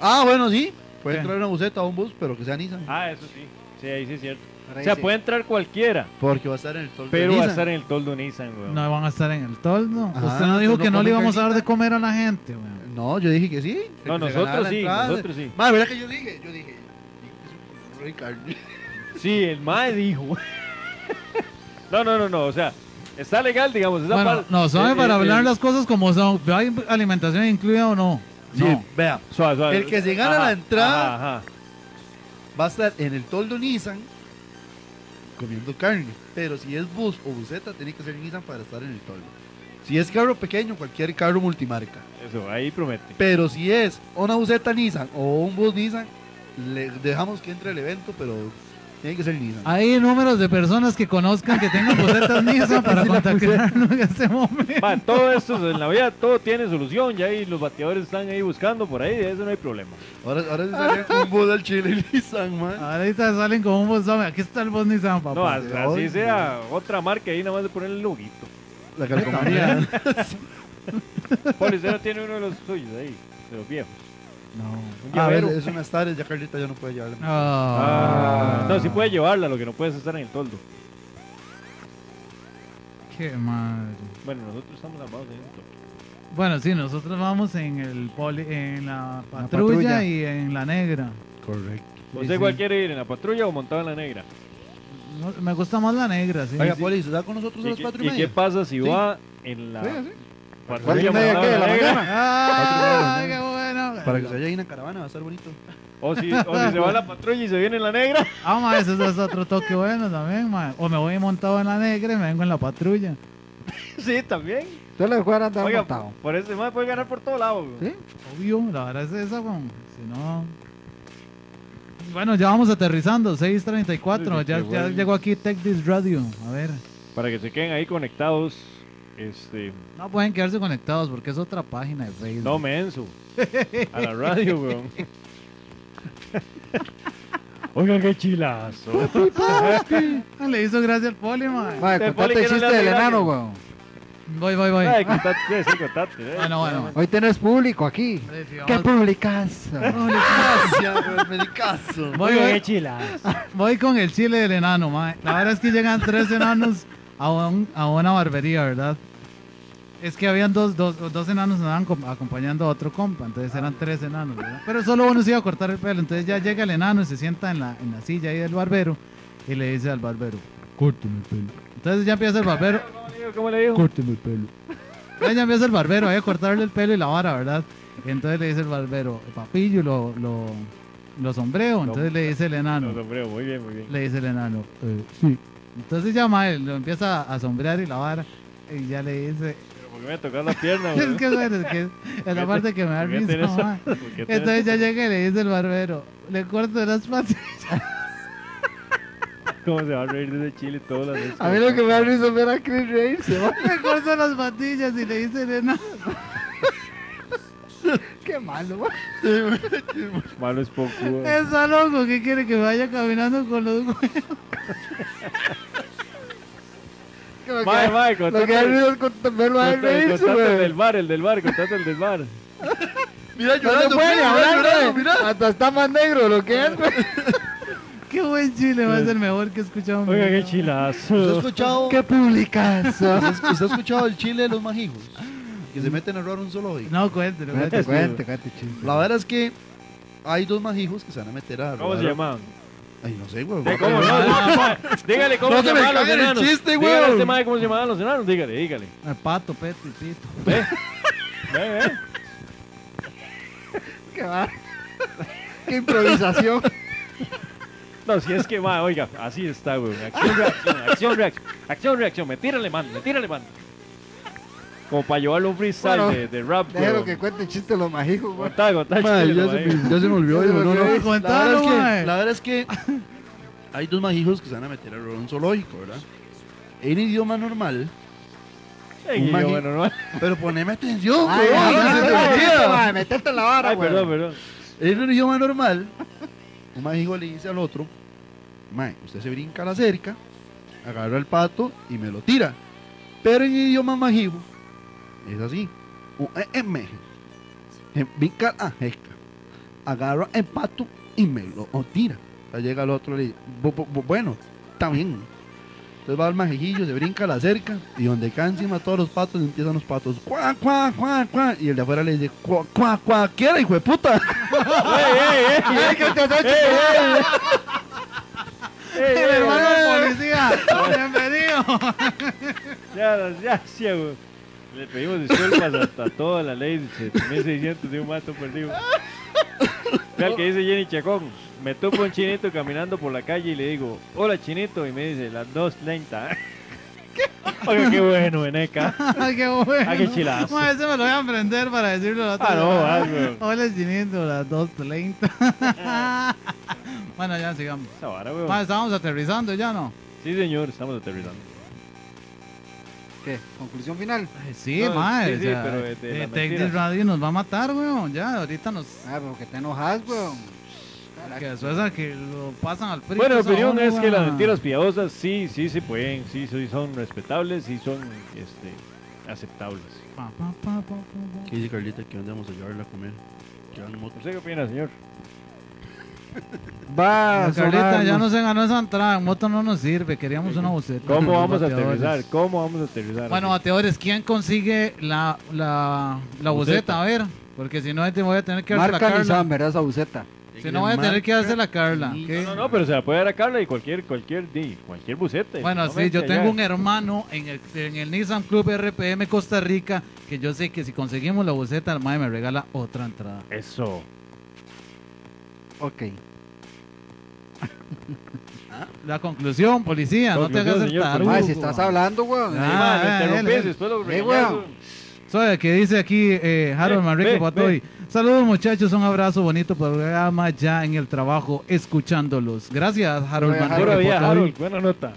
Ah, bueno, sí. Puede ¿Qué? entrar una buceta o un bus, pero que sea Nissan. Ah, eso sí. Sí, ahí sí es cierto. Por O ahí sea, sí. puede entrar cualquiera, Porque va a estar en el sol de pero va a Nissan. estar en el toldo Nissan, weón. No van a estar en el toldo. Ajá, usted no dijo usted que no no le come íbamos a dar de carnita. comer a la gente, weón. No, yo dije que sí. El No, que se nosotros ganara la sí, entrada. nosotros sí. Madre, ¿verdad que yo dije? Yo dije. Ricardo. Sí, el mae dijo. no, no, no, no, o sea, está legal, digamos. Esa Bueno, par- no, eh, sabe eh, para hablar eh, las cosas como son. ¿Hay alimentación incluida o no? Sí, No. vea. suave, suave. El que se gana la entrada- ajá, ajá. Va a estar en el toldo Nissan comiendo carne. Pero si es bus o buseta, tiene que ser Nissan para estar en el toldo. Si es carro pequeño, cualquier carro multimarca. Eso, ahí promete. Pero si es una buseta Nissan o un bus Nissan, le dejamos que entre el evento, pero tiene que ser Nissan. Hay números de personas que conozcan que tengan bocetas Nissan para contactarnos en este momento. Mae, todo esto en la vida, todo tiene solución. Ya ahí los bateadores están ahí buscando por ahí, de eso no hay problema. Ahora, ahora se salió con un bus al chile Nissan, man. Ahorita salen con un bus, Aquí está el bus Nissan, papá. No, as- así Ah, pues, hoy, pues. sea otra marca ahí, nada más de poner el loguito. La calcomanía. Ah, Policero tiene uno de los suyos ahí, de los viejos. No. A ver, Llavero. es unas tardes, ya Carlita ya no puede llevarla. Ah, No, sí puede llevarla, lo que no puedes estar en el toldo. Qué madre. Bueno, nosotros estamos armados en el toldo. Bueno, sí, nosotros vamos en el poli, en la patrulla, patrulla. y en la negra. Correcto. ¿Usted igual quiere ir en la patrulla o montado en la negra? No, me gusta más la negra, sí. Oiga, Sí. Poli, ¿se da con nosotros a ¿Y, las qué- cuatro y y media? qué pasa si Sí. va en la Oiga, sí. patrulla ¿Cuatro y media montada qué, en de la negra? mañana? Ah, Patrulla, qué bueno. Para que se vaya ahí en la caravana, va a estar bonito. O si, o si se va a (laughs) la patrulla y se viene en la negra. (laughs) Ah, ma, eso es otro toque bueno también, ma. O me voy montado en la negra y me vengo en la patrulla. sí, también. Yo le voy a andar Oiga, montado. por ese más puede ganar por todos lados. güey. ¿Sí? Obvio, la verdad es esa, weón. Si no. Bueno, ya vamos aterrizando, 6:34. Ya, Sí, qué ya bueno. llegó aquí Tech This Radio. A ver, Para que se queden ahí conectados. Este, no pueden quedarse conectados porque es otra página de Facebook. no menso. A la radio, (laughs) weón. Oigan, qué chilazo. (laughs) Ah, Le hizo gracia al poli, ma. Madre, El poli contate que no le el chiste hace del gracia. enano, weón. Voy, voy, voy. Ay, contate, sí, sí, contate. eh. Bueno, bueno. Hoy tenés público aquí. Hombre, si ¡Qué vamos- publicazo! Gracias, me caso. Voy, voy, voy con el chile del enano, mae. La verdad es que llegan tres enanos a, un- a una barbería, ¿verdad? Es que habían dos, dos, dos enanos andaban com- acompañando a otro compa, entonces eran tres enanos, ¿verdad? Pero solo uno se iba a cortar el pelo, entonces ya llega el enano y se sienta en la, en la silla ahí del barbero y le dice al barbero, córteme el pelo. Entonces ya empieza el barbero, ¿Cómo le digo? ¿Cómo le digo? córteme el pelo. Ya empieza el barbero ahí a cortarle el pelo y la vara, ¿verdad? Entonces le dice el barbero, papillo, lo, lo, lo sombreo. Entonces le dice el enano, No, hombre, muy bien, muy bien. le dice el enano, eh, sí. Entonces ya mae, lo empieza a sombrear y la vara. Y ya le dice, Pero ¿por qué me tocas la pierna, (laughs) es weón? que, bueno, es que (laughs) es la parte que me da ¿Por qué tenés- risa, mae. ¿Por qué tenés- Entonces ya llega y le dice el barbero, le corto las patas. (laughs) ¿Cómo se va a reír desde Chile todas las veces? A mí lo que me da risa es ver a Chris reírse, weón. (laughs) Le corto las patillas y le dice el enano. ¡Qué malo, (laughs) weón! Malo es poco. weón. Está loco, ¿qué quiere que vaya caminando con los (laughs) hue-?" Que me Mae, queda- mae, Lo que da contate- risa es con- verlo a él Contate- reírse, contate el del weón. bar, el del bar, contate el del bar. Mira, No se llorando, puede ni pues, mira, hablar, llorando, weón. mira. Hasta está más negro lo que es, weón. Qué buen chile, va a ser mejor que he escuchado. en mi Oiga, vida, qué mae. ¿Usted ha chilazo. escuchado, ¡Qué publicazo! usted- usted ha escuchado el chile de los majijos? Que se meten a robar un zoológico. No, cuéntelo, Cuente, cuéntelo. cuente, cuente, chiste. La verdad es que hay dos majijos que se van a meter a robar. ¿Cómo se llamaban? Ay, no sé, güey. De ¿Cómo no? Dígale cómo No se se me llamaban los cague el enanos. chiste, Dígale a weón. este mae cómo se llamaban los enanos. Dígale, dígale. Ah, Pato, peto y pito. Ve, ve. ¡Qué va! (laughs) ¡Qué improvisación! No, si es que va, oiga, así está, weón. Acción, reacción, acción, reacción. Acción, reacción. Me tírale mano, me tírale mano. Como para llevarlo a un freestyle Bueno, de, de rap. Déjalo weón. que cuente el chiste de los majijos, güey. Contá, contá, Madre, chile, ya, se mae. me, ya se me Ya olvidó. se digo, me no, no. olvidó. La, verdad Contalo, es que, mae. la verdad es que hay dos majijos que se van a meter al un zoológico, ¿verdad? En idioma normal, Ey, Un yo, magi- bueno, no- pero poneme atención, Ay, weón, ay, se ay, te ay, olvida. mae, Metete en la vara, Ay, güey. perdón, perdón. En un idioma normal, un majigo le dice al otro, Mae, usted se brinca a la cerca, agarra el pato y me lo tira. Pero en idioma majigo es así. Un EM. se Brinca a jeca. Agarra el pato y me lo o tira. Ahí llega el otro y le dice, "Bu- bu- bu- bueno, está bien. Entonces va el majijillo, se brinca a la cerca y donde caen encima todos los patos empiezan los patos. Cuá, cuá, cuá, cuá. Y el de afuera le dice, cuá, cuá, cuá, ¿qué era, hijo de puta? Ay, que te has hecho, güey. Ey, ey, hermano policía! ¡Bienvenido! Ya, ya, sí, güey. Le pedimos disculpas hasta toda la ley de 7600 de un mato perdido. Vea el que dice Jenny Chacón. Me topo un chinito caminando por la calle y le digo, hola chinito, y me dice, las 2.30. Oiga, qué bueno, Veneca. Ay, ¡Qué bueno! Ah, qué chilazo. Mae, ese me lo voy a aprender para decirlo la otra Ah, no, semana. ah, güey. Hola, chinito, las 2.30. (laughs) bueno, ya sigamos. Esa vara, güey. Mae, estábamos aterrizando ya, ¿no? Sí, señor, estamos aterrizando. ¿Qué? Conclusión final. Ay, Sí, No, mae. sí, o sí, sea, pero de- de eh, las Take mentiras. This Radio nos va a matar, weón. Ya, ahorita nos... Ah, pero que te enojas, güey. Que después a que lo pasan al frío. Bueno, mi esa opinión onda, es que las weón. mentiras piadosas sí, sí se pueden, sí, sí son respetables, sí son este, aceptables. Pa, pa, pa, pa, pa, ¿Qué dice Carlita que dónde vamos a llevarla a comer? Que van en moto. ¿Usted qué opina, señor? Va, pa. Carlita, ya no no se ganó esa entrada. En moto no nos sirve. Queríamos una buceta. (laughs) ¿Cómo vamos a Bateadores. aterrizar? ¿Cómo vamos a aterrizar? Bueno, Así. bateadores, ¿quién consigue la, la, la buceta? Buceta. A ver, porque si no, te voy a tener que darse la Marca Carla. Nissan, ¿verdad? Esa buceta. Si no, voy a tener que darse la Carla. Nissan. ¿ok? No, no, pero se la puede dar a Carla y cualquier, cualquier, di, cualquier buceta. Bueno, sí, yo tengo un hermano en el, en el Nissan Club RPM Costa Rica que yo sé que si conseguimos la buceta, el madre me regala otra entrada. Eso. Ok. La conclusión, policía, no te Conclusión, hagas el señor, pero- tarugo. Mae, si estás hablando, güey. Ah, Ah, eh, me eh, interrumpís, eh. después lo Eh, regañás, weón. ¿Sabe qué dice aquí eh, Harold Ve, Manrique ve, Patoy? Saludos muchachos, un abrazo, bonito programa ya en el trabajo, escuchándolos. Gracias Harold Oye, Manrique Pura Harold, vida, Patoy. Harold, buena nota.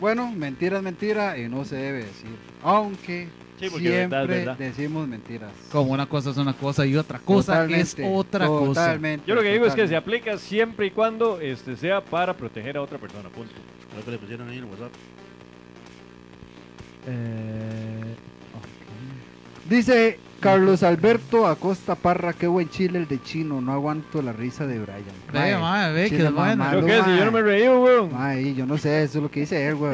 Bueno, mentira es mentira y no se debe decir. Aunque Sí, porque verdad es siempre verdad. decimos mentiras. Como una cosa es una cosa y otra cosa Totalmente, es otra cosa. totalmente, Yo lo que digo es que se totalmente. aplica siempre y cuando este, sea para proteger a otra persona, punto. A lo que le pusieron ahí en el WhatsApp. Eh, Dice Carlos Alberto Acosta Parra, qué buen chile el de chino. No aguanto la risa de Brian. Ve, mae, ve que chile es bueno. más Yo Yo malo, qué sé, mae. yo no me reí, weón. Mae, yo no sé, eso es lo que dice él, güey.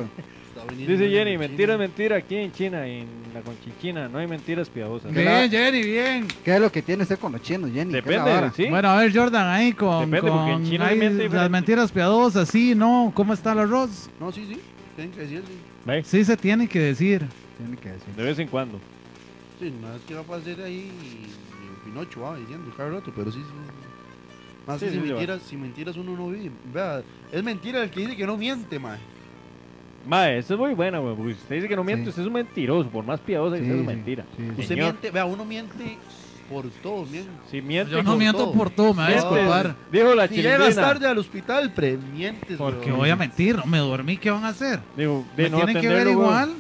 Está viniendo Dice de Jenny, China. mentira es mentira aquí en China, en la conchinchina, no hay mentiras piadosas. ¿Qué? Bien, Jenny, bien. ¿Qué es lo que tiene usted con los chinos, Jenny? ¿Qué es la Depende, vara? ¿sí? Bueno, a ver, Jordan, ahí con, Depende, porque en con- China hay ahí mente las diferente. mentiras piadosas, sí, no, ¿cómo está el arroz? No, sí, sí. Tienen que decirle. Ve, Sí se tiene que decir. Tiene que decir. De vez en cuando. Sí, no es que va a pasar ahí el Pinocho, va diciendo cada rato, pero sí. sí. Más Sí, que sí, si, sí, va. mentiras, si mentiras uno no vive. Vea, es mentira el que dice que no miente, mae. Mae, eso es muy buena, weón. porque Usted dice que no miente, Sí. usted es un mentiroso, por más piadosa que Sí, sea su sí, mentira. sí, sí. Usted Señor. miente, vea, uno miente por todo, miente. Si miente, Yo no Este con- Este miento todo. por todo, me voy a Mientes, disculpar. Dijo la Si llegas Ah, chilindrina. tarde al hospital, pre, mientes. Porque weón. voy a mentir, no me dormí, ¿qué van a hacer? Dijo, de ¿Me no tienen que ver atenderlo, weón. igual?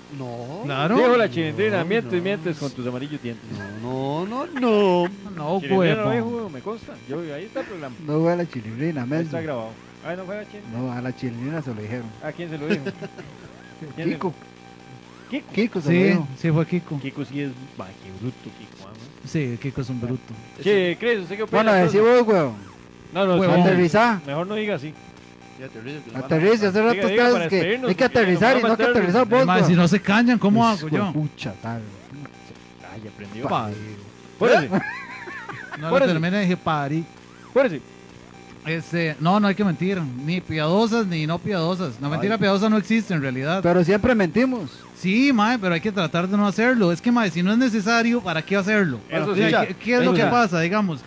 No. Claro. Dijo la chilindrina, No, mientes, no. mientes con tus amarillos dientes. No, no, no. no. No, Chilindrina no huevo. dijo, weón, me consta. Yo, ahí está el programa. No voy a la chilindrina, Ahí men. está grabado. Ay, no fue la chilindrina. No, a la chilindrina se lo dijeron. ¿A quién se lo (laughs) dijo? ¿Quién se- Kiko, Kiko. Kiko se lo Sí, dijo. sí fue Kiko. Kiko sí es. Mae, qué bruto, Kiko. ah, ¿no? Sí, Kiko es un bruto. Che, Chris, ¿usted qué opina? Bueno, decí entonces? vos, weón. No, no, Huevón. sí, Aterrizá. Mejor no diga así. Ya aterriza, que la Aterriza, hace rato Diga, diga, estás para que despedirnos, hay que porque aterrizar nos y no vamos que a meter- aterrizar vos, Además, si weón. no se callan, ¿cómo hago Hijo de yo? Pucha, tal. Ay, aprendió. Pa- Fuérese, No lo Fuera. terminé, dije, pari. fuérese. Este, no, no hay que mentir, ni piadosas ni no piadosas. La mentira Ay. piadosa no existe en realidad. Pero siempre mentimos. Sí, mae, pero hay que tratar de no hacerlo. Es que, mae, si no es necesario, ¿para qué hacerlo? Eso O sea, sí, ya. ¿qué, qué es Eso lo que sí. pasa? Digamos,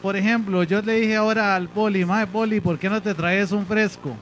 por ejemplo, yo le dije ahora al poli, mae, poli, ¿por qué no te traes un fresco?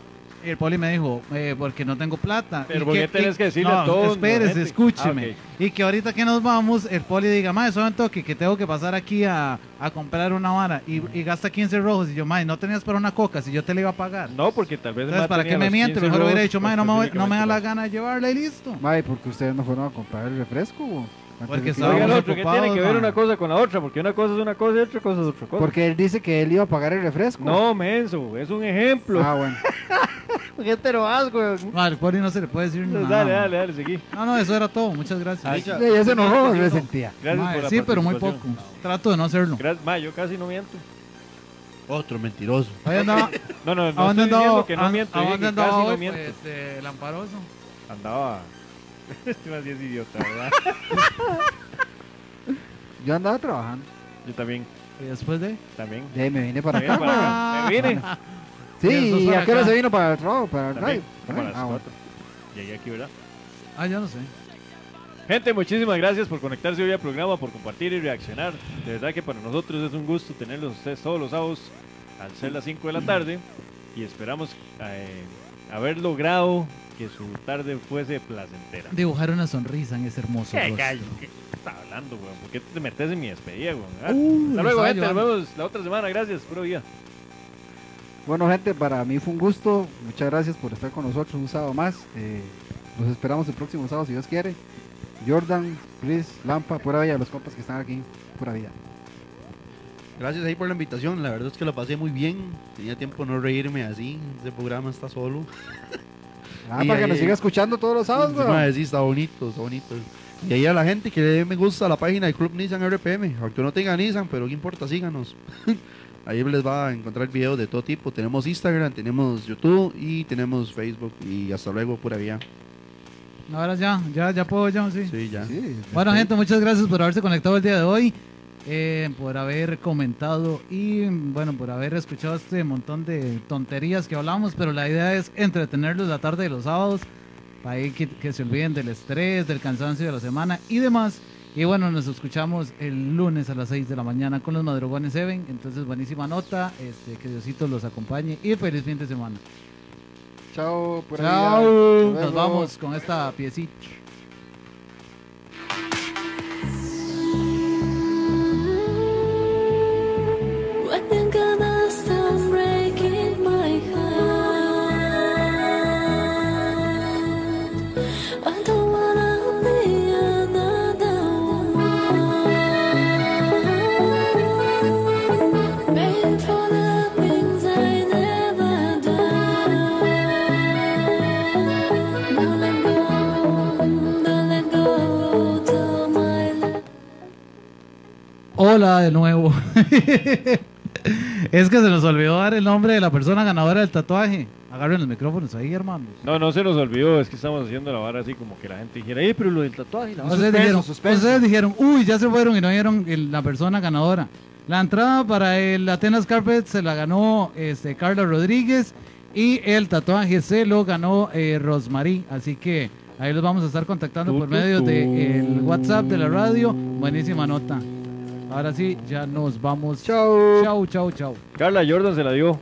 el poli me dijo, eh, porque no tengo plata. Pero Y porque tenés que decirle a todo el mundo, Espérese, gente. escúcheme. Ah, Y que ahorita que nos vamos, el poli diga, mae, solo un toque, que tengo que pasar aquí a, a comprar una vara. Y, y gasta 15 rojos. Y yo, mae, no tenías para una coca, si yo te la iba a pagar. No, porque tal vez. el Entonces, mae ¿para tenía qué me los miente? 15 Mejor hubiera rojos pues, dicho, mae, no, me voy- no me da la específicamente gana de llevarla y listo. Mae, porque ustedes no fueron a comprar el refresco. bo? Antes Porque de que- para- Oiga, el Estábamos otro, ¿qué ocupados, tiene que ver mae. una cosa con la otra? Porque una cosa es una cosa y otra cosa es otra cosa. Porque él dice que él iba a pagar el refresco. No, menso, es un ejemplo. Ah, bueno. ¿Qué te lo vas, güey? Mae, al poli no se le puede decir nada. (laughs) Dale, mae. dale, dale, seguí. No, no, eso era todo. Muchas gracias. Ay, ya. Sí, ya (laughs) se enojó, se sentía. Gracias Mae, por la sí, pero muy poco. participación. Trato de no hacerlo. Gracias, mae, yo casi no miento. Otro mentiroso. Hoy (laughs) andaba, No, no, ¿A no dónde estoy andaba? diciendo que no ¿A- miento, ¿A dije dónde que andaba casi hoy? no miento. Pues, eh, Lamparoso. Andaba. (laughs) Este más bien es idiota, ¿verdad? Yo andaba trabajando. Yo también, Y después de... también. De ahí me vine para Me acá. vine para (laughs) güey. acá. Me vine. Eso es Sí, ¿y para a qué hora acá. se vino para el trabajo? Para el También, drive. como a las Ah, bueno. cuatro. Llegué aquí, ¿verdad? Ah, yo no sé. Gente, muchísimas gracias por conectarse hoy al programa, por compartir y reaccionar. De verdad que para nosotros es un gusto tenerlos a ustedes todos los sábados al ser las 5 de la tarde y esperamos eh, haber logrado que su tarde fuese placentera. Dibujar una sonrisa en ese hermoso ¿Qué rostro. callo? ¿Qué estás hablando, weón? ¿Por qué te metes en mi despedida, weón? Ah, Uh, Hasta me luego, estaba gente. Nos llevando. vemos la otra semana. Gracias. Puro día. Bueno, gente, para mí fue un gusto. Muchas gracias por estar con nosotros un sábado más. Eh, los esperamos el próximo sábado, si Dios quiere. Jordan, Chris, Lampa, pura vida, los compas que están aquí, pura vida. Gracias ahí por la invitación. La verdad es que la pasé muy bien. Tenía tiempo de no reírme así. Este programa está solo. Ah, Y para que ahí- nos siga escuchando todos los sábados, Sí, güey. madre, sí, está bonito, está bonito. Y ahí a la gente que le dé me gusta a la página del Club Nissan RPM. Aunque no tenga Nissan, pero qué importa, síganos. (laughs) ahí les va a encontrar videos de todo tipo. Tenemos Instagram, tenemos YouTube y tenemos Facebook. Y hasta luego, pura vida. Ahora ya, ya, ya puedo yo, sí. Sí, ya. Sí, Bueno, gente, muchas gracias por haberse conectado el día de hoy, eh, por haber comentado y, bueno, por haber escuchado este montón de tonterías que hablamos, pero la idea es entretenerlos la tarde de los sábados, para ahí que, que se olviden del estrés, del cansancio de la semana y demás. Y bueno, nos escuchamos el lunes a las 6 de la mañana con los Madrugones Seven. Entonces, buenísima nota. Este, que Diosito los acompañe y feliz fin de semana. Chao, pura vida. Chao. Hasta Nos luego. vamos con esta piecita. I think I must have breaking my heart. I don't wanna be another one. Made for the things I never done. Don't let go, don't let go to my life. Hola de nuevo. (laughs) es que se nos olvidó dar el nombre de la persona ganadora del tatuaje. Agarren los micrófonos ahí, hermanos. No, no se nos olvidó. Es que estamos haciendo la vara así como que la gente dijera, ¡eh, pero lo del tatuaje! La vara". Ustedes, suspenso, dijeron, suspenso. ustedes dijeron, uy, ya se fueron y no dieron el- la persona ganadora. La entrada para el Atenas Carpet se la ganó este, Carla Rodríguez y el tatuaje se lo ganó eh, Rosmarie. Así que ahí los vamos a estar contactando Tu, por tu, medio tu. del WhatsApp de la radio. Buenísima nota. Ahora sí, ya nos vamos. Chao. Chau, chau, chau. Carla Jordan se la dio.